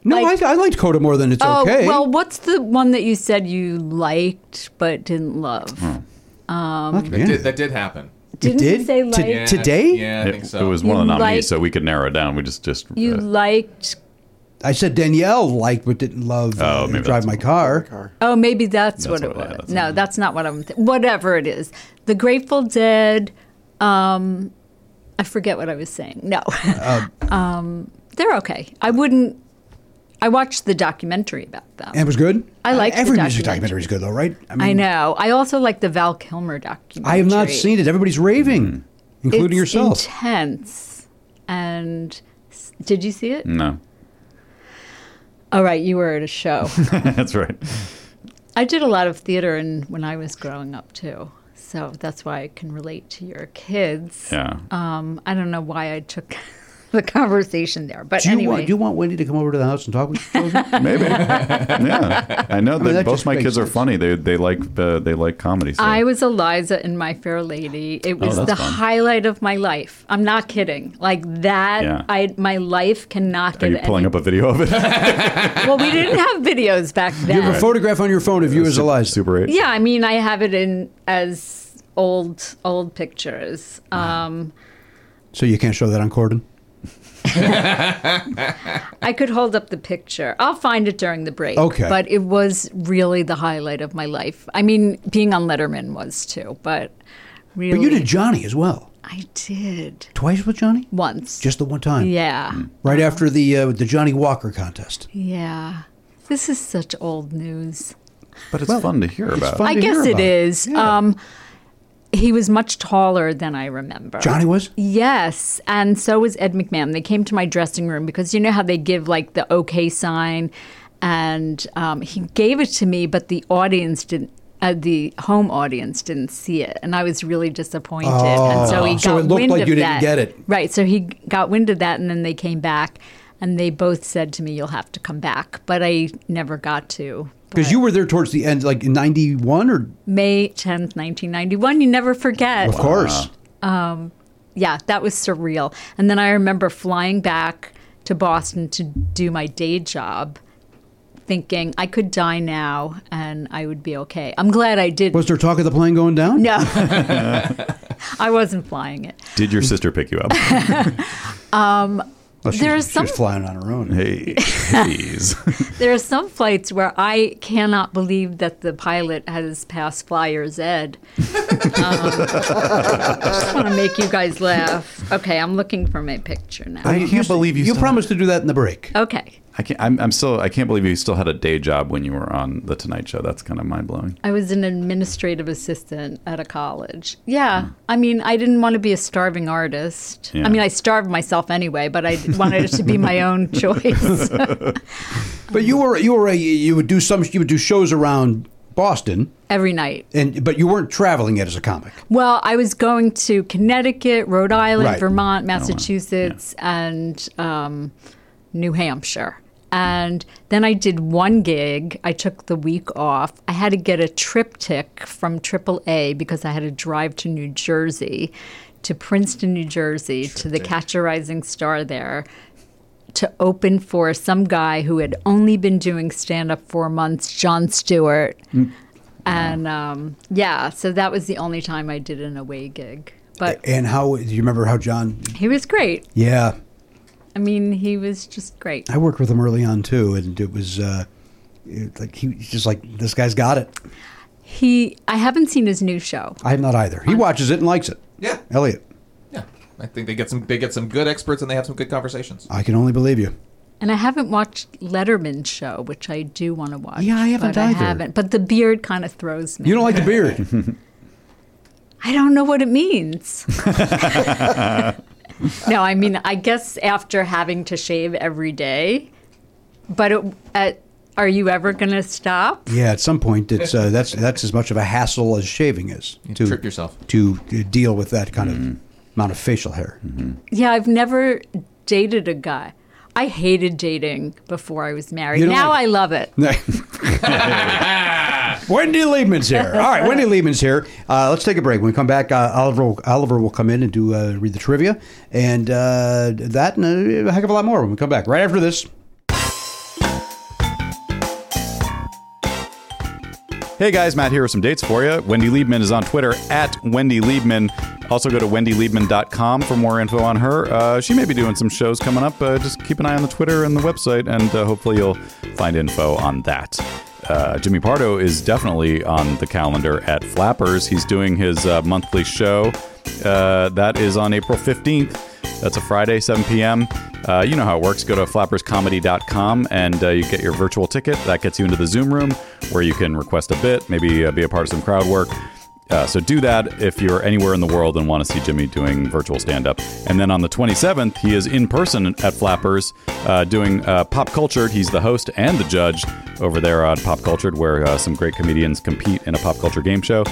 Speaker 4: No,
Speaker 7: Like-
Speaker 4: I, I liked Coda more than it's okay.
Speaker 7: Oh, well, what's the one that you said you liked but didn't love?
Speaker 4: Hmm. That could be
Speaker 6: That
Speaker 4: anything.
Speaker 6: did, that did happen.
Speaker 7: Didn't
Speaker 4: did?
Speaker 7: you say
Speaker 4: To-
Speaker 7: like
Speaker 4: Yeah. Today?
Speaker 6: Yeah, I
Speaker 5: It,
Speaker 6: think
Speaker 5: it
Speaker 6: so.
Speaker 5: was one of the
Speaker 7: You
Speaker 5: nominees,
Speaker 7: like-
Speaker 5: so we could narrow it down. We just just
Speaker 7: you
Speaker 5: uh,
Speaker 7: liked?
Speaker 4: I said Danielle liked but didn't love uh,
Speaker 5: maybe
Speaker 4: Drive
Speaker 5: that's
Speaker 4: My Car.
Speaker 7: Oh, maybe that's, what it
Speaker 5: what- yeah,
Speaker 7: was.
Speaker 5: that's
Speaker 4: Mm-hmm.
Speaker 7: no, that's not what I'm. Th- whatever it is, the Grateful Dead. Um, I forget what I was saying. No,
Speaker 4: Uh,
Speaker 7: *laughs* um, they're okay. I wouldn't. I watched the documentary about them.
Speaker 4: And it was good.
Speaker 7: I liked the
Speaker 4: every music
Speaker 7: documentary.
Speaker 4: documentary is good though, right?
Speaker 7: I, know. I also like the Val Kilmer documentary.
Speaker 4: I have not seen it. Everybody's raving, including
Speaker 7: It's
Speaker 4: yourself.
Speaker 7: Intense. And s- did you see
Speaker 4: Mm.
Speaker 7: it?
Speaker 5: No, *laughs*
Speaker 7: All right, you were at a show.
Speaker 5: that's right.
Speaker 7: I did a lot of theater and when I was growing up too. So that's why I can relate to your kids.
Speaker 5: Yeah.
Speaker 7: Um, I don't know why I took *laughs* the conversation there, but
Speaker 4: do you
Speaker 7: anyway.
Speaker 4: want, do you want Wendy to come over to the house and talk with
Speaker 7: *laughs*
Speaker 4: you?
Speaker 5: Maybe. *laughs* yeah, I know
Speaker 4: mean,
Speaker 5: that
Speaker 4: that
Speaker 5: both
Speaker 4: just
Speaker 5: my
Speaker 4: makes
Speaker 5: kids are funny. They they like uh, they like comedy. So.
Speaker 7: I was Eliza in My Fair Lady. It
Speaker 5: Oh,
Speaker 7: was
Speaker 5: that's
Speaker 7: the
Speaker 5: fun.
Speaker 7: highlight of my life. I'm not kidding. Like that,
Speaker 5: Yeah.
Speaker 7: I my life cannot
Speaker 5: are
Speaker 7: get
Speaker 5: you
Speaker 7: any.
Speaker 5: pulling up a video of it?
Speaker 7: *laughs* well, we didn't have videos back then.
Speaker 4: You have a photograph on your phone of you as Eliza.
Speaker 5: Super eight.
Speaker 7: Yeah, I mean, I have it in as old old pictures. Um,
Speaker 4: So you can't show that on Corden.
Speaker 7: I could hold up the picture. I'll find it during the break.
Speaker 4: Okay.
Speaker 7: But it was really the highlight of my life. I mean, being on Letterman was too, but really.
Speaker 4: But you did Johnny as well.
Speaker 7: I did.
Speaker 4: Twice with Johnny?
Speaker 7: Once.
Speaker 4: Just the one time.
Speaker 7: Yeah.
Speaker 4: Right after the uh, the Johnny Walker contest.
Speaker 7: Yeah. This is such old news.
Speaker 5: But it's fun to hear about.
Speaker 7: I guess it is. Um, he was much taller than I remember.
Speaker 4: Johnny was?
Speaker 7: Yes, and so was Ed McMahon. They came to my dressing room because you know how they give like the OK sign, and um, he gave it to me, but the audience didn't. Uh, the home audience didn't see it, and I was really disappointed. and so
Speaker 4: Oh.
Speaker 7: he
Speaker 4: So
Speaker 7: got
Speaker 4: it looked
Speaker 7: wind
Speaker 4: like
Speaker 7: of
Speaker 4: you didn't
Speaker 7: that.
Speaker 4: get it.
Speaker 7: Right. So he got wind of that, and then they came back, and they both said to me, "You'll have to come back." But I never got to.
Speaker 4: Because you were there towards the end, like in 91 or?
Speaker 7: May 10th, 1991. You never forget.
Speaker 4: Of course.
Speaker 7: Um, yeah, that was surreal. And then I remember flying back to Boston to do my day job, thinking I could die now and I would be okay. I'm glad I did.
Speaker 4: Was there talk of the plane going down?
Speaker 7: No, *laughs* I wasn't flying it.
Speaker 5: Did your sister pick
Speaker 7: *laughs*
Speaker 5: you up?
Speaker 7: Um,
Speaker 4: Oh, she,
Speaker 7: there are
Speaker 4: was, she
Speaker 7: some
Speaker 4: was flying on her own.
Speaker 5: Hey, please.
Speaker 7: there are some flights where I cannot believe that the pilot has passed flyer's ed. Um, *laughs* I just want to make you guys laugh. Okay, I'm looking for my picture now.
Speaker 5: *laughs* I can't believe you.
Speaker 4: You promised to do that in the break.
Speaker 7: Okay,
Speaker 5: I can't. I'm, I'm still. I can't believe you still had a day job when you were on the Tonight Show. That's kind of mind blowing.
Speaker 7: I was an administrative assistant at a college. Yeah, I mean, I didn't want to be a starving artist.
Speaker 5: Yeah.
Speaker 7: I mean, I starved myself anyway, but I wanted it to be my own choice. *laughs* Uh-huh.
Speaker 4: But you were you were a, you would do some you would do shows around Boston,
Speaker 7: Every night.
Speaker 4: and but you weren't traveling yet as a comic.
Speaker 7: Well, I was going to Connecticut, Rhode Island,
Speaker 4: Right.
Speaker 7: Vermont, Massachusetts, and um, New Hampshire. And then I did one gig. I took the week off. I had to get a triptych from AAA because I had to drive to New Jersey, to Princeton, New Jersey, to the Catch a Rising Star there, to open for some guy who had only been doing stand up four months, John Stewart.
Speaker 4: Mm.
Speaker 7: And um, yeah, so that was the only time I did an away gig. But
Speaker 4: And how do you remember how John?
Speaker 7: he was great.
Speaker 4: Yeah,
Speaker 7: I mean, he was just great.
Speaker 4: I worked with him early on too, and it was uh, it, like he was just like this guy's got it.
Speaker 7: He, I haven't seen his new show.
Speaker 4: I'm not either. He watches it and likes it.
Speaker 6: Yeah.
Speaker 4: Elliot,
Speaker 6: I think they get some they get some good experts and they have some good conversations.
Speaker 4: I can only believe you.
Speaker 7: And I haven't watched Letterman's show, which I do want to watch.
Speaker 4: Yeah, I haven't
Speaker 7: but I
Speaker 4: either.
Speaker 7: haven't. But the beard kind of throws me.
Speaker 4: You don't like the beard.
Speaker 7: I don't know what
Speaker 4: *laughs*
Speaker 7: it means. no, I mean, I guess after having to shave every day, but it, at, are you ever going to stop?
Speaker 4: yeah, at some point it's uh, that's that's as much of a hassle as shaving is. You to,
Speaker 6: trip yourself.
Speaker 4: to uh, deal with that kind of amount of facial hair.
Speaker 7: Yeah, I've never dated a guy. I hated dating before I was
Speaker 4: You
Speaker 7: married.
Speaker 4: don't
Speaker 7: Now
Speaker 4: like-
Speaker 7: I love it.
Speaker 4: *laughs* Wendy Liebman's here. All right, Wendy Liebman's here. Uh, let's take a break. When we come back, uh, Oliver will, Oliver will come in and do uh, read the trivia and uh, that and a heck of a lot more when we come back. Right after this.
Speaker 5: Hey guys, Matt here with some dates for you. Wendy Liebman is on Twitter at Wendy Liebman. Also go to wendyliebman.com for more info on her. Uh, she may be doing some shows coming up. Uh, just keep an eye on the Twitter and the website, and uh, hopefully you'll find info on that. uh, Jimmy Pardo is definitely on the calendar at Flappers. He's doing his uh, monthly show. Uh, that is on April 15th. That's a Friday, 7 p.m. Uh, you know how it works. Go to flapperscomedy.com and uh, you get your virtual ticket. That gets you into the Zoom room where you can request a bit, maybe uh, be a part of some crowd work. Uh, so do that if you're anywhere in the world and want to see Jimmy doing virtual stand up. And then on the 27th, he is in person at Flappers uh, doing uh, Pop Cultured. He's the host and the judge over there on Pop Cultured, where uh, some great comedians compete in a pop culture game show.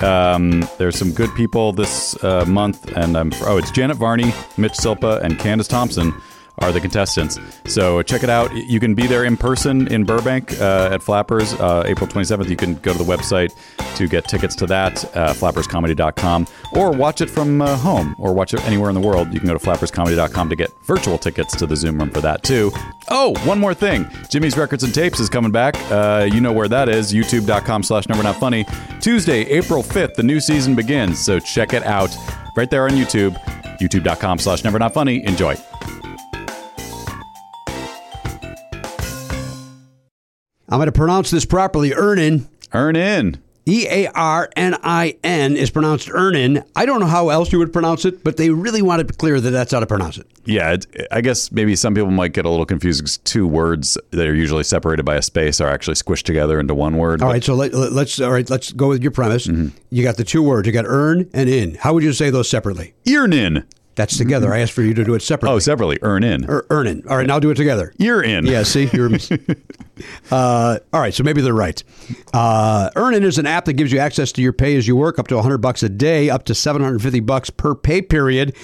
Speaker 5: Um, there's some good people this uh, month, and I'm oh, it's Janet Varney, Mitch Silpa, and Candace Thompson are the contestants. So check it out. You can be there in person in Burbank uh, at Flappers uh, April 27th. You can go to the website to get tickets to that, uh, flapperscomedy.com, or watch it from uh, home or watch it anywhere in the world. You can go to flapperscomedy.com to get virtual tickets to the Zoom room for that too. Oh, one more thing. Jimmy's Records and Tapes is coming back. Uh, you know where that is, youtube.com slash number not funny. Tuesday, April 5th, the new season begins. So check it out right there on YouTube, youtube.com slash never not funny. Enjoy.
Speaker 4: I'm going to pronounce this properly. Earnin.
Speaker 5: Earnin.
Speaker 4: E A R N I N is pronounced Earnin. I don't know how else you would pronounce it, but they really wanted to clear that that's how to pronounce it.
Speaker 5: Yeah, it, I guess maybe some people might get a little confused because two words that are usually separated by a space are actually squished together into one word.
Speaker 4: All right, so let, let- let's all right, let's go with your premise. You got the two words. You got earn and in. How would you say those separately?
Speaker 5: Earnin.
Speaker 4: That's together. I asked for you to do it separately.
Speaker 5: Oh, separately, earn in.
Speaker 4: Or earnin. All right, now do it together.
Speaker 5: Ear in.
Speaker 4: Yeah, see, you're. uh, all right, so maybe they're right. Uh, Earnin is an app that gives you access to your pay as you work, up to 100 bucks a day, up to 750 bucks per pay period.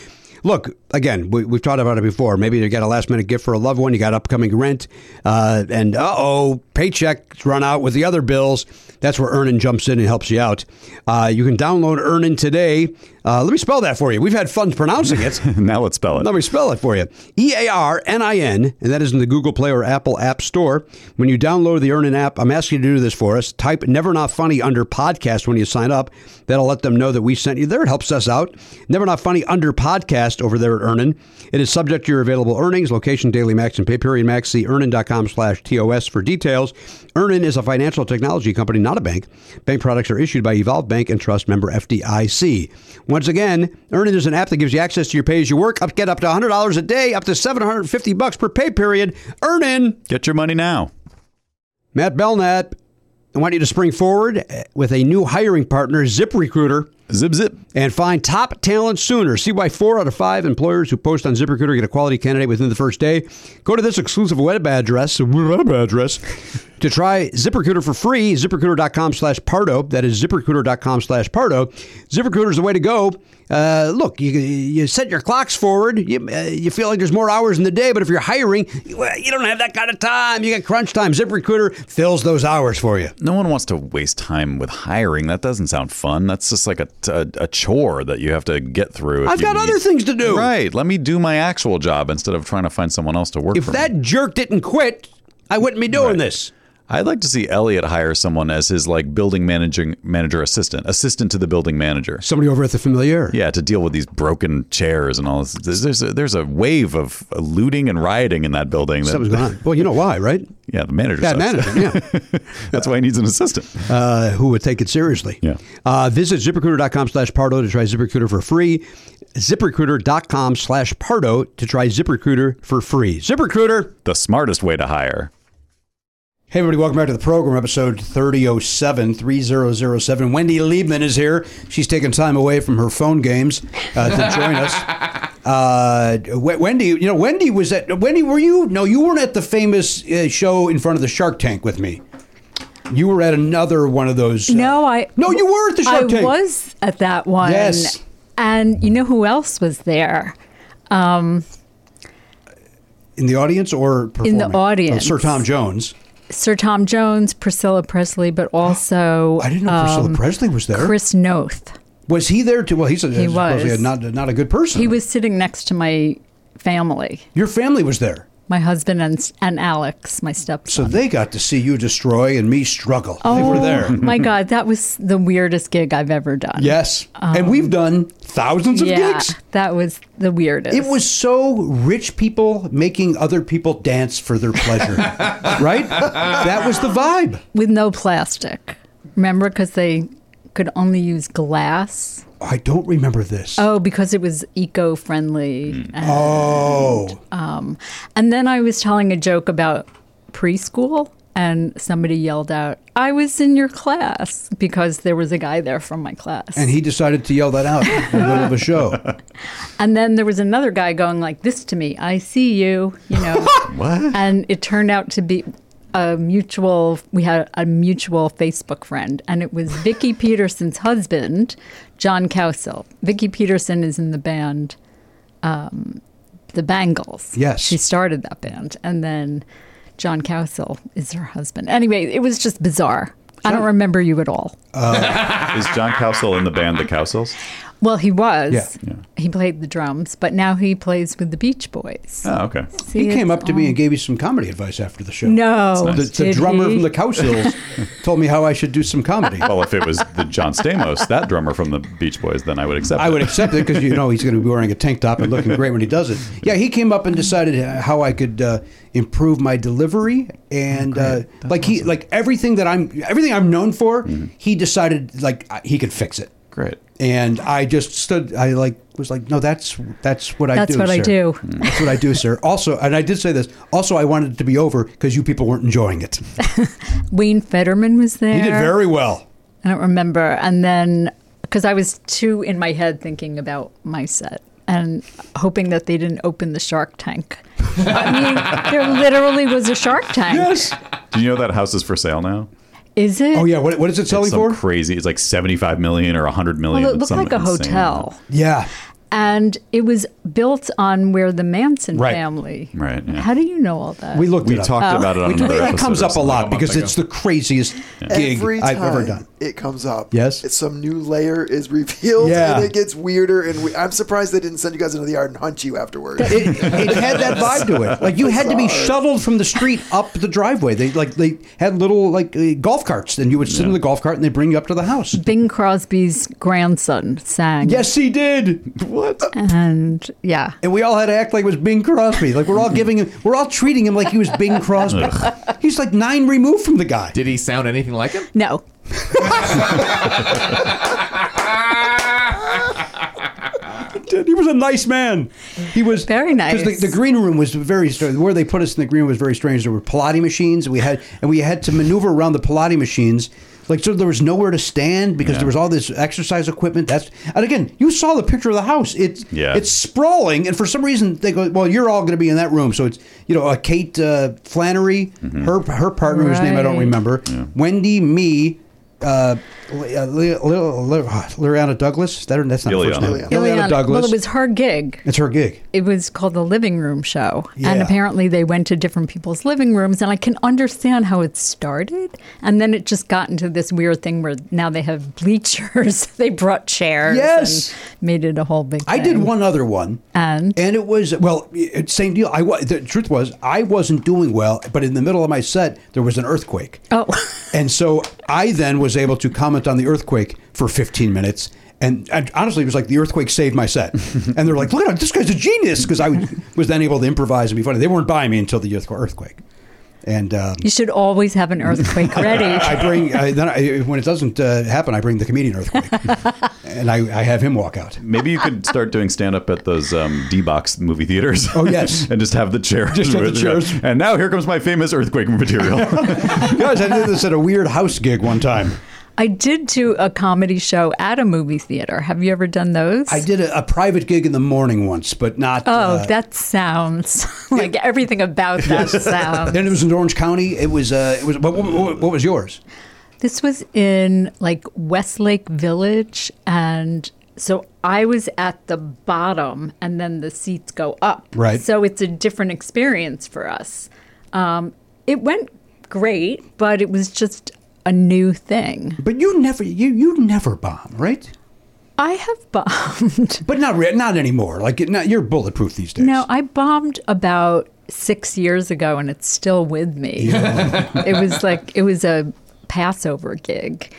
Speaker 4: Look, again, we, we've talked about it before. Maybe you got a last minute gift for a loved one, you got upcoming rent, uh, and uh oh, paycheck's run out with the other bills. That's where Earnin jumps in and helps you out. Uh, you can download Earnin today. Uh, let me spell that for you. We've had fun pronouncing it.
Speaker 5: *laughs* now let's spell it.
Speaker 4: Let me spell it for you. E A R N I N, and that is in the Google Play or Apple App Store. When you download the Earnin app, I'm asking you to do this for us. Type Never Not Funny under podcast when you sign up. That'll let them know that we sent you there. It helps us out. Never Not Funny under podcast over there at Earnin. It is subject to your available earnings, location, daily max, and pay period max. See earnin.com slash TOS for details. Earnin is a financial technology company, not a bank. Bank products are issued by Evolve Bank and Trust member FDIC. Once again, Earnin is an app that gives you access to your pay as you work, up get up to $100 a day, up to 750 bucks per pay period. Earnin!
Speaker 5: Get your money now.
Speaker 4: Matt Belknap, I want you to spring forward eh, with a new hiring partner, ZipRecruiter.
Speaker 5: Zip zip.
Speaker 4: And find top talent sooner. See why four out of five employers who post on ZipRecruiter get a quality candidate within the first day. Go to this exclusive web address, web address, to try ZipRecruiter for free. ZipRecruiter.com slash Pardo. That is ZipRecruiter.com slash Pardo. ZipRecruiter is the way to go. Uh, look, you, you set your clocks forward. You, uh, you feel like there's more hours in the day, but if you're hiring, well, you don't have that kind of time. You got crunch time. ZipRecruiter fills those hours for you.
Speaker 5: No one wants to waste time with hiring. That doesn't sound fun. That's just like a, a, a chore that you have to get through. if
Speaker 4: I've
Speaker 5: you
Speaker 4: got
Speaker 5: need-
Speaker 4: other things to do.
Speaker 5: Right. Let me do my actual job instead of trying to find someone else to work
Speaker 4: If
Speaker 5: for me.
Speaker 4: that jerk didn't quit, I wouldn't be doing this.
Speaker 5: I'd like to see Elliot hire someone as his like building managing manager assistant, assistant to the building manager.
Speaker 4: Somebody over at the familiar.
Speaker 5: Yeah, to deal with these broken chairs and all this. There's there's a, there's a wave of looting and rioting in that building. That,
Speaker 4: Something's going on. Well, you know why, right?
Speaker 5: Yeah, the manager.
Speaker 4: Bad
Speaker 5: sucks.
Speaker 4: manager, yeah.
Speaker 5: *laughs* That's why he needs an assistant.
Speaker 4: Uh, who would take it seriously.
Speaker 5: Yeah.
Speaker 4: Uh, visit ZipRecruiter.com slash Pardo to try ZipRecruiter for free. ZipRecruiter.com slash Pardo to try ZipRecruiter for free. ZipRecruiter.
Speaker 5: The smartest way to hire.
Speaker 4: Hey, everybody, welcome back to the program, episode 3007, 3007. Wendy Liebman is here. She's taking time away from her phone games uh, to join
Speaker 7: *laughs*
Speaker 4: us. Uh, W- Wendy, you know, Wendy was at, Wendy, were you? No, you weren't at the famous uh, show in front of the Shark Tank with me. You were at another one of those. uh,
Speaker 7: No, I.
Speaker 4: No, you were at the Shark
Speaker 7: I
Speaker 4: Tank.
Speaker 7: was at that one.
Speaker 4: Yes.
Speaker 7: And you know who else was there? Um,
Speaker 4: In the audience or performing? Oh,
Speaker 7: In the audience.
Speaker 4: Sir Tom Jones.
Speaker 7: Sir Tom Jones, Priscilla Presley, but also
Speaker 4: I didn't know Priscilla
Speaker 7: um,
Speaker 4: Presley was there.
Speaker 7: Chris Noth.
Speaker 4: was he there too? Well, he's a,
Speaker 7: He
Speaker 4: supposedly
Speaker 7: was.
Speaker 4: a not, not a good person.
Speaker 7: He was sitting next to my family.
Speaker 4: Your family was there.
Speaker 7: my husband and, s- and Alex, my
Speaker 4: So
Speaker 7: stepson.
Speaker 4: they got to see you destroy and me struggle. they
Speaker 7: Oh.
Speaker 4: were there.
Speaker 7: my God, that was the weirdest gig I've ever done.
Speaker 4: Yes. and we've done thousands of
Speaker 7: Um, yeah,
Speaker 4: gigs.
Speaker 7: that was the weirdest.
Speaker 4: It was so rich people making other people dance for their
Speaker 7: *laughs*
Speaker 4: pleasure, right? That was the vibe.
Speaker 7: with no plastic. Remember, because they could only use glass.
Speaker 4: I don't remember this.
Speaker 7: Oh, because it was eco-friendly.
Speaker 4: Mm.
Speaker 7: And,
Speaker 4: Oh.
Speaker 7: Um, and then I was telling a joke about preschool, and somebody yelled out, "I was in your class," because there was a guy there from my class.
Speaker 4: And he decided to yell that out in the middle of a
Speaker 7: *laughs*
Speaker 4: show.
Speaker 7: And then there was another guy going like this to me, I see you, you know.
Speaker 4: What?
Speaker 7: And it turned out to be a mutual we had a mutual Facebook friend and it was Vicky Peterson's husband, John Cowsell. Vicky Peterson is in the band um, the Bangles.
Speaker 4: Yes.
Speaker 7: She started that band and then John Cowsell is her husband. Anyway, it was just bizarre. I don't remember you at all.
Speaker 5: Is John Cowsell in the band The Cowsells?
Speaker 7: Well, he was.
Speaker 5: Yeah.
Speaker 7: He played the drums, but now he plays with the Beach Boys.
Speaker 5: Oh, okay.
Speaker 7: See,
Speaker 4: he came
Speaker 7: it's
Speaker 4: up to me
Speaker 7: all-
Speaker 4: and gave me some comedy advice after the show.
Speaker 7: um, No,
Speaker 4: The,
Speaker 7: That's nice.
Speaker 4: the
Speaker 7: did
Speaker 4: drummer
Speaker 7: he?
Speaker 4: from the Cow
Speaker 7: *laughs*
Speaker 4: Sills told me how I should do some comedy.
Speaker 5: Well, if it was the John Stamos, that drummer from the Beach Boys, then I would accept.
Speaker 4: I
Speaker 5: it.
Speaker 4: would accept it because you know he's going to be wearing a tank top and looking great when he does it. Yeah, he came up and decided how I could uh, improve my delivery and uh, like he like everything that I'm everything I'm known for.
Speaker 5: Mm-hmm.
Speaker 4: He decided like I- he could fix it.
Speaker 5: Great.
Speaker 4: And I just stood. I like was like, no, that's that's what I
Speaker 7: That's
Speaker 4: do.
Speaker 7: what I
Speaker 4: sir. Mm.
Speaker 7: do.
Speaker 4: That's what I do, sir. Also, and I did say this. Also, I wanted it to be over because you people weren't enjoying it.
Speaker 7: Wayne Fetterman was there.
Speaker 4: He did very well.
Speaker 7: I don't remember. And then, because I was too in my head thinking about my set and hoping that they didn't open the Shark Tank. I mean, there literally was a Shark Tank. Yes.
Speaker 5: Do you know that house is for sale now?
Speaker 7: Is it?
Speaker 4: Oh, what, what is it
Speaker 5: selling for? Crazy. It's like seventy-five million or hundred
Speaker 7: Well,
Speaker 5: million.
Speaker 7: it looked
Speaker 5: some
Speaker 7: like a
Speaker 5: insane-
Speaker 7: hotel.
Speaker 4: Yeah.
Speaker 7: And it was built on where the Manson
Speaker 5: Right.
Speaker 7: family.
Speaker 5: Right. Yeah.
Speaker 7: How do you know all that? Uh,
Speaker 4: We looked.
Speaker 5: We
Speaker 4: it up.
Speaker 5: talked about it on
Speaker 4: We did.
Speaker 5: another
Speaker 4: That
Speaker 5: episode
Speaker 4: comes
Speaker 5: or
Speaker 4: up a
Speaker 5: something
Speaker 4: lot
Speaker 5: a month
Speaker 4: because
Speaker 5: ago.
Speaker 4: it's the craziest gig
Speaker 2: Every time
Speaker 4: I've ever done.
Speaker 2: it comes up.
Speaker 4: Yes?
Speaker 2: It's some new
Speaker 8: *laughs*
Speaker 2: layer is revealed
Speaker 4: Yeah.
Speaker 2: and it gets weirder and we- I'm surprised they didn't send you guys into the yard and hunt you afterwards. *laughs*
Speaker 4: it had that vibe to it. Like you had to be shuttled from the street up the driveway. They like they had little like uh, golf carts, and you would sit in the golf cart, and they bring you up to the house.
Speaker 7: Bing Crosby's grandson sang.
Speaker 4: Yes, he did. What?
Speaker 7: And yeah.
Speaker 4: And we all had to act like it was Bing Crosby. Like we're all giving him, we're all treating him like he was Bing Crosby. He's like nine removed from the guy.
Speaker 6: Did he sound anything like him?
Speaker 7: No.
Speaker 4: He was a nice man. He was
Speaker 7: very nice.
Speaker 4: Because the, the green room was very strange. Where they put us in the green room was very strange. There were Pilates machines. We had and we had to maneuver around the Pilates machines. Like so, there was nowhere to stand because there was all this exercise equipment. That's and again, you saw the picture of the house. It's
Speaker 5: Yeah.
Speaker 4: it's sprawling, and for some reason they go, well, you're all going to be in that room. So it's you know, uh, Kate uh, Flannery, her her partner whose name I don't
Speaker 7: Right.
Speaker 4: remember, Wendy, me. Uh, Le- uh, Le- Le- Le- Liliana Douglas. Is That her, that's not her first name.
Speaker 5: Ileana.
Speaker 4: Liliana Douglas.
Speaker 7: Well, it was her gig.
Speaker 4: it's her gig.
Speaker 7: It was called the Living Room Show. And
Speaker 4: Yeah.
Speaker 7: apparently they went to different people's living rooms. And I can understand how it started. And then it just got into this weird thing where now they have bleachers. *laughs* they brought chairs.
Speaker 4: Yes.
Speaker 7: And made it a whole big
Speaker 4: I did
Speaker 7: thing.
Speaker 4: one other one,
Speaker 7: And
Speaker 4: and it was well, it, same deal. I wa- the truth was I wasn't doing well, but in the middle of my set there was an earthquake,
Speaker 7: oh, *laughs*
Speaker 4: and so I then was able to comment on the earthquake for 15 minutes. And, and honestly, it was like the earthquake saved my
Speaker 7: *laughs*
Speaker 4: set. And they're like, "Look at him, this guy's a genius!" Because I *laughs* was- was then able to improvise and be funny. They weren't buying me until the earthqu- earthquake. And um,
Speaker 7: you should always have an earthquake
Speaker 4: *laughs*
Speaker 7: ready.
Speaker 4: I bring I, then I, when it doesn't uh, happen, I bring the comedian
Speaker 7: *laughs*
Speaker 4: earthquake, and I, I have him walk out.
Speaker 5: Maybe you could start doing stand up at those um, D box movie theaters.
Speaker 4: Oh, yes.
Speaker 5: *laughs* and just have the chairs.
Speaker 4: Just have the
Speaker 5: with-
Speaker 4: chairs.
Speaker 5: And now here comes my famous earthquake material.
Speaker 4: Guys, I did this at a weird house gig one time.
Speaker 7: I did do a comedy show at a movie theater. Have you ever done those?
Speaker 4: I did a, a private gig in the morning once, but not.
Speaker 7: Oh,
Speaker 4: uh,
Speaker 7: that sounds *laughs* like everything about
Speaker 4: *laughs*
Speaker 7: that sounds.
Speaker 4: Then it was in Orange County. It was. Uh, it was. But what, what, what was yours?
Speaker 7: This was in like Westlake Village. And so I was at the bottom, and then the seats go up.
Speaker 4: Right.
Speaker 7: So it's a different experience for us. Um, it went great, but it was just a new thing.
Speaker 4: But you never. You you never bomb, right?
Speaker 7: I have bombed. *laughs*
Speaker 4: But not re- not anymore. Like it- not, you're bulletproof these days.
Speaker 7: No, I bombed about six years ago, and it's still with me. *laughs* it was like it was a Passover gig,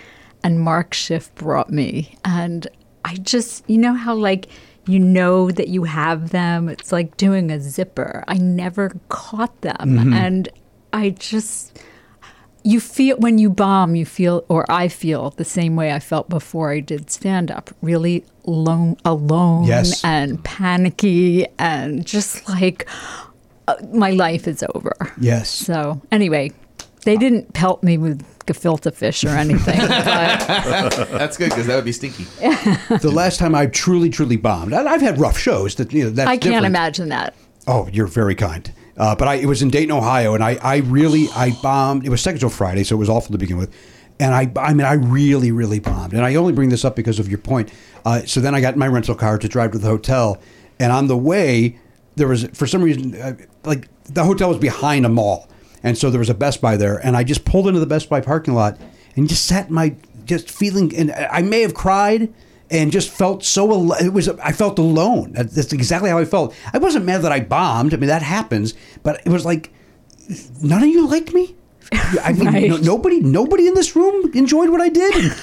Speaker 7: and Mark Schiff brought me, and I just you know how like you know that you have them. It's like doing a zipper. I never caught them,
Speaker 4: Mm-hmm.
Speaker 8: Mhm.
Speaker 7: and I just you feel when you bomb you feel or i feel the same way i felt before i did stand up really lone alone
Speaker 4: Yes.
Speaker 7: and panicky and just like uh, my life is over
Speaker 4: Yes.
Speaker 7: so anyway they didn't pelt me with gefilte fish
Speaker 4: *laughs*
Speaker 7: or
Speaker 6: *laughs*
Speaker 7: anything
Speaker 6: That's good because that would be stinky.
Speaker 4: the last time I truly, truly bombed, and I've had rough shows that you know that's
Speaker 7: i can't
Speaker 4: different.
Speaker 7: imagine that
Speaker 4: Oh, you're very kind. Uh, but I, it was in Dayton, Ohio, and I, I really, I bombed. It was Second Show Friday, so it was awful to begin with. And I, I mean, I really, really bombed. And I only bring this up because of your point. Uh, so then I got in my rental car to drive to the hotel, and on the way, there was for some reason, uh, like the hotel was behind a mall, and so there was a Best Buy there, and I just pulled into the Best Buy parking lot and just sat in my just feeling, and I may have cried and just felt so al- it was I felt alone. That- That's exactly how I felt. I wasn't mad that I bombed. I mean that happens, but it was like none of you liked me. I mean,
Speaker 7: Right.
Speaker 4: no- nobody, nobody in this room enjoyed what I did. And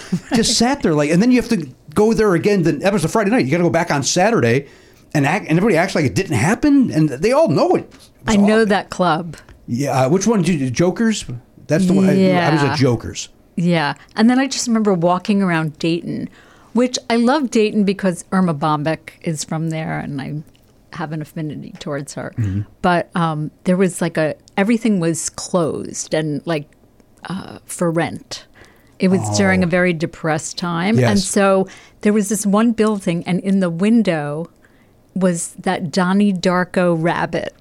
Speaker 4: Just sat there like, and then you have to go there again. Then that was a Friday night. You got to go back on Saturday, and act, and everybody acts like it didn't happen, and they all know it.
Speaker 7: i know that club
Speaker 4: Yeah, uh, which one? Did you, Jokers? That's the one. I, I was
Speaker 7: Yeah.
Speaker 4: at Jokers.
Speaker 7: Yeah. And then I just remember walking around Dayton, which I love Dayton because Irma Bombeck is from there and I have an affinity towards her.
Speaker 8: Mhm.
Speaker 7: But um, there was like a, everything was closed and like uh, for rent. It was during a very depressed time. And
Speaker 8: Oh. Yes.
Speaker 7: so there was this one building, and in the window was that Donnie Darko rabbit.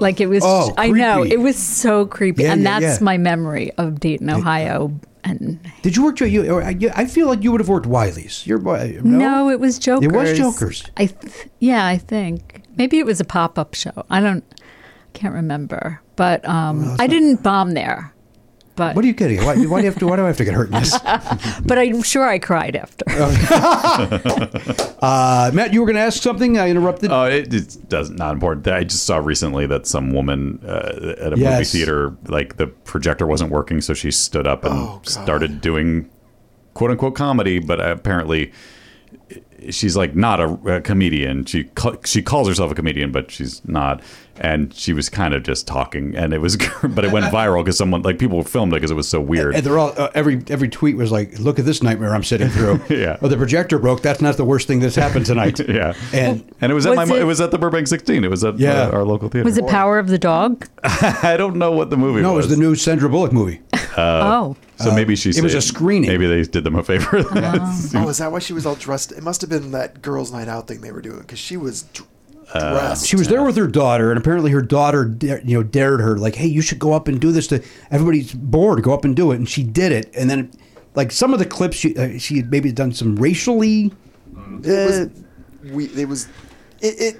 Speaker 7: Like it was,
Speaker 8: Oh,
Speaker 7: I know,
Speaker 8: creepy.
Speaker 7: it was so creepy.
Speaker 4: Yeah,
Speaker 7: and
Speaker 4: yeah,
Speaker 7: that's
Speaker 4: yeah. uh,
Speaker 7: my memory of Dayton, Ohio. And
Speaker 4: Did you work? You, or, I I feel like you would have worked Wiley's. You're no,
Speaker 7: no, it was Jokers.
Speaker 4: It was Jokers.
Speaker 7: I, th- yeah, I think maybe it was a pop up show. I don't, can't remember. But um, I didn't bomb there. But
Speaker 4: What are you kidding? Why, why do you have to? Why do I have to get hurt in
Speaker 7: *laughs*
Speaker 4: this?
Speaker 7: but I'm sure I cried after.
Speaker 4: Oh, uh, Matt, you were going to ask something. I interrupted.
Speaker 5: Oh, it, it doesn't not important. I just saw recently that some woman uh, at a movie
Speaker 4: Yes.
Speaker 5: theater, like the projector wasn't working, so she stood up
Speaker 4: Oh,
Speaker 5: and started doing quote unquote comedy. But apparently, she's like not a, a comedian. She ca- she calls herself a comedian, but she's not. And she was kind of just talking, and it was, *laughs* but it went viral because someone like people filmed it because it was so weird. *laughs*
Speaker 4: And they're all uh, every every tweet was like, "Look at this nightmare I'm sitting through." *laughs* yeah. Oh, the projector broke. That's not the worst thing that's happened *laughs* tonight.
Speaker 5: yeah.
Speaker 4: And
Speaker 5: And it was at
Speaker 7: Was
Speaker 5: my it,
Speaker 7: it-
Speaker 5: was at the Burbank 16. It was at
Speaker 4: Yeah.
Speaker 5: uh, our local theater.
Speaker 7: was it Power of the Dog?
Speaker 5: I don't know what the movie
Speaker 4: no, it
Speaker 5: was.
Speaker 4: was the new Sandra Bullock movie.
Speaker 7: Oh.
Speaker 5: So
Speaker 4: Uh,
Speaker 5: maybe she
Speaker 4: it was
Speaker 5: saved-
Speaker 4: a screening.
Speaker 5: Maybe they did them a favor. *laughs*
Speaker 2: Oh, is that why she was all dressed? It must have been that girls' night out thing they were doing because she was dr- dressed.
Speaker 4: Uh, She was there with her daughter, and apparently her daughter, da- you know, dared her like, "Hey, you should go up and do this." To everybody's bored, go up and do it, and she did it. And then, like some of the clips, she uh, she had maybe done some racially. uh,
Speaker 2: It was, we, it was, it, it,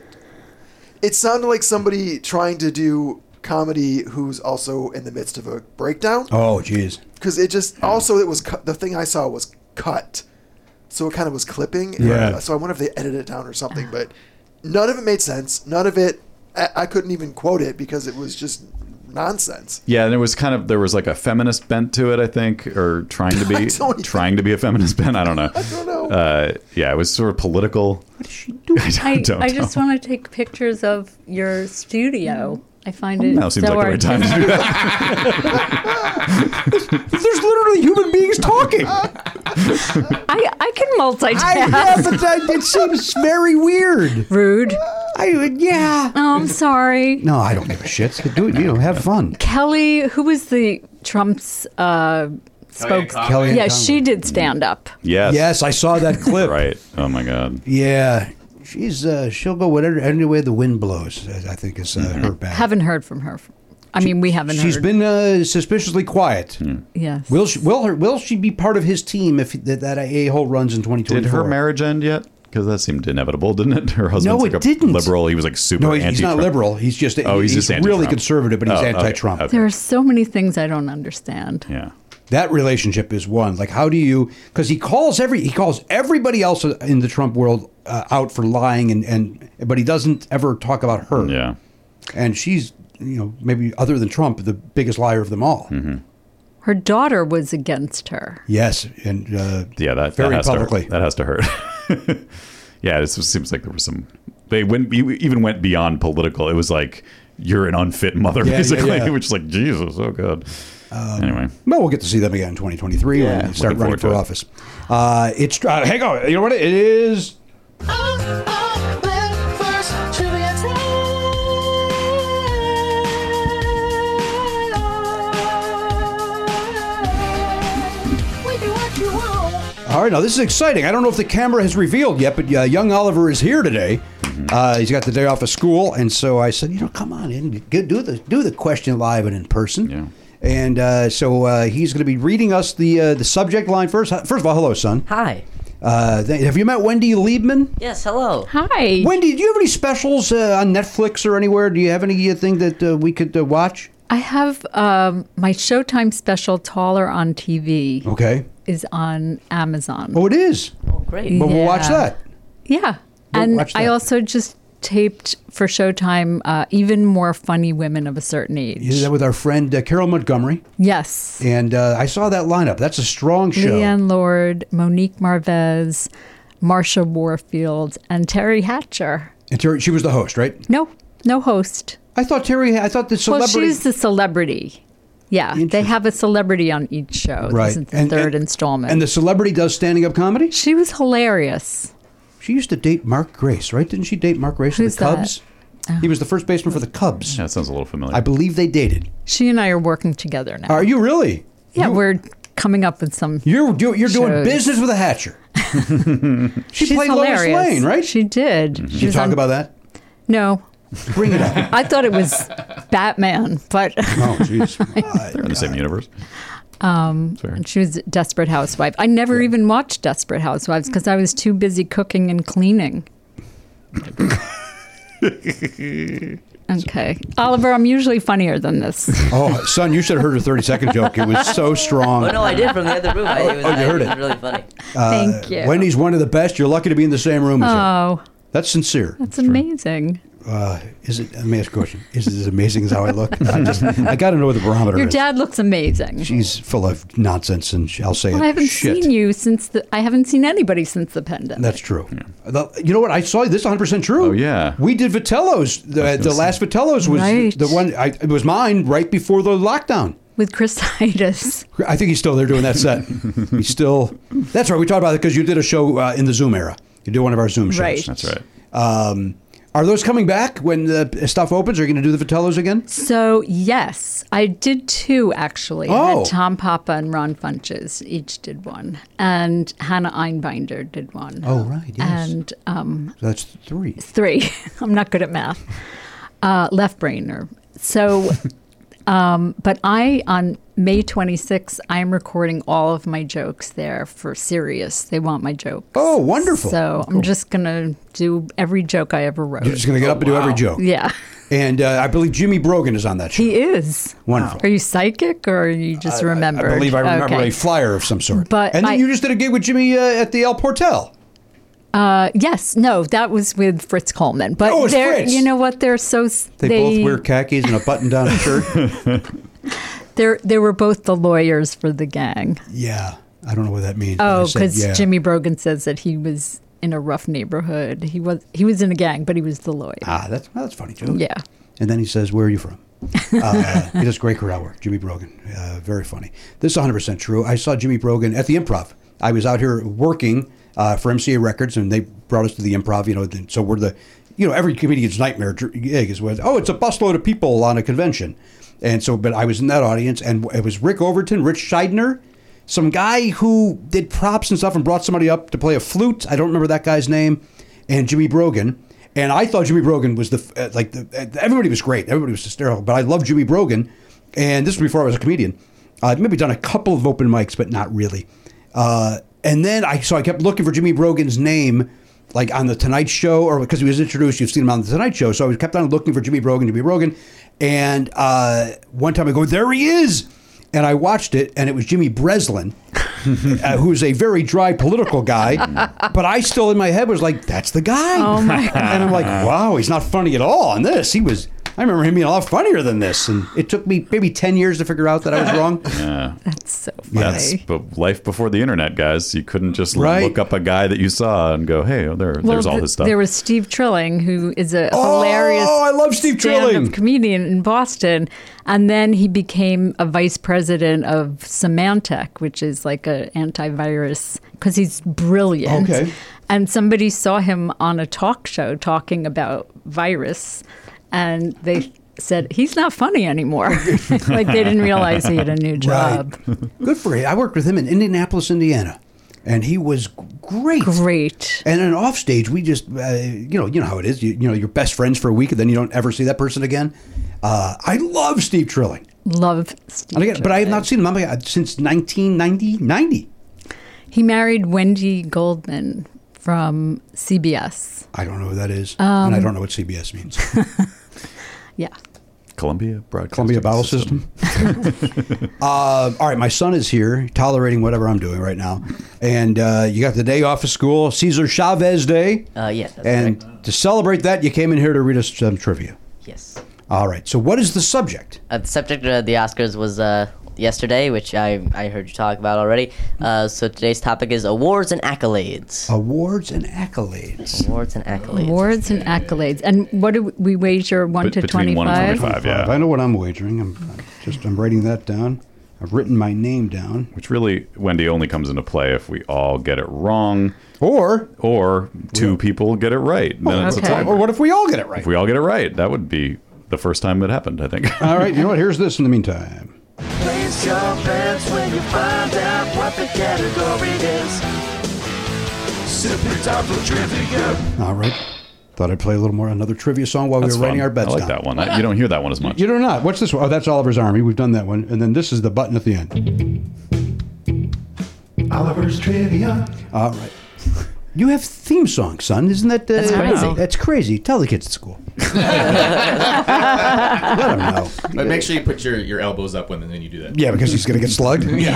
Speaker 2: it sounded like somebody trying to do comedy who's also in the midst of a breakdown.
Speaker 4: Oh, jeez.
Speaker 2: because it just also it was cut, the thing I saw was cut, so it kind of was clipping.
Speaker 4: Yeah.
Speaker 2: So I wonder if they edited it down or something, but none of it made sense. None of it. I, I couldn't even quote it because it was just nonsense.
Speaker 5: Yeah, and it was kind of there was like a feminist bent to it, I think, or trying
Speaker 4: *laughs*
Speaker 5: to be trying to be a feminist bent. I don't know. I don't know. Uh, yeah, it was sort of political. What
Speaker 4: is she doing?
Speaker 5: *laughs* *laughs* I, don't
Speaker 7: I just
Speaker 5: know.
Speaker 7: want to take pictures of your studio. I find it
Speaker 5: Now seems
Speaker 7: so
Speaker 5: like the right time *laughs* to do that.
Speaker 4: There's literally human beings *laughs* talking.
Speaker 7: I, I can multitask.
Speaker 4: I yeah, but that, it seems very weird.
Speaker 7: Rude.
Speaker 4: I would- yeah.
Speaker 7: Oh, I'm sorry.
Speaker 4: No, I don't give a shit. Do it. You know, have fun.
Speaker 7: Kelly, who was the Trump's uh, spokes?
Speaker 4: Conway. Kellyanne
Speaker 7: yeah,
Speaker 4: Conway.
Speaker 7: she did stand up.
Speaker 5: Yes.
Speaker 4: Yes, I saw
Speaker 5: *laughs*
Speaker 4: that clip.
Speaker 5: right. Oh my god.
Speaker 4: Yeah, she's uh, she'll go whatever any way the wind blows. I I think is uh,
Speaker 5: Mm-hmm.
Speaker 4: her bag.
Speaker 7: Haven't heard from her. I mean, we haven't
Speaker 4: She's
Speaker 7: heard.
Speaker 4: been uh, suspiciously quiet.
Speaker 5: Hmm.
Speaker 7: Yes.
Speaker 4: Will she, will her will she be part of his team if that, that a hole runs in twenty twenty?
Speaker 5: Did her marriage end yet? Because that seemed inevitable, didn't it? *laughs* Her husband's
Speaker 4: No,
Speaker 5: like
Speaker 4: it
Speaker 5: a
Speaker 4: didn't.
Speaker 5: liberal. He was like super
Speaker 4: No, he's
Speaker 5: anti
Speaker 4: not liberal. He's just
Speaker 5: oh, he's,
Speaker 4: he's
Speaker 5: just
Speaker 4: really
Speaker 5: anti-Trump.
Speaker 4: conservative, but he's
Speaker 5: Oh, okay,
Speaker 4: anti-Trump.
Speaker 5: okay.
Speaker 7: There are so many things I don't understand.
Speaker 5: Yeah.
Speaker 4: That relationship is one. Like, how do you? Because he calls every he calls everybody else in the Trump world uh, out for lying, and and but he doesn't ever talk about her.
Speaker 5: Yeah.
Speaker 4: and she's you know maybe other than Trump the biggest liar of them all.
Speaker 5: Mm-hmm.
Speaker 7: Her daughter was against her.
Speaker 4: Yes, and uh,
Speaker 5: yeah, that
Speaker 4: very
Speaker 5: that has
Speaker 4: publicly.
Speaker 5: To, that has to hurt. *laughs* yeah, this was- seems like there was some. They went you even went beyond political. It was like you're an unfit mother,
Speaker 4: Yeah, yeah,
Speaker 5: basically,
Speaker 4: yeah.
Speaker 5: which *laughs* is like Jesus, oh god. anyway,
Speaker 4: Well, we'll get to see them again in 2023
Speaker 5: Yeah,
Speaker 4: when they start
Speaker 5: looking
Speaker 4: running
Speaker 5: forward
Speaker 4: for
Speaker 5: to it.
Speaker 4: office. Uh, it's uh, hang on, you know what it is? All right, now this is exciting. I don't know if the camera has revealed yet, but uh, young Oliver is here today.
Speaker 5: Mm-hmm.
Speaker 4: Uh, he's got the day off of school, and so I said, you know, come on in, get, do the do the question live and in person. Yeah. And uh, so uh, he's going to be reading us the uh, the subject line first. First of all, hello, son.
Speaker 8: Hi.
Speaker 4: Uh, th- have you met Wendy Liebman?
Speaker 8: Yes, hello.
Speaker 7: Hi.
Speaker 4: Wendy, do you have any specials uh, on Netflix or anywhere? Do you have anything that uh, we could uh, watch?
Speaker 7: I have um, my Showtime special, Taller on TV,
Speaker 4: Okay.
Speaker 7: is on Amazon.
Speaker 4: Oh, it is.
Speaker 7: Oh,
Speaker 8: great.
Speaker 4: Well, we'll watch that.
Speaker 7: Yeah.
Speaker 4: We'll
Speaker 7: and
Speaker 4: watch
Speaker 7: I
Speaker 4: that.
Speaker 7: also just taped for Showtime uh, Even More Funny Women of a Certain Age.
Speaker 4: You did that with our friend uh, Carol Montgomery,
Speaker 7: Yes.
Speaker 4: and uh, I saw that lineup. That's a strong show.
Speaker 7: Leanne Lord, Monique Marvez, Marsha Warfield, and Terry Hatcher.
Speaker 4: And Terry, she was the host, right?
Speaker 7: No, no host.
Speaker 4: I thought Terry. I thought the celebrity-
Speaker 7: Well, she's the celebrity. Yeah, they have a celebrity on each show.
Speaker 4: Right.
Speaker 7: This is the
Speaker 4: And-
Speaker 7: third installment.
Speaker 4: And the celebrity does standing up comedy.
Speaker 7: She was hilarious.
Speaker 4: She used to date Mark Grace, right? Didn't she date Mark Grace
Speaker 7: Who's
Speaker 4: of the
Speaker 7: that?
Speaker 4: Cubs? He was the first baseman for the Cubs.
Speaker 5: Yeah, that sounds a little familiar.
Speaker 4: I believe they dated.
Speaker 7: she and I are working together now.
Speaker 4: Are you really?
Speaker 7: yeah, we're coming up with some.
Speaker 4: You're do, You're doing
Speaker 7: shows.
Speaker 4: business with a Hatcher. she
Speaker 7: She's
Speaker 4: played
Speaker 7: hilarious.
Speaker 4: Lois Lane, right?
Speaker 7: She did.
Speaker 4: Did
Speaker 7: She
Speaker 4: you
Speaker 7: was
Speaker 4: talk
Speaker 7: on-
Speaker 4: about that?
Speaker 7: No,
Speaker 4: bring it up.
Speaker 7: *laughs* I thought it was Batman, but
Speaker 4: Oh, jeez. They're
Speaker 5: in the same universe.
Speaker 7: Um, and she was a Desperate Housewife. I never even watched Desperate Housewives because I was too busy cooking and
Speaker 4: *laughs*
Speaker 7: cleaning. Okay, Oliver, I'm usually funnier than this.
Speaker 4: Oh, son, you should have heard her 30 second joke. It was so strong.
Speaker 8: Oh no, I did from the other room. I, it was,
Speaker 4: *laughs* Oh, you
Speaker 8: I-
Speaker 4: heard
Speaker 8: it. was
Speaker 4: it.
Speaker 8: really funny.
Speaker 4: Uh,
Speaker 7: Thank you.
Speaker 4: Wendy's one of the best. You're lucky to be in the same room as her.
Speaker 7: Oh,
Speaker 4: That's sincere.
Speaker 7: that's amazing.
Speaker 4: Uh, is it? Let me ask you a question. Is it as amazing as how I look? I just, I got to know what the barometer
Speaker 7: Your
Speaker 4: is.
Speaker 7: dad looks amazing.
Speaker 4: She's full of nonsense, and sh- I'll say
Speaker 7: Well,
Speaker 4: it.
Speaker 7: I haven't
Speaker 4: Shit.
Speaker 7: seen you since the. I haven't seen anybody since the pandemic.
Speaker 4: That's true. The- you know what? I saw this 100 percent true. Oh yeah, we did Vitello's. The, the last Vitello's was
Speaker 7: Right.
Speaker 4: the one. I, it was mine right before the lockdown.
Speaker 7: With Christitis.
Speaker 4: I think he's still there doing that set. he's still. That's right. We talked about it because you did a show uh, in the Zoom era. You did one of our Zoom shows.
Speaker 7: Right. That's
Speaker 5: right.
Speaker 4: Um, are those coming back when the stuff opens? Are you going to do the Vitello's again?
Speaker 7: So yes, I did two actually. I
Speaker 4: Oh.
Speaker 7: had Tom Papa and Ron Funches each did one, and Hannah Einbinder did one.
Speaker 4: Oh, right, yes.
Speaker 7: And um,
Speaker 4: So that's three.
Speaker 7: three. *laughs* I'm not good at math. Uh, left brainer.
Speaker 4: *laughs*
Speaker 7: So, um, but I on May 26th, I'm recording all of my jokes there for serious. They want my jokes.
Speaker 4: Oh, wonderful.
Speaker 7: So I'm just gonna do every joke I ever wrote.
Speaker 4: You're just going to get up and do every joke.
Speaker 7: Yeah.
Speaker 4: And uh, I believe Jimmy Brogan is on that show.
Speaker 7: He is.
Speaker 4: Wonderful.
Speaker 7: Are you psychic or are you just remember?
Speaker 4: I believe I remember a flyer of some sort.
Speaker 7: But
Speaker 4: and then
Speaker 7: I-
Speaker 4: you just did a gig with Jimmy uh, at the El Portel.
Speaker 7: Uh, yes, no, that was with Fritz Coleman. But
Speaker 4: Oh, it was
Speaker 7: they're,
Speaker 4: Fritz.
Speaker 7: you know what? They're so s-
Speaker 4: They, both wear khakis and a button-down shirt.
Speaker 7: *laughs* They're they were both the lawyers for the gang.
Speaker 4: yeah, I don't know what that means. but I
Speaker 7: Oh,
Speaker 4: said,
Speaker 7: because
Speaker 4: yeah.
Speaker 7: Jimmy Brogan says that he was in a rough neighborhood. He was he was in a gang, but he was the lawyer.
Speaker 4: Ah, that's well, that's a funny joke.
Speaker 7: Yeah.
Speaker 4: And then he says, "Where are you from?" Uh, he does great crowd work. Jimmy Brogan, uh, very funny. This is 100 percent true. I saw Jimmy Brogan at the Improv. I was out here working uh, for MCA Records, and they brought us to the Improv. You know, then- so we're the, you know, every comedian's nightmare dr- gig is when oh, it's a busload of people on a convention, and so but I was in that audience, and it was Rick Overton, Rich Scheidner. Some guy who did props and stuff and brought somebody up to play a flute. I don't remember that guy's name and Jimmy Brogan. And I thought Jimmy Brogan was the uh, like the, uh, everybody was great, everybody was hysterical. But I loved Jimmy Brogan, and this was before I was a comedian. I'd maybe done a couple of open mics, but not really. Uh, and then I so I kept looking for Jimmy Brogan's name, like on the Tonight Show, or because he was introduced, you've seen him on the Tonight Show. So I kept on looking for Jimmy Brogan, Jimmy Brogan. And uh, one time I go, there he is. And I watched it, and it was Jimmy Breslin, uh, who's a very dry political guy. But I *laughs* still in my head was like, that's the guy.
Speaker 7: Oh, my
Speaker 4: And I'm like, wow, he's not funny at all on this. He was I remember him being a lot funnier than this, and it took me maybe ten years to figure out that I was wrong.
Speaker 5: Yeah.
Speaker 7: That's so funny.
Speaker 5: That's but life before the internet, guys. You couldn't just
Speaker 4: Right.
Speaker 5: look up a guy that you saw and go, "Hey, oh, there, there's all
Speaker 7: th-
Speaker 5: his stuff."
Speaker 7: There was Steve Trilling, who is a hilarious.
Speaker 4: Oh, I love Steve
Speaker 7: stand-up
Speaker 4: Trilling.
Speaker 7: comedian in Boston, and then he became a vice president of Symantec, which is like an antivirus, because he's brilliant.
Speaker 4: Okay.
Speaker 7: And somebody saw him on a talk show talking about virus, and they said he's not funny anymore. *laughs* like they didn't realize he had a new job.
Speaker 4: Right. Good for you. I worked with him in Indianapolis, Indiana, and he was g- great.
Speaker 7: Great.
Speaker 4: And then off stage, we just, uh, you know, you know how it is. You, you know, you're best friends for a week, and then you don't ever see that person again. Uh, I love Steve Trilling,
Speaker 7: Love Steve.
Speaker 4: and again, but I have
Speaker 7: Trilling.
Speaker 4: not seen him I'm like, uh, since 1990. 90.
Speaker 7: He married Wendy Goldman from CBS.
Speaker 4: I don't know who that is,
Speaker 7: Um,
Speaker 4: and I don't know what CBS means.
Speaker 7: Yeah.
Speaker 5: Columbia Broadcasting
Speaker 4: Columbia Bowel System. *laughs* uh, all right, my son is here, tolerating whatever I'm doing right now, and uh, you got the day off of school, Cesar Chavez Day.
Speaker 8: Uh, yeah, that's
Speaker 4: and to celebrate that, you came in here to read us some trivia.
Speaker 8: Yes.
Speaker 4: All right. So, what is the subject?
Speaker 8: Uh, the subject of the Oscars was uh, yesterday, which I, I heard you talk about already. Uh, so today's topic is awards and accolades.
Speaker 4: Oh. Awards and accolades.
Speaker 8: Awards and accolades.
Speaker 7: Awards and accolades. And what do we wager? 1 to 25?
Speaker 5: yeah.
Speaker 4: I know what I'm wagering. I'm, I'm just I'm writing that down. I've written my name down.
Speaker 5: Which really, Wendy only comes into play if we all get it wrong,
Speaker 4: or
Speaker 5: or two people get it right.
Speaker 7: Oh,
Speaker 5: Then it's a
Speaker 4: Okay.
Speaker 5: tiebreaker.
Speaker 4: Or what if we all get it right?
Speaker 5: If we all get it right, that would be the first time it happened. I think. *laughs*
Speaker 4: All right. You know what? Here's this in the meantime.
Speaker 11: Place your bets when you find out what the category is. Simply top of trivia.
Speaker 4: All right. Thought I'd play a little more another trivia song while
Speaker 5: That's
Speaker 4: we were writing
Speaker 5: fun.
Speaker 4: our bets
Speaker 5: I like
Speaker 4: down.
Speaker 5: that one. I- you don't hear that one as much.
Speaker 4: You do not. What's this one? Oh, that's Oliver's Army. We've done that one. And then this is the button at the end.
Speaker 11: Oliver's trivia.
Speaker 4: All right. You have theme songs, son. Isn't that uh,
Speaker 8: That's crazy.
Speaker 4: That's crazy. Tell the kids
Speaker 8: *laughs*
Speaker 4: at school.
Speaker 6: But make sure you put your, your elbows up when then you do that.
Speaker 4: Yeah, because he's going to get
Speaker 6: *laughs*
Speaker 4: slugged. yeah.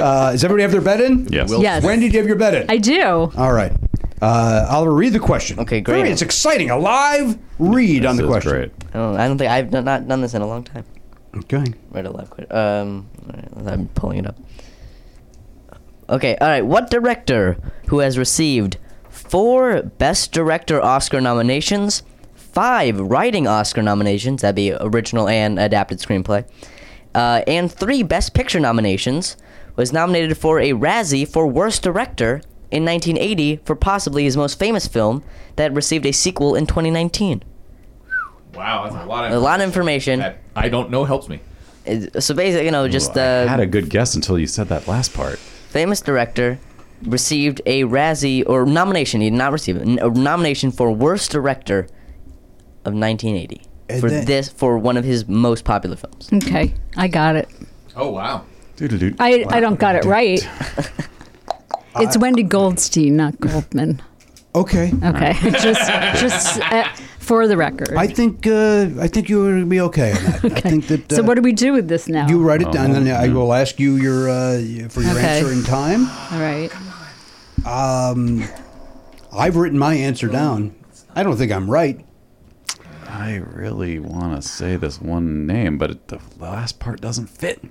Speaker 4: Uh, does everybody have their bet in?
Speaker 5: Yes.
Speaker 7: Yes.
Speaker 4: When did you have your bet in?
Speaker 7: I do.
Speaker 4: All right. Uh, Oliver, read the question. Okay,
Speaker 8: great.
Speaker 4: It's exciting. A live read on the question.
Speaker 8: Oh, I don't think I've not- not done this in a long time.
Speaker 4: Okay.
Speaker 8: Right a left quick. Um, all right, I'm pulling it up. Okay, all right. What director who has received four Best Director Oscar nominations, five Writing Oscar nominations that'd be original and adapted screenplay, uh, and three Best Picture nominations was nominated for a Razzie for Worst Director in 1980 for possibly his most famous film that received a sequel in 2019.
Speaker 6: Wow, that's a lot of
Speaker 8: A lot of information.
Speaker 6: I don't know helps me.
Speaker 8: So basically, you know, just
Speaker 5: I
Speaker 8: uh,
Speaker 5: had a good guess until you said that last part.
Speaker 8: famous director received a Razzie or nomination. He did not receive it. A nomination for worst director of 1980
Speaker 4: And
Speaker 8: for
Speaker 4: then-
Speaker 8: this for one of his most popular films. Uh,
Speaker 7: Okay. I got it.
Speaker 6: Oh wow.
Speaker 7: I, I don't got it right.
Speaker 4: *laughs*
Speaker 7: It's Wendy Goldstein, not Goldman.
Speaker 4: Okay.
Speaker 7: Okay. *laughs* just just uh, for the record.
Speaker 4: I think uh, I think you would be okay on that. I think that. Uh,
Speaker 7: so what do we do with this now?
Speaker 4: you write it down, and then I will ask you your uh, for your
Speaker 7: Okay.
Speaker 4: answer in time.
Speaker 7: All right.
Speaker 4: Um, I've written my answer down. I don't think I'm right.
Speaker 5: I really want to say this one name, but it, the last part doesn't fit.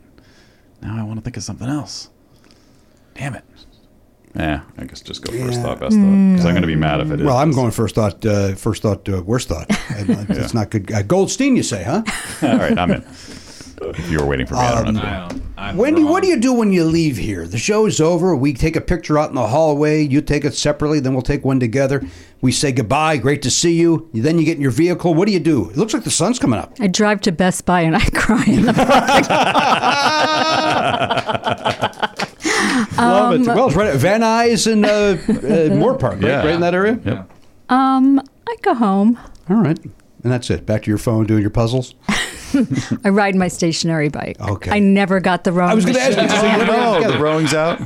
Speaker 5: Now I want to think of something else. Damn it. Yeah, I guess just go first thought, best thought. Because I'm going to be mad if it is.
Speaker 4: Well, I'm going first thought, uh, first thought, uh, worst
Speaker 7: *laughs*
Speaker 4: thought. And, uh, It's not good. Uh, Goldstein, you say, huh?
Speaker 5: *laughs* All right, I'm in. You were waiting for me. I
Speaker 4: Um,
Speaker 5: don't know. if you-
Speaker 4: Wendy, what
Speaker 5: Uh-huh.
Speaker 4: do you do when you leave here? The show's over. We take a picture out in the hallway. You take it separately. Then we'll take one together. We say goodbye. Great to see you. Then you get in your vehicle. What do you do? It looks like the sun's coming up.
Speaker 7: I drive to Best Buy and I *laughs* cry in the
Speaker 4: Love it.
Speaker 7: Um,
Speaker 4: Well, Oh, it's right at Van Nuys and
Speaker 7: *laughs*
Speaker 4: uh, uh, Moore Park, right?
Speaker 5: Yeah.
Speaker 4: right in that area. *laughs*
Speaker 5: Yep.
Speaker 7: Um I go home.
Speaker 4: All right. And that's it. Back to your phone, doing your puzzles.
Speaker 7: I ride my stationary bike.
Speaker 4: Okay.
Speaker 7: I never got the wrong
Speaker 4: I was going to ask you.
Speaker 7: machine.
Speaker 4: so you were
Speaker 5: Oh,
Speaker 4: together.
Speaker 5: the rowing's out.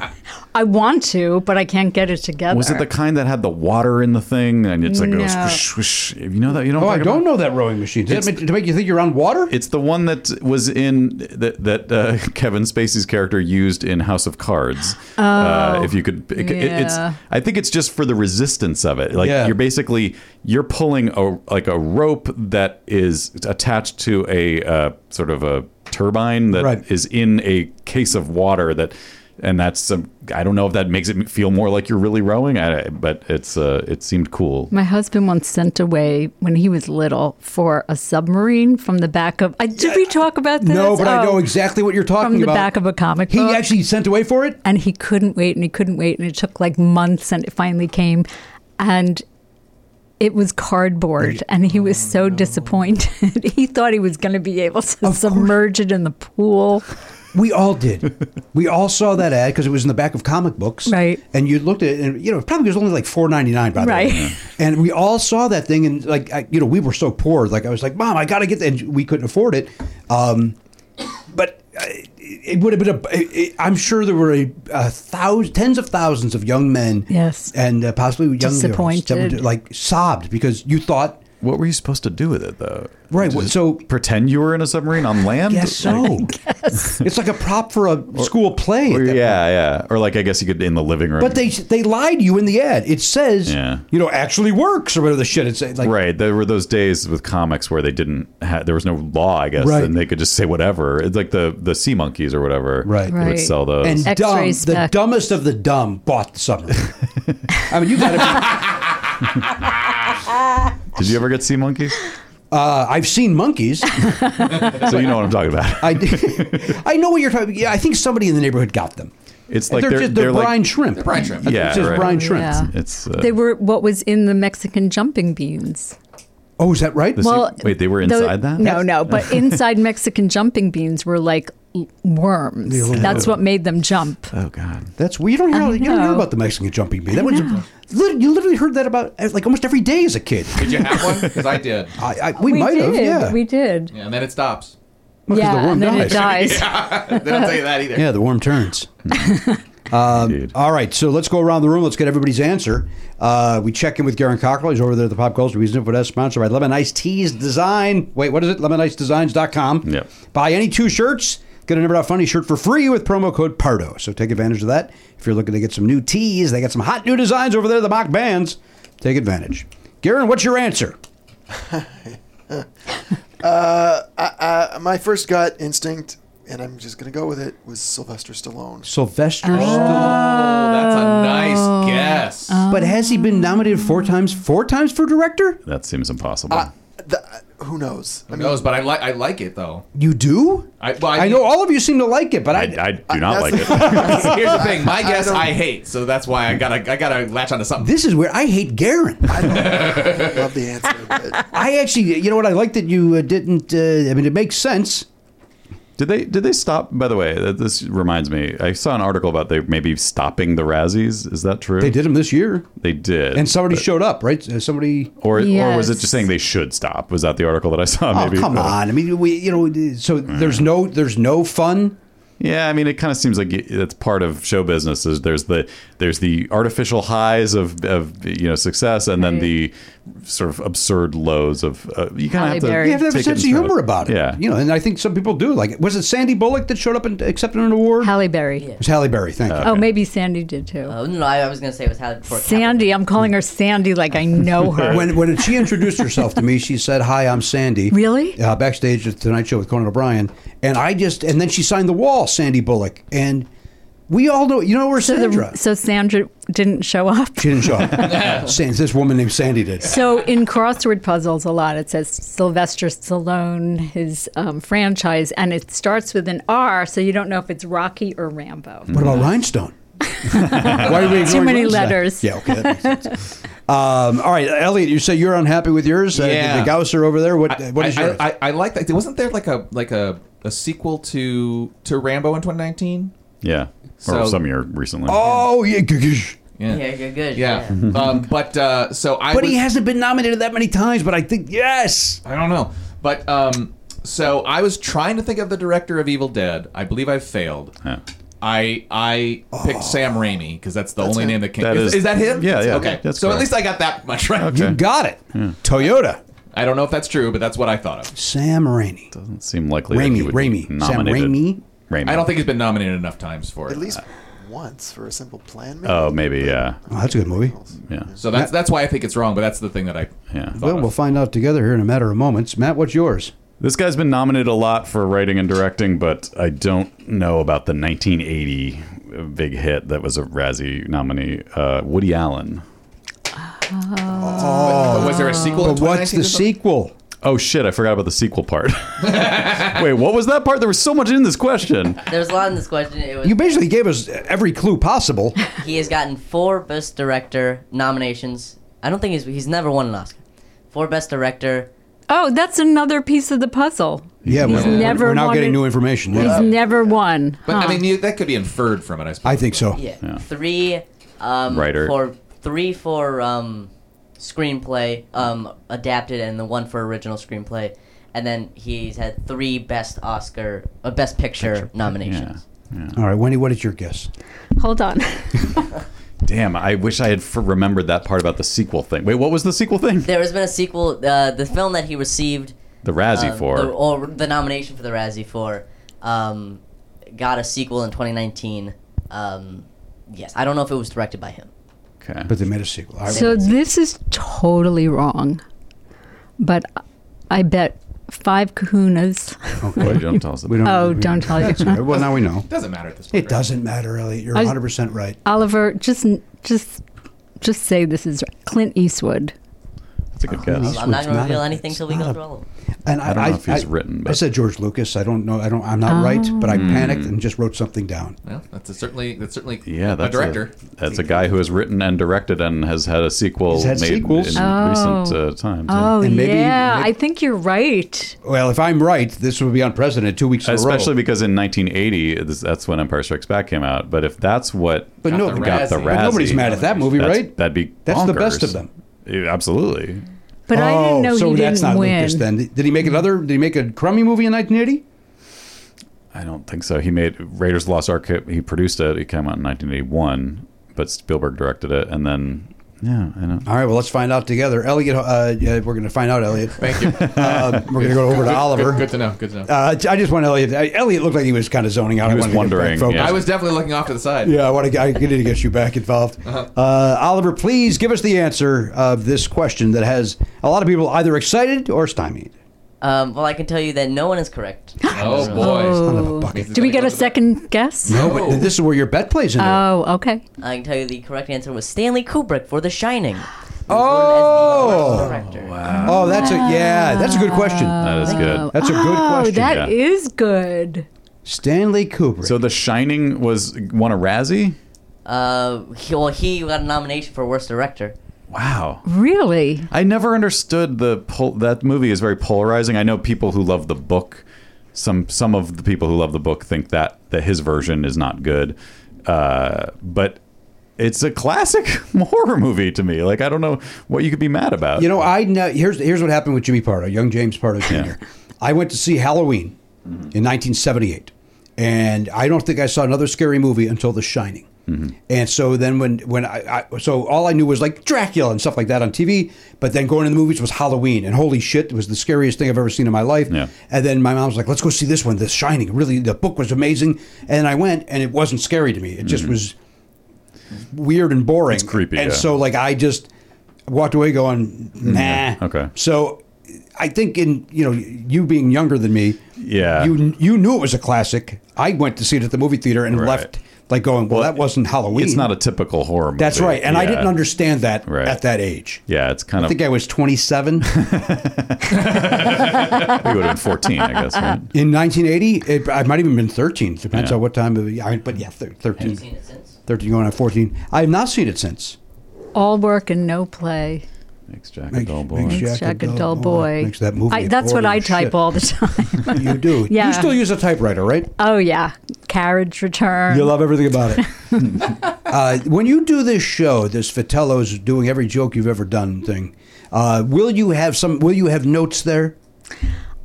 Speaker 7: I want to, but I can't get it together.
Speaker 5: Was it the kind that had the water in the thing and it's like
Speaker 7: No.
Speaker 5: goes swish swish? You know that you know.
Speaker 4: Oh, I don't know that rowing machine. Does that make, to make you think you're on water?
Speaker 5: It's the one that was in that that uh, *laughs* Kevin Spacey's character used in House of Cards. uh,
Speaker 7: Oh,
Speaker 5: if you could, it- it- it's.
Speaker 7: yeah.
Speaker 5: I think it's just for the resistance of it. Like
Speaker 4: Yeah.
Speaker 5: you're basically you're pulling a like a rope that is attached to a uh, sort of a turbine that is
Speaker 4: Right.
Speaker 5: in a case of water that. And that's some. I don't know if that makes it feel more like you're really rowing, I, but it's uh, it seemed cool.
Speaker 7: My husband once sent away when he was little for a submarine from the back of. I, did we talk about this?
Speaker 4: No, but I
Speaker 7: Oh,
Speaker 4: know exactly what you're talking
Speaker 7: From the
Speaker 4: about.
Speaker 7: back of a comic
Speaker 4: He
Speaker 7: book.
Speaker 4: actually sent away for it?
Speaker 7: And he couldn't wait and he couldn't wait. And it took like months and it finally came. And it was cardboard. And he was
Speaker 4: Oh,
Speaker 7: so disappointed. *laughs* he thought he was going to be able to submerge it in
Speaker 4: *laughs*
Speaker 7: the pool.
Speaker 4: We all
Speaker 5: *laughs*
Speaker 4: did. we all saw that ad because it was in the back of comic books, right? And you looked at it, and you know, it probably was only like four ninety nine, by the
Speaker 7: Right.
Speaker 4: way. And we all saw that thing, and like, I, you know, we were so poor. Like, I was like, "Mom, I got to get that." And we couldn't afford it. Um, but uh, it would have been a. it- it- I'm sure there were a, a thousand, tens of thousands of young men,
Speaker 7: Yes.
Speaker 4: and uh, possibly young girls that would,
Speaker 7: Disappointed.
Speaker 4: like sobbed because you thought.
Speaker 5: What were you supposed to do with it, though?
Speaker 4: Right. what- so
Speaker 5: pretend you were in a submarine on land.
Speaker 4: guess so.
Speaker 5: *laughs*
Speaker 4: it's like a prop for a school play.
Speaker 5: Or- yeah, yeah. Or like I guess you could in the living room.
Speaker 4: But they they lied to you in the ad. It says
Speaker 5: Yeah.
Speaker 4: you know actually works or whatever the shit it's like.
Speaker 5: right. There were those days with comics where they didn't. Ha- there was no law, I guess,
Speaker 4: Right.
Speaker 5: and they could just say whatever. It's like the the sea monkeys or whatever.
Speaker 4: Right.
Speaker 5: They would sell those.
Speaker 4: And dumb, the dumbest of the dumb bought the
Speaker 5: *laughs*
Speaker 4: submarine. I mean, you got to.
Speaker 5: Did you ever get sea
Speaker 6: *laughs*
Speaker 5: monkeys?
Speaker 4: Uh, I've seen monkeys.
Speaker 5: so you know what I'm talking about.
Speaker 4: I, *laughs* I know what you're talking. Yeah, I think somebody in the neighborhood got them.
Speaker 5: It's like
Speaker 4: they're,
Speaker 5: they're-
Speaker 4: just, they're,
Speaker 5: they're like-
Speaker 4: brine shrimp.
Speaker 5: They're brine shrimp. Yeah,
Speaker 4: it's just
Speaker 5: right.
Speaker 4: brine shrimp.
Speaker 7: Yeah.
Speaker 5: It's uh,
Speaker 7: they were what was in the Mexican jumping beans.
Speaker 4: Oh, is that right?
Speaker 5: The sea- wait, they were
Speaker 7: though-
Speaker 5: inside that?
Speaker 7: No, no,
Speaker 5: *laughs*
Speaker 7: but inside Mexican jumping beans were like l- worms.
Speaker 4: Yeah, little
Speaker 7: That's
Speaker 4: worms.
Speaker 7: what made them jump.
Speaker 5: Oh God,
Speaker 4: that's well, you don't hear
Speaker 7: I
Speaker 4: you don't hear
Speaker 7: know.
Speaker 4: about the Mexican jumping bee. That was lit- you literally heard that about uh, like almost every day as a kid.
Speaker 6: Did you have one? Because
Speaker 5: *laughs*
Speaker 6: I did.
Speaker 4: I, I, we, might have, yeah.
Speaker 7: We did.
Speaker 6: Yeah, and then it stops. *laughs*
Speaker 4: Well, 'cause the worm
Speaker 7: and then it
Speaker 4: dies.
Speaker 5: *laughs*
Speaker 7: dies.
Speaker 6: Yeah, they don't tell you that either.
Speaker 4: Yeah, the worm turns. um, all right, so let's go around the room. Let's get everybody's answer. Uh, we check in with Garen Cockrell. He's over there at the Pop Culture Reason for That, sponsored by Lemon Ice Tees Design. Wait, what is it? LemonIceDesigns.com. Yep. Buy any two shirts. Get a Never Not Funny shirt for free with promo code PARDO. So take advantage of that. If you're looking to get some new tees, they got some hot new designs over there, the mock bands. Take advantage. Garen, what's your answer?
Speaker 2: Uh, I, I, my first gut instinct, and I'm just gonna go with it, was Sylvester Stallone.
Speaker 4: Sylvester
Speaker 2: Oh,
Speaker 6: that's a nice guess.
Speaker 4: But has he been nominated four times? Four times for director?
Speaker 5: that seems impossible.
Speaker 6: Uh,
Speaker 2: uh, Who knows?
Speaker 6: Who knows? But I like I like
Speaker 5: *laughs*
Speaker 6: it though.
Speaker 4: You do?
Speaker 6: I, well,
Speaker 4: I know all of you seem to like it, but I,
Speaker 5: I
Speaker 6: uh,
Speaker 5: do not like it.
Speaker 6: *laughs* Here's the thing. My
Speaker 4: I- I
Speaker 6: guess
Speaker 4: don't-
Speaker 6: I, hate, so that's why I gotta I gotta latch onto something.
Speaker 4: This is where I hate Garen.
Speaker 2: love the answer.
Speaker 4: I actually, you know what? I like that you uh, didn't. Uh, I mean, it makes sense.
Speaker 5: Did they did they stop? By the way, that- this reminds me. I saw an article about they maybe stopping the Razzies. Is that true?
Speaker 4: They did them this year,
Speaker 5: They did.
Speaker 4: and somebody showed up, right? Uh, somebody.
Speaker 5: or or was it just saying they should stop? Was that the article that I saw?
Speaker 4: Oh,
Speaker 5: Maybe. uh,
Speaker 4: come
Speaker 5: But-
Speaker 4: on! I mean, we, you know, uh, so there's no, there's no fun.
Speaker 5: Yeah, I mean, it kind of seems like it- it's part of show business. Is there's the there's the artificial highs of, of you know success, and then the sort of absurd lows of uh, you kind of have to
Speaker 4: you have to have a
Speaker 5: take it
Speaker 4: sense of
Speaker 5: and throw
Speaker 4: humor about it.
Speaker 5: Yeah,
Speaker 4: you know, and I think some people do. Like, was it Sandy Bullock that showed up and accepted an award?
Speaker 7: Halle Berry.
Speaker 4: It was Halle Berry. Thank you.
Speaker 7: Oh, maybe Sandy did too.
Speaker 8: Oh no, I, I was gonna say it was Halle before.
Speaker 7: Sandy, I'm calling her Sandy like I know
Speaker 4: *laughs*
Speaker 7: her.
Speaker 4: When, when she introduced herself to me, she said, "Hi, I'm Sandy."
Speaker 7: Really?
Speaker 4: Uh, backstage at the Tonight Show with Conan O'Brien, and I just and then she signed the wall, Sandy Bullock, and we all know you know where
Speaker 7: so,
Speaker 4: Sandra.
Speaker 7: the, so Sandra didn't show up.
Speaker 4: she didn't show
Speaker 7: *laughs*
Speaker 4: up. San- this woman named Sandy did.
Speaker 7: So in crossword puzzles, a lot it says Sylvester Stallone, his um, franchise, and it starts with an R, so you don't know if it's Rocky or Rambo.
Speaker 4: What about
Speaker 7: *laughs*
Speaker 4: Rhinestone? Why are we
Speaker 7: Too
Speaker 4: ignoring
Speaker 7: many
Speaker 4: Rhinestone?
Speaker 7: letters.
Speaker 4: Yeah, okay. That makes sense. Um, all right, Elliot, you say you're unhappy with yours. Uh,
Speaker 6: Yeah.
Speaker 4: the Gausser over there. What? uh, what is
Speaker 6: I,
Speaker 4: yours?
Speaker 6: I, I, I like that. Wasn't there like a like a, a sequel to to Rambo in 2019?
Speaker 5: yeah,
Speaker 6: So-
Speaker 5: or some year recently.
Speaker 4: oh yeah.
Speaker 8: Yeah, you're good.
Speaker 6: Yeah. *laughs* um, but uh, so I.
Speaker 4: But he
Speaker 6: was-
Speaker 4: hasn't been nominated that many times. But I think yes.
Speaker 6: I don't know. But um, so I was trying to think of the director of Evil Dead. I believe I failed. I I picked Sam Raimi because that's the
Speaker 4: Oh. That's
Speaker 6: only
Speaker 4: him.
Speaker 6: name that came.
Speaker 4: That
Speaker 6: is,
Speaker 4: is-
Speaker 6: is that him?
Speaker 4: yeah, yeah,
Speaker 6: Okay,
Speaker 4: that's
Speaker 6: so at
Speaker 4: correct.
Speaker 6: least I got that much right.
Speaker 4: You got it.
Speaker 6: Hmm.
Speaker 4: Toyota.
Speaker 6: I don't know if that's true, but that's what I thought of.
Speaker 4: Sam Raimi.
Speaker 5: Doesn't seem likely. that
Speaker 4: Raimi,
Speaker 5: he would
Speaker 4: Raimi,
Speaker 5: be
Speaker 4: Sam
Speaker 5: nominated.
Speaker 4: Raimi?
Speaker 5: Raimi.
Speaker 6: I don't think he's been nominated enough times for it.
Speaker 2: At
Speaker 5: *laughs*
Speaker 2: least once for a simple plan. Maybe.
Speaker 5: Oh, maybe yeah.
Speaker 4: Oh, that's a good movie.
Speaker 5: Yeah.
Speaker 6: So that's that's why I think it's wrong, but that's the thing that I
Speaker 5: yeah.
Speaker 4: Well, we'll find out together here in a matter of moments. Matt, what's yours?
Speaker 5: This guy's been nominated a lot for writing and directing, but I don't know about the 1980 big hit that was a Razzie nominee, uh, Woody Allen.
Speaker 6: Oh, was there a sequel? in
Speaker 4: But what's
Speaker 6: 2019 or
Speaker 4: the
Speaker 6: something?
Speaker 4: sequel?
Speaker 5: Oh shit! I forgot about the sequel part. *laughs* Wait, what was that part? There was so much in this question.
Speaker 8: There's a lot in this question. It was
Speaker 4: You basically gave us every clue possible.
Speaker 8: he has gotten four best director nominations. I don't think he's he's never won an Oscar. Four best director.
Speaker 7: Oh, that's another piece of the puzzle.
Speaker 4: *laughs* Yeah,
Speaker 7: He's
Speaker 4: we're,
Speaker 7: never
Speaker 4: we're now
Speaker 7: wanted-
Speaker 4: getting new information.
Speaker 7: He's
Speaker 4: Yeah.
Speaker 7: never won.
Speaker 6: But I
Speaker 7: huh?
Speaker 6: mean, you, that could be inferred from it. I suppose.
Speaker 4: I think so.
Speaker 8: Yeah. Three um
Speaker 5: Writer.
Speaker 8: for three for um screenplay um adapted and the one for original screenplay. And then he's had three best Oscar uh, best picture, nominations.
Speaker 4: All right, Wendy, what is your guess? *laughs*
Speaker 7: Hold on.
Speaker 5: Damn, I wish I had f- remembered that part about the sequel thing. Wait, what was the sequel thing?
Speaker 8: There has been a sequel uh, the film that he received
Speaker 5: The Razzie
Speaker 8: um,
Speaker 5: for.
Speaker 8: the, or the nomination for the Razzie for um, got a sequel in 2019. Um, yes, I don't know if it was directed by him.
Speaker 5: Okay.
Speaker 4: But they made a sequel. All right.
Speaker 7: So this is totally wrong, but I bet five kahunas.
Speaker 4: *laughs*
Speaker 5: Wait, you don't tell us.
Speaker 4: We don't,
Speaker 7: Oh,
Speaker 4: we-
Speaker 7: don't tell
Speaker 4: *laughs*
Speaker 7: you.
Speaker 4: That's all right. Well, now we know.
Speaker 6: Doesn't matter at this point.
Speaker 4: It doesn't matter, Elliot. You're
Speaker 7: I was-
Speaker 4: 100% right.
Speaker 7: Oliver, just just just say this is Clint Eastwood.
Speaker 5: That's a good
Speaker 4: Clint
Speaker 5: guess.
Speaker 8: Well, I'm not going
Speaker 4: Eastwood's
Speaker 8: to
Speaker 4: not
Speaker 8: reveal
Speaker 4: a-
Speaker 8: anything
Speaker 4: it's
Speaker 8: till we
Speaker 4: not
Speaker 8: go
Speaker 4: a-
Speaker 8: through all of them.
Speaker 4: And
Speaker 5: I don't know if he's written,
Speaker 4: I
Speaker 5: but-
Speaker 4: said George Lucas. I don't know. I don't. I'm not right, but I panicked and just wrote something down.
Speaker 6: Well, that's a certainly that's certainly
Speaker 5: Yeah, that's
Speaker 6: a director.
Speaker 5: that's a guy who has written and directed and has had a sequel
Speaker 4: He's had
Speaker 5: made
Speaker 4: sequels.
Speaker 5: in
Speaker 7: Oh.
Speaker 5: recent uh, times. yeah.
Speaker 7: Oh
Speaker 4: And maybe-
Speaker 7: yeah,
Speaker 4: maybe-
Speaker 7: I think you're right.
Speaker 4: Well, if I'm right, this will be unprecedented. Two weeks in
Speaker 5: Especially
Speaker 4: a row.
Speaker 5: because in 1980, this- that's when Empire Strikes Back came out. But if that's what
Speaker 4: But no,
Speaker 6: the
Speaker 5: got the
Speaker 6: Razzie.
Speaker 5: Razzie,
Speaker 4: But nobody's mad at that movie,
Speaker 5: that's-
Speaker 4: right?
Speaker 5: That'd be
Speaker 4: That's the best
Speaker 5: bonkers.
Speaker 4: of them.
Speaker 5: Yeah, absolutely.
Speaker 7: But I didn't know
Speaker 4: Oh, so
Speaker 7: he
Speaker 4: that's
Speaker 7: didn't
Speaker 4: not
Speaker 7: win.
Speaker 4: Lucas then. Did he make another? Did he make a crummy movie in 1980?
Speaker 5: I don't think so. He made Raiders of the Lost Ark. He produced it. It came out in 1981, but Spielberg directed it. And then, yeah, I know.
Speaker 4: All right. Well, let's find out together. Elliot, uh, yeah, we're going to find out,
Speaker 5: *laughs*
Speaker 4: Elliot. *laughs*
Speaker 6: Thank you.
Speaker 4: Uh, we're going to go over to Oliver.
Speaker 6: Good, good to know. Good to know.
Speaker 4: Uh, I just want Elliot. I- Elliot looked like he was kind of zoning out.
Speaker 5: He
Speaker 4: I
Speaker 5: was
Speaker 4: wanted to get
Speaker 5: wondering,
Speaker 4: back focused.
Speaker 5: yeah.
Speaker 6: I was definitely looking off to the side.
Speaker 4: Yeah, I want to. I need to get you back involved.
Speaker 5: Uh-huh.
Speaker 4: Uh, Oliver, please give us the answer of this question that has a lot of people either excited or stymied.
Speaker 8: Um, well, I can tell you that no one is correct.
Speaker 6: Oh boy.
Speaker 4: Son of a
Speaker 7: Oh.
Speaker 4: bucket.
Speaker 7: Do we get a second guess?
Speaker 4: No, but this is where your bet plays into. it.
Speaker 7: Oh, okay.
Speaker 8: I can tell you the correct answer was Stanley Kubrick for The Shining.
Speaker 4: Oh.
Speaker 8: Director.
Speaker 4: Oh, that's a yeah. That's a good question.
Speaker 5: That is good.
Speaker 4: That's a good
Speaker 7: Oh,
Speaker 4: question.
Speaker 7: that is
Speaker 5: yeah.
Speaker 7: good.
Speaker 4: Stanley Kubrick.
Speaker 5: So The Shining was won a Razzie.
Speaker 8: Uh, he, well, he got a nomination for Worst Director.
Speaker 5: Wow.
Speaker 7: Really?
Speaker 5: I never understood the pol- that movie is very polarizing. I know people who love the book. Some some of the people who love the book think that that his version is not good, uh, but it's a classic *laughs* horror movie to me. Like I don't know what you could be mad about.
Speaker 4: you know, I know. Here's here's what happened with Jimmy Pardo, young James Pardo Jr. I went to see Halloween in 1978, and I don't think I saw another scary movie until The Shining.
Speaker 5: Mm-hmm.
Speaker 4: And so then when when I, I so all I knew was like Dracula and stuff like that on TV, but then going to the movies was Halloween, and holy shit, it was the scariest thing I've ever seen in my life.
Speaker 5: Yeah.
Speaker 4: And then my mom was like, "Let's go see this one, The Shining." Really, the book was amazing, and I went, and it wasn't scary to me. It just was weird and boring.
Speaker 5: Mm-hmm. It's creepy,
Speaker 4: And
Speaker 5: yeah.
Speaker 4: so like I just walked away going, nah.
Speaker 5: Mm, okay.
Speaker 4: So I think in you know you being younger than me,
Speaker 5: Yeah.
Speaker 4: you you knew it was a classic. I went to see it at the movie theater and
Speaker 5: Right.
Speaker 4: left like going, well,
Speaker 5: Well,
Speaker 4: that wasn't Halloween.
Speaker 5: it's not a typical horror movie.
Speaker 4: That's right, and I
Speaker 5: Yeah.
Speaker 4: didn't understand that
Speaker 5: Right.
Speaker 4: at that age.
Speaker 5: Yeah, it's kind
Speaker 4: I
Speaker 5: of.
Speaker 4: think I was 27
Speaker 5: *laughs*
Speaker 4: in
Speaker 5: I would have been fourteen, I guess.
Speaker 4: *laughs*
Speaker 5: Right?
Speaker 4: 1980. It, I might even been 13. Depends
Speaker 5: Yeah.
Speaker 4: on what time. Of, I mean, but yeah, thir-
Speaker 8: I've seen
Speaker 4: 13,
Speaker 8: it since.
Speaker 4: 13 going on 14. I have not seen it
Speaker 5: *laughs*
Speaker 4: since.
Speaker 7: All work and no play.
Speaker 5: Makes Jack a dull boy.
Speaker 4: makes
Speaker 7: Makes
Speaker 4: Jack a
Speaker 7: Jack a
Speaker 4: dull
Speaker 7: dull
Speaker 4: boy.
Speaker 7: boy.
Speaker 4: Makes that movie
Speaker 7: I, that's what
Speaker 4: boring
Speaker 7: I
Speaker 4: as
Speaker 7: type
Speaker 4: shit.
Speaker 7: all the time. *laughs*
Speaker 4: You do.
Speaker 7: Yeah.
Speaker 4: You still use a typewriter, right?
Speaker 7: oh yeah, carriage return.
Speaker 4: You love everything about it.
Speaker 7: *laughs*
Speaker 4: uh, when you do this show, this Vitello's doing every joke you've ever done thing. Uh, will you have some? Will you have notes there?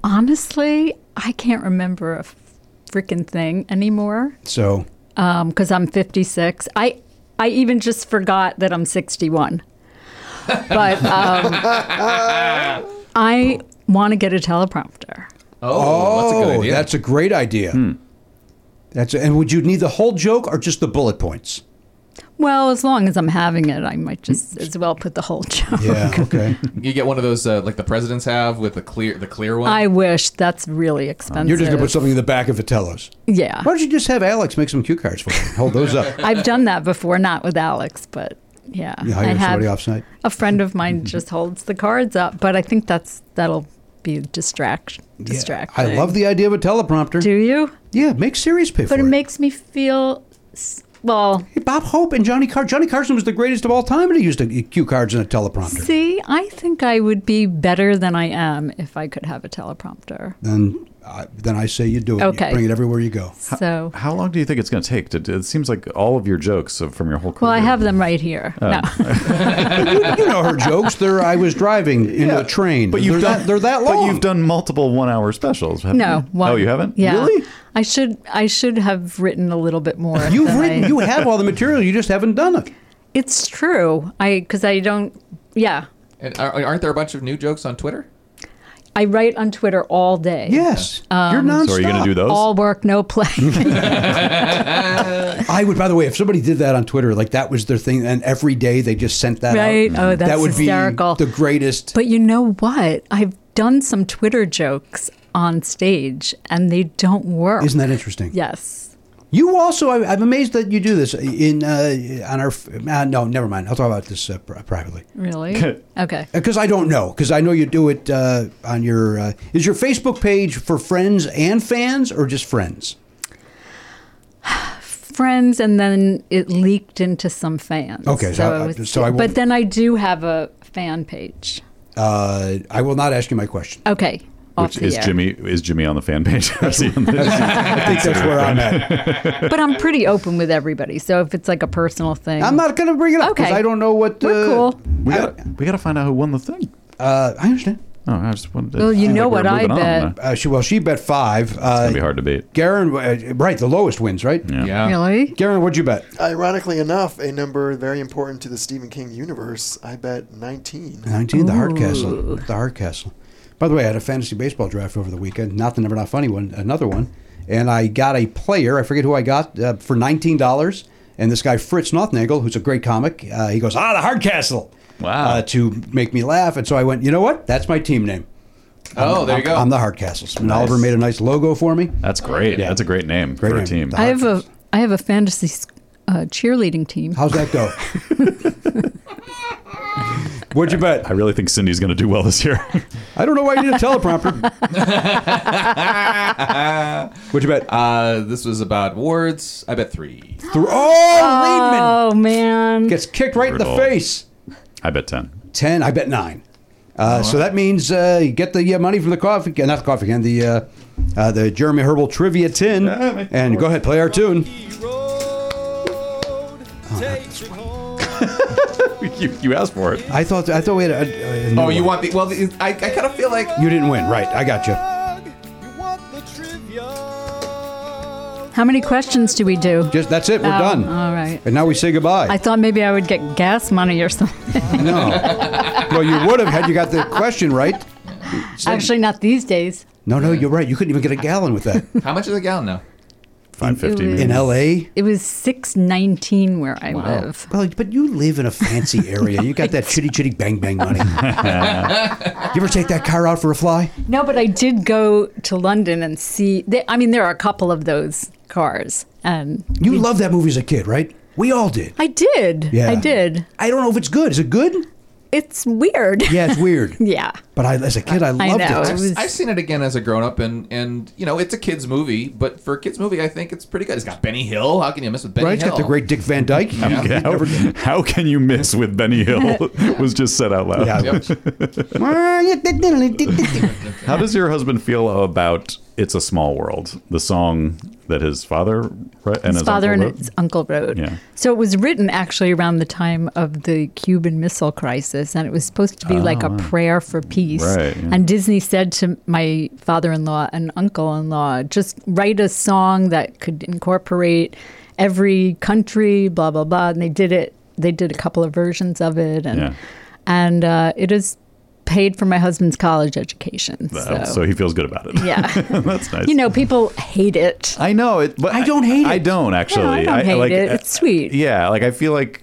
Speaker 7: Honestly, I can't remember a freaking thing anymore.
Speaker 4: So
Speaker 7: because I'm 56. I I even just forgot that I'm 61. But um, I want to get a teleprompter.
Speaker 6: Oh, that's a good idea.
Speaker 4: Oh, That's a
Speaker 6: Hmm.
Speaker 4: great idea. That's and would you need the whole joke or just the bullet points?
Speaker 7: Well, as long as I'm having it, I might just
Speaker 4: Mm.
Speaker 7: as well put the whole *laughs* joke.
Speaker 4: *laughs* Okay.
Speaker 6: you get one of those uh, like the presidents have with the clear the clear one.
Speaker 7: I wish that's really expensive.
Speaker 4: You're just gonna put something in the back of Vitello's.
Speaker 7: Yeah.
Speaker 4: Why don't you just have Alex make some cue cards for you? and Hold those up.
Speaker 7: I've done that before, not with Alex, but yeah.
Speaker 4: You
Speaker 7: I
Speaker 4: hire
Speaker 7: have-
Speaker 4: somebody off site.
Speaker 7: A friend
Speaker 4: *laughs*
Speaker 7: of mine just holds the cards up, but I think that's that'll be distraction. *laughs* Distracting.
Speaker 4: I love the idea of a teleprompter. Do
Speaker 7: you?
Speaker 4: Yeah, make serious pay for
Speaker 7: But
Speaker 4: it.
Speaker 7: it makes me feel s- well.
Speaker 4: Bob Hope and Johnny Car- Johnny Carson was the greatest of all time, and he used a, cue cards and a teleprompter.
Speaker 7: See, I think I would be better than I am if I could have a teleprompter.
Speaker 4: Then, I then I say you do it. You
Speaker 7: Okay.
Speaker 4: bring it everywhere you go.
Speaker 7: So,
Speaker 5: How long do you think it's going to take? To, it seems like all of your jokes of- from your whole career.
Speaker 7: well, I have them right here.
Speaker 5: Oh.
Speaker 7: No.
Speaker 4: you know her jokes. They're I was driving into a train.
Speaker 5: But
Speaker 4: they're,
Speaker 5: you've done-
Speaker 4: that, they're that long.
Speaker 5: But you've done multiple one-hour specials. haven't
Speaker 7: No,
Speaker 5: you? Oh, you haven't?
Speaker 7: Yeah,
Speaker 5: Really?
Speaker 7: I should. I should have written a little bit more.
Speaker 4: You've
Speaker 7: than
Speaker 4: written.
Speaker 7: I-
Speaker 4: You have all the material. You just haven't done it.
Speaker 7: It's true. I because I don't. Yeah,
Speaker 6: And are, aren't there a bunch of new jokes on Twitter?
Speaker 7: I write on Twitter all day.
Speaker 4: Yes,
Speaker 7: Um,
Speaker 4: You're
Speaker 5: So are you gonna
Speaker 4: nonstop.
Speaker 5: do those?
Speaker 7: All work, no play. *laughs*
Speaker 4: I would, by the way, if somebody did that on Twitter, like that was their thing, and every day they just sent that
Speaker 7: Right.
Speaker 4: out.
Speaker 7: Oh, that's
Speaker 4: that would
Speaker 7: hysterical.
Speaker 4: be the greatest.
Speaker 7: but you know what? I've done some Twitter jokes on stage, and they don't work.
Speaker 4: Isn't that interesting?
Speaker 7: Yes.
Speaker 4: You also, I, I'm amazed that you do this in uh, on our. f- Uh, no, never mind. I'll talk about this uh, pri- privately
Speaker 7: Really? okay.
Speaker 4: because I don't know because I know you do it uh, on your. Uh, is your Facebook page for friends and fans or just friends?
Speaker 7: friends, and then it leaked into some fans.
Speaker 4: Okay, so I-
Speaker 7: it
Speaker 4: so I won't-
Speaker 7: but then I do have a fan page.
Speaker 4: Uh, I will not ask you my question.
Speaker 7: Okay, off
Speaker 5: Which
Speaker 7: the
Speaker 5: is
Speaker 7: air.
Speaker 5: Jimmy is Jimmy on the fan page? *laughs* I
Speaker 4: *laughs*
Speaker 5: think that's
Speaker 4: where I'm at.
Speaker 7: but I'm pretty open with everybody. So if it's like a personal thing,
Speaker 4: I'm not going to bring it up because
Speaker 7: Okay.
Speaker 4: I don't know what.
Speaker 7: We're
Speaker 4: uh,
Speaker 7: cool.
Speaker 5: We got we got to find out who won the thing.
Speaker 4: Uh, I understand.
Speaker 5: Oh, I just wanted. to-
Speaker 7: Well, you
Speaker 5: seems
Speaker 7: know
Speaker 5: like
Speaker 7: what
Speaker 5: we're
Speaker 7: I
Speaker 5: moving on.
Speaker 7: bet.
Speaker 4: Uh, she well, she bet five. Uh,
Speaker 5: It'd be hard to beat.
Speaker 4: Garen, uh, right? The lowest wins, right?
Speaker 6: Yeah.
Speaker 7: Really?
Speaker 4: Garen, what'd you bet?
Speaker 2: Ironically enough, a number very important to the Stephen King universe. I bet 19.
Speaker 4: 19, the Hardcastle. The Hardcastle. By the way, I had a fantasy baseball draft over the weekend. Not the Never Not Funny one, another one. And I got a player, I forget who I got, uh, for $19. And this guy, Fritz Nothnagel, who's a great comic, uh, he goes, ah, the Hardcastle. Wow. Uh, to make me laugh. And so I went, you know what? That's my team name.
Speaker 6: Oh, there you go.
Speaker 4: I'm the Hardcastles. And Oliver made a nice logo for me.
Speaker 5: That's great. That's a great name for a team.
Speaker 7: I have a I have a fantasy s- uh, cheerleading team.
Speaker 4: How's that
Speaker 6: *laughs*
Speaker 4: go? What'd you bet?
Speaker 5: I really think Cindy's going to do well this year. *laughs*
Speaker 4: I don't know why you need a
Speaker 7: *laughs*
Speaker 4: teleprompter. What'd you bet?
Speaker 6: Uh, this was about awards. I bet three.
Speaker 4: Through, oh, Reedman.
Speaker 7: Oh man,
Speaker 4: Gets kicked right in
Speaker 5: Brutal.
Speaker 4: the face.
Speaker 5: I bet ten. *laughs*
Speaker 4: 10, I bet 9. Uh,
Speaker 6: Uh-huh.
Speaker 4: So that means uh, you get the uh, money from the coffee, not the coffee can, the, uh, uh, the Jeremy Herbal Trivia tin. And go ahead, play our tune.
Speaker 5: you, you asked for it.
Speaker 4: I thought I thought we had a. a- a new
Speaker 6: Oh, you
Speaker 4: one.
Speaker 6: want the? Well, the, I, I kind of feel like
Speaker 4: You didn't win, right? I got you.
Speaker 7: how many questions do we do?
Speaker 4: Just that's it. We're
Speaker 7: Oh,
Speaker 4: done.
Speaker 7: All right.
Speaker 4: And now we say
Speaker 7: I
Speaker 4: goodbye.
Speaker 7: thought maybe I would get gas money
Speaker 4: *laughs*
Speaker 7: or something.
Speaker 4: no. Well, you would have had you got the question right. It's like-
Speaker 7: Actually, not these days.
Speaker 4: no, no, you're right. You couldn't even get a gallon with that
Speaker 6: how much is a gallon now?
Speaker 5: Five fifty.
Speaker 7: Ooh.
Speaker 4: in L.A.
Speaker 7: It was six nineteen where I live.
Speaker 4: Well, but you live in a fancy area. You got
Speaker 7: *laughs*
Speaker 4: that chitty chitty bang bang money. you ever take that car out for a fly?
Speaker 7: No, but I did go to London and see. They, I mean, there are a couple of those cars, and
Speaker 4: You loved that movie as a kid, right? We all did.
Speaker 7: I did.
Speaker 4: Yeah.
Speaker 7: I did.
Speaker 4: I don't know if it's good. Is it good?
Speaker 7: It's weird.
Speaker 4: Yeah, it's weird.
Speaker 7: *laughs* yeah.
Speaker 4: But I, as a kid, I loved
Speaker 7: know,
Speaker 4: it.
Speaker 7: it was-
Speaker 6: I've seen it again as a grown up, and and you know it's a kids movie, but for a kids movie, I think it's pretty good. It's got Benny Hill. How can you miss with Benny
Speaker 4: Right? It's
Speaker 6: Hill?
Speaker 4: got the great Dick Van Dyke.
Speaker 5: Okay, How, *laughs* how can you miss with Benny *laughs* Hill? was just said out loud.
Speaker 4: Yeah.
Speaker 5: How does your husband feel about "It's a Small World," the song that his father wrote and his,
Speaker 7: his father
Speaker 5: uncle
Speaker 7: and his uncle wrote.
Speaker 5: Yeah.
Speaker 7: So it was written actually around the time of the Cuban Missile Crisis, and it was supposed to be like a prayer for peace.
Speaker 5: Ah. Right, yeah.
Speaker 7: And Disney said to my father in law and uncle in law, just write a song that could incorporate every country, blah blah blah. And they did it. They did a couple of versions of it, and
Speaker 5: Yeah.
Speaker 7: and uh, it is paid for my husband's college education.
Speaker 5: Well,
Speaker 7: so.
Speaker 5: so he feels good about it.
Speaker 7: Yeah.
Speaker 5: *laughs* that's nice.
Speaker 7: You know, people hate it.
Speaker 5: I know it, but I don't hate it. I don't actually.
Speaker 7: I don't hate
Speaker 5: like,
Speaker 7: it. It's sweet.
Speaker 5: Yeah, like I feel like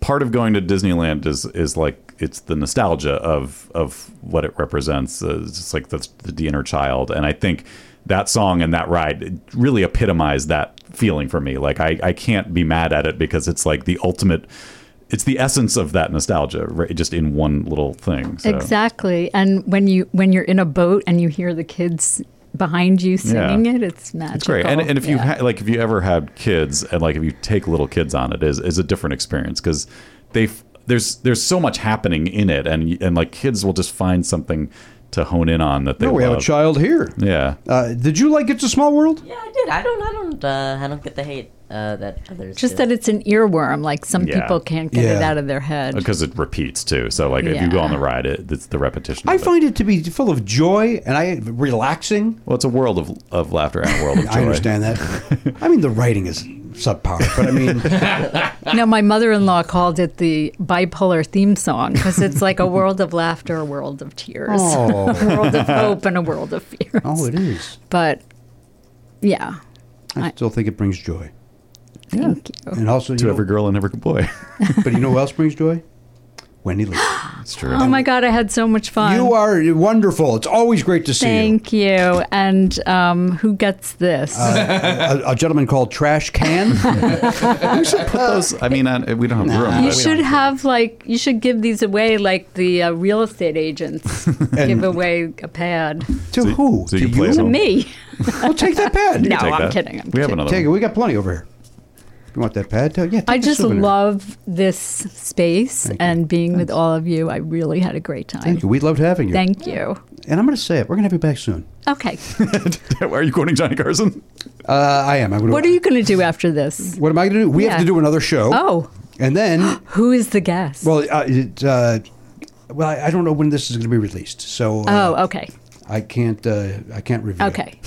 Speaker 5: part of going to Disneyland is is like it's the nostalgia of of what it represents. Uh, It's just like the, the inner child, and I think that song and that ride really epitomized that feeling for me. Like I I can't be mad at it because it's like the ultimate. It's the essence of that nostalgia, right? Just in one little thing. So.
Speaker 7: Exactly. And when you when you're in a boat and you hear the kids behind you singing
Speaker 5: Yeah.
Speaker 7: it, it's magical.
Speaker 5: It's great, and, and if you
Speaker 7: Yeah.
Speaker 5: ha- like, if you ever had kids, and like if you take little kids on it, is is a different experience because they f- there's there's so much happening in it, and y- and like kids will just find something to hone in on that they.
Speaker 4: No, we have a
Speaker 5: love.
Speaker 4: child here.
Speaker 5: Yeah,
Speaker 4: Uh, did you like It's a Small World?
Speaker 8: Yeah, I did. I don't. I don't. Uh, I don't get the hate uh, that others.
Speaker 7: Just
Speaker 8: do.
Speaker 7: that it's an earworm, like some
Speaker 5: Yeah.
Speaker 7: people can't get it
Speaker 5: Yeah.
Speaker 7: out of their head. *laughs*
Speaker 5: because it repeats too. So like if you go on the ride, it, it's the repetition.
Speaker 4: I
Speaker 5: of it.
Speaker 4: find it to be full of joy and I relaxing.
Speaker 5: well, it's a world of of laughter and a world of joy.
Speaker 4: *laughs* I understand that. I mean, the writing is subpar, but I mean,
Speaker 7: No, my mother-in-law called it the bipolar theme song because it's like a world of laughter, a world of tears,
Speaker 4: Oh.
Speaker 7: *laughs* a world of hope, and a world of fears.
Speaker 4: oh, it is.
Speaker 7: But yeah,
Speaker 4: I still think it brings joy.
Speaker 7: Thank you.
Speaker 4: And also,
Speaker 5: to every girl and every boy. *laughs*
Speaker 4: but you know who else brings joy? Wendy Lee.
Speaker 5: It's
Speaker 4: true.
Speaker 7: Oh my God, I had so much *gasps* fun.
Speaker 4: You are wonderful. It's always great to see you.
Speaker 7: Thank you. And um, who gets this?
Speaker 4: Uh, a, a gentleman called Trash
Speaker 7: *laughs*
Speaker 4: Can.
Speaker 5: we should put those. I mean, I, we don't have room.
Speaker 7: you
Speaker 5: but-
Speaker 7: should have like you should give these away like the uh, real
Speaker 4: *laughs*
Speaker 7: estate agents give away a pad
Speaker 4: To who?
Speaker 5: So you play
Speaker 7: to
Speaker 5: them?
Speaker 7: me.
Speaker 4: Well, take that pad.
Speaker 7: *laughs* no, I'm kidding. I'm kidding.
Speaker 4: Take it. We got plenty over here. You want that pad? Tell- Yeah. take
Speaker 7: I
Speaker 4: the
Speaker 7: just
Speaker 4: souvenir.
Speaker 7: love this space and being with all of you. I really had a great time.
Speaker 4: Thank you. We loved having you.
Speaker 7: Thank you.
Speaker 4: And I'm going to say it. We're going to have you back soon.
Speaker 7: Okay.
Speaker 5: *laughs* Are you quoting Johnny Carson?
Speaker 4: Uh, I am. I'm gonna,
Speaker 7: what are you going to do after this?
Speaker 4: What am I going to do? We
Speaker 7: Yeah.
Speaker 4: have to do another show.
Speaker 7: Oh.
Speaker 4: And then. *gasps*
Speaker 7: Who is the guest?
Speaker 4: well, uh, it, uh, well, I I don't know when this is going to be released. So. Uh,
Speaker 7: Oh, okay.
Speaker 4: I can't. Uh, I can't reveal. *laughs*
Speaker 7: Okay.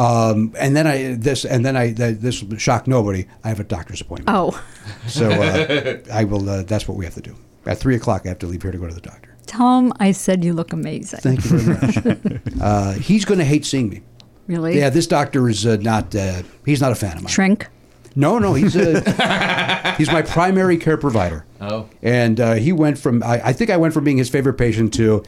Speaker 4: um, and then I this and then I th- this will shock nobody. I have a doctor's appointment.
Speaker 7: Oh,
Speaker 4: So uh, I will. Uh, that's what we have to do. At three o'clock, I have to leave here to go to the doctor.
Speaker 7: Tom, I said you look amazing.
Speaker 4: Thank you very much. *laughs* uh, he's going to hate seeing me.
Speaker 7: Really?
Speaker 4: Yeah, this doctor is uh, not. Uh, he's not a fan of mine.
Speaker 7: Shrink.
Speaker 4: No, no, he's a, he's my primary care provider.
Speaker 6: Oh.
Speaker 4: And uh, he went from I, I think I went from being his favorite patient to.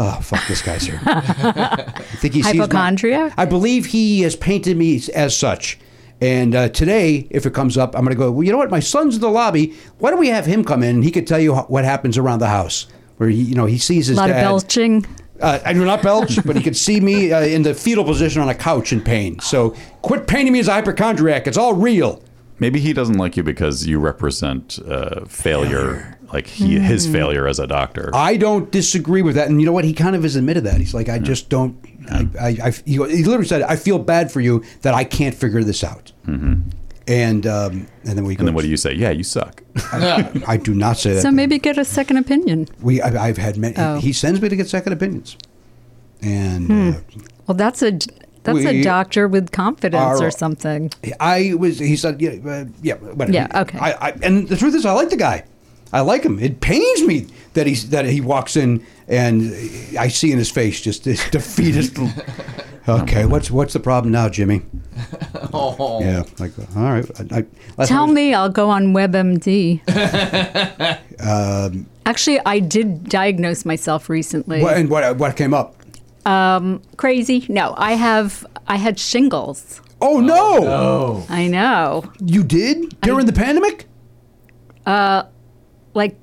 Speaker 4: Oh fuck! This guy's here. I think he sees my-
Speaker 7: Hypochondria?
Speaker 4: I believe he has painted me as such. And uh, today, if it comes up, I'm going to go. Well, you know what? My son's in the lobby. Why don't we have him come in? and He could tell you ho- what happens around the house, where he, you know he sees
Speaker 7: A
Speaker 4: his
Speaker 7: lot of
Speaker 4: dad.
Speaker 7: belching.
Speaker 4: Uh, I do not belch, but he could see me uh, in the fetal position on a couch in pain. So quit painting me as a hypochondriac. It's all real.
Speaker 5: Maybe he doesn't like you because you represent uh, failure, Hmm. like he, his failure as a doctor.
Speaker 4: I don't disagree with that. And you know what? He kind of has admitted that. He's like, I just don't. I, I, I, he he literally said, I feel bad for you that I can't figure this out.
Speaker 5: Mhm.
Speaker 4: And um, and then we go.
Speaker 5: And then what do you say? Yeah, you *laughs* suck.
Speaker 4: I, I do not say that.
Speaker 7: So maybe get a second opinion.
Speaker 4: we I, I've had many.
Speaker 7: Oh.
Speaker 4: He sends me to get second opinions, and
Speaker 7: Hmm.
Speaker 4: uh,
Speaker 7: Well, that's a that's a
Speaker 4: We
Speaker 7: doctor with confidence
Speaker 4: are-
Speaker 7: or something.
Speaker 4: I was. He said, yeah, uh, yeah, whatever.
Speaker 7: Yeah, okay.
Speaker 4: I, I, and the truth is, I like the guy. I like him. It pains me that he's that he walks in and I see in his face just this *laughs* defeatist.
Speaker 7: *laughs*
Speaker 4: okay, what's what's the problem now, Jimmy?
Speaker 6: *laughs* Oh.
Speaker 4: Yeah, like all right. I, I, last
Speaker 7: Tell
Speaker 4: time
Speaker 7: me, I'll go on WebMD.
Speaker 4: I was- *laughs* um,
Speaker 7: Actually, I did diagnose myself recently.
Speaker 4: what, and what what came up?
Speaker 7: Um, crazy? No, I have. I had shingles.
Speaker 4: Oh no!
Speaker 7: I know.
Speaker 4: You did during the pandemic?
Speaker 7: Uh, like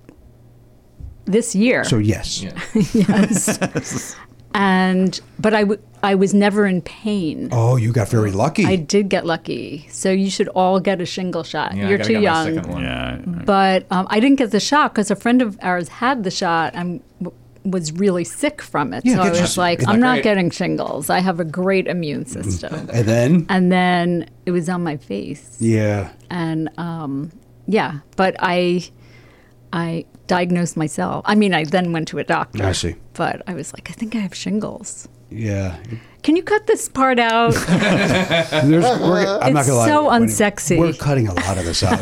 Speaker 7: this year.
Speaker 4: So yes.
Speaker 7: *laughs* yes. and but I, w- I was never in pain.
Speaker 4: Oh, you got very lucky.
Speaker 7: I did get lucky. So you should all get a shingle shot. You're too young.
Speaker 5: Yeah.
Speaker 7: But um, I didn't get the shot because a friend of ours had the shot and w- was really sick from it.
Speaker 4: Yeah,
Speaker 7: so I
Speaker 4: it's-
Speaker 7: was like,
Speaker 4: it's
Speaker 7: I'm
Speaker 4: not
Speaker 7: not
Speaker 4: great." Mm-hmm.
Speaker 7: getting shingles. I have a great immune
Speaker 4: *laughs*
Speaker 7: system.
Speaker 4: And then
Speaker 7: and then it was on my face.
Speaker 4: yeah.
Speaker 7: And um, yeah, but I, I diagnosed myself. I mean, I then went to a doctor.
Speaker 4: I see.
Speaker 7: But I was like, I think I have shingles.
Speaker 4: Yeah.
Speaker 7: Can you cut this part
Speaker 4: *laughs*
Speaker 7: out?
Speaker 4: There's, we're, I'm not
Speaker 7: It's
Speaker 4: gonna lie.
Speaker 7: so
Speaker 4: Winnie.
Speaker 7: unsexy.
Speaker 4: We're cutting a lot of this out.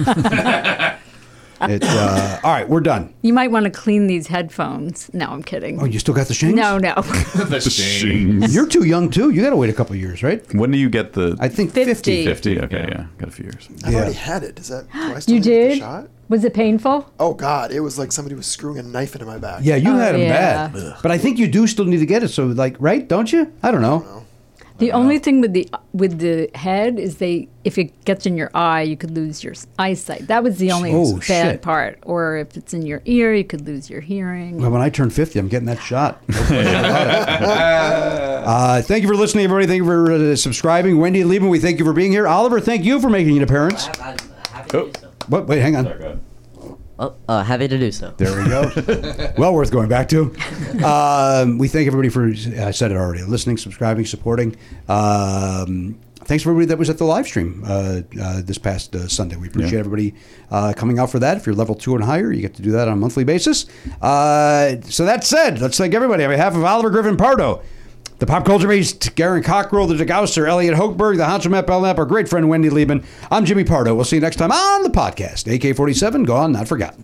Speaker 7: *laughs*
Speaker 4: it, uh, all right, we're done.
Speaker 7: you might want to clean these headphones. No, I'm kidding.
Speaker 4: Oh, you still got the shame?
Speaker 7: No, no. *laughs*
Speaker 6: the
Speaker 5: shame.
Speaker 4: You're too young too. You got to wait a couple years, right?
Speaker 5: When do you get the?
Speaker 4: I think 50.
Speaker 7: 50.
Speaker 5: 50. Okay, yeah. got a few years.
Speaker 2: I've already had it. Is that? Do
Speaker 7: *gasps*
Speaker 2: I still
Speaker 7: you
Speaker 2: need to get the
Speaker 7: did?
Speaker 2: Shot?
Speaker 7: Was it painful?
Speaker 2: Oh God! It was like somebody was screwing a knife into my back.
Speaker 4: Yeah, you
Speaker 7: Oh,
Speaker 4: had them
Speaker 7: yeah.
Speaker 4: bad, but I think you do still need to get it. So, like, right? Don't you? I don't know.
Speaker 7: The
Speaker 4: Uh-huh.
Speaker 7: only thing with the with the head is they if it gets in your eye, you could lose your s- eyesight. That was the only
Speaker 4: Oh,
Speaker 7: bad
Speaker 4: shit.
Speaker 7: part. Or if it's in your ear, you could lose your hearing.
Speaker 4: Well, when I turn 50, I'm getting that
Speaker 2: *laughs*
Speaker 4: shot. uh, thank you for listening, everybody. Thank you for uh, subscribing. Wendy and Lieben, we thank you for being here. Oliver, thank you for making it appearance. What? Wait, hang on.
Speaker 8: Oh, uh, happy to do so.
Speaker 4: There we go. well worth going back to. *laughs* Um, we thank everybody for, I said it already, listening, subscribing, supporting. Um, thanks for everybody that was at the live stream uh, uh, this past uh, Sunday. We appreciate
Speaker 5: Yeah.
Speaker 4: everybody uh, coming out for that. If you're level two and higher, you get to do that on a monthly basis. Uh, so that said, let's thank everybody on behalf of Oliver Griffin Pardo. The Pop Culture Beast, Garen Cockrell, the Degauser, Elliot Hochberg, the Handsome Matt Belknap, our great friend Wendy Lieben. I'm Jimmy Pardo. We'll see you next time on the podcast. AK 47, Gone, Not Forgotten.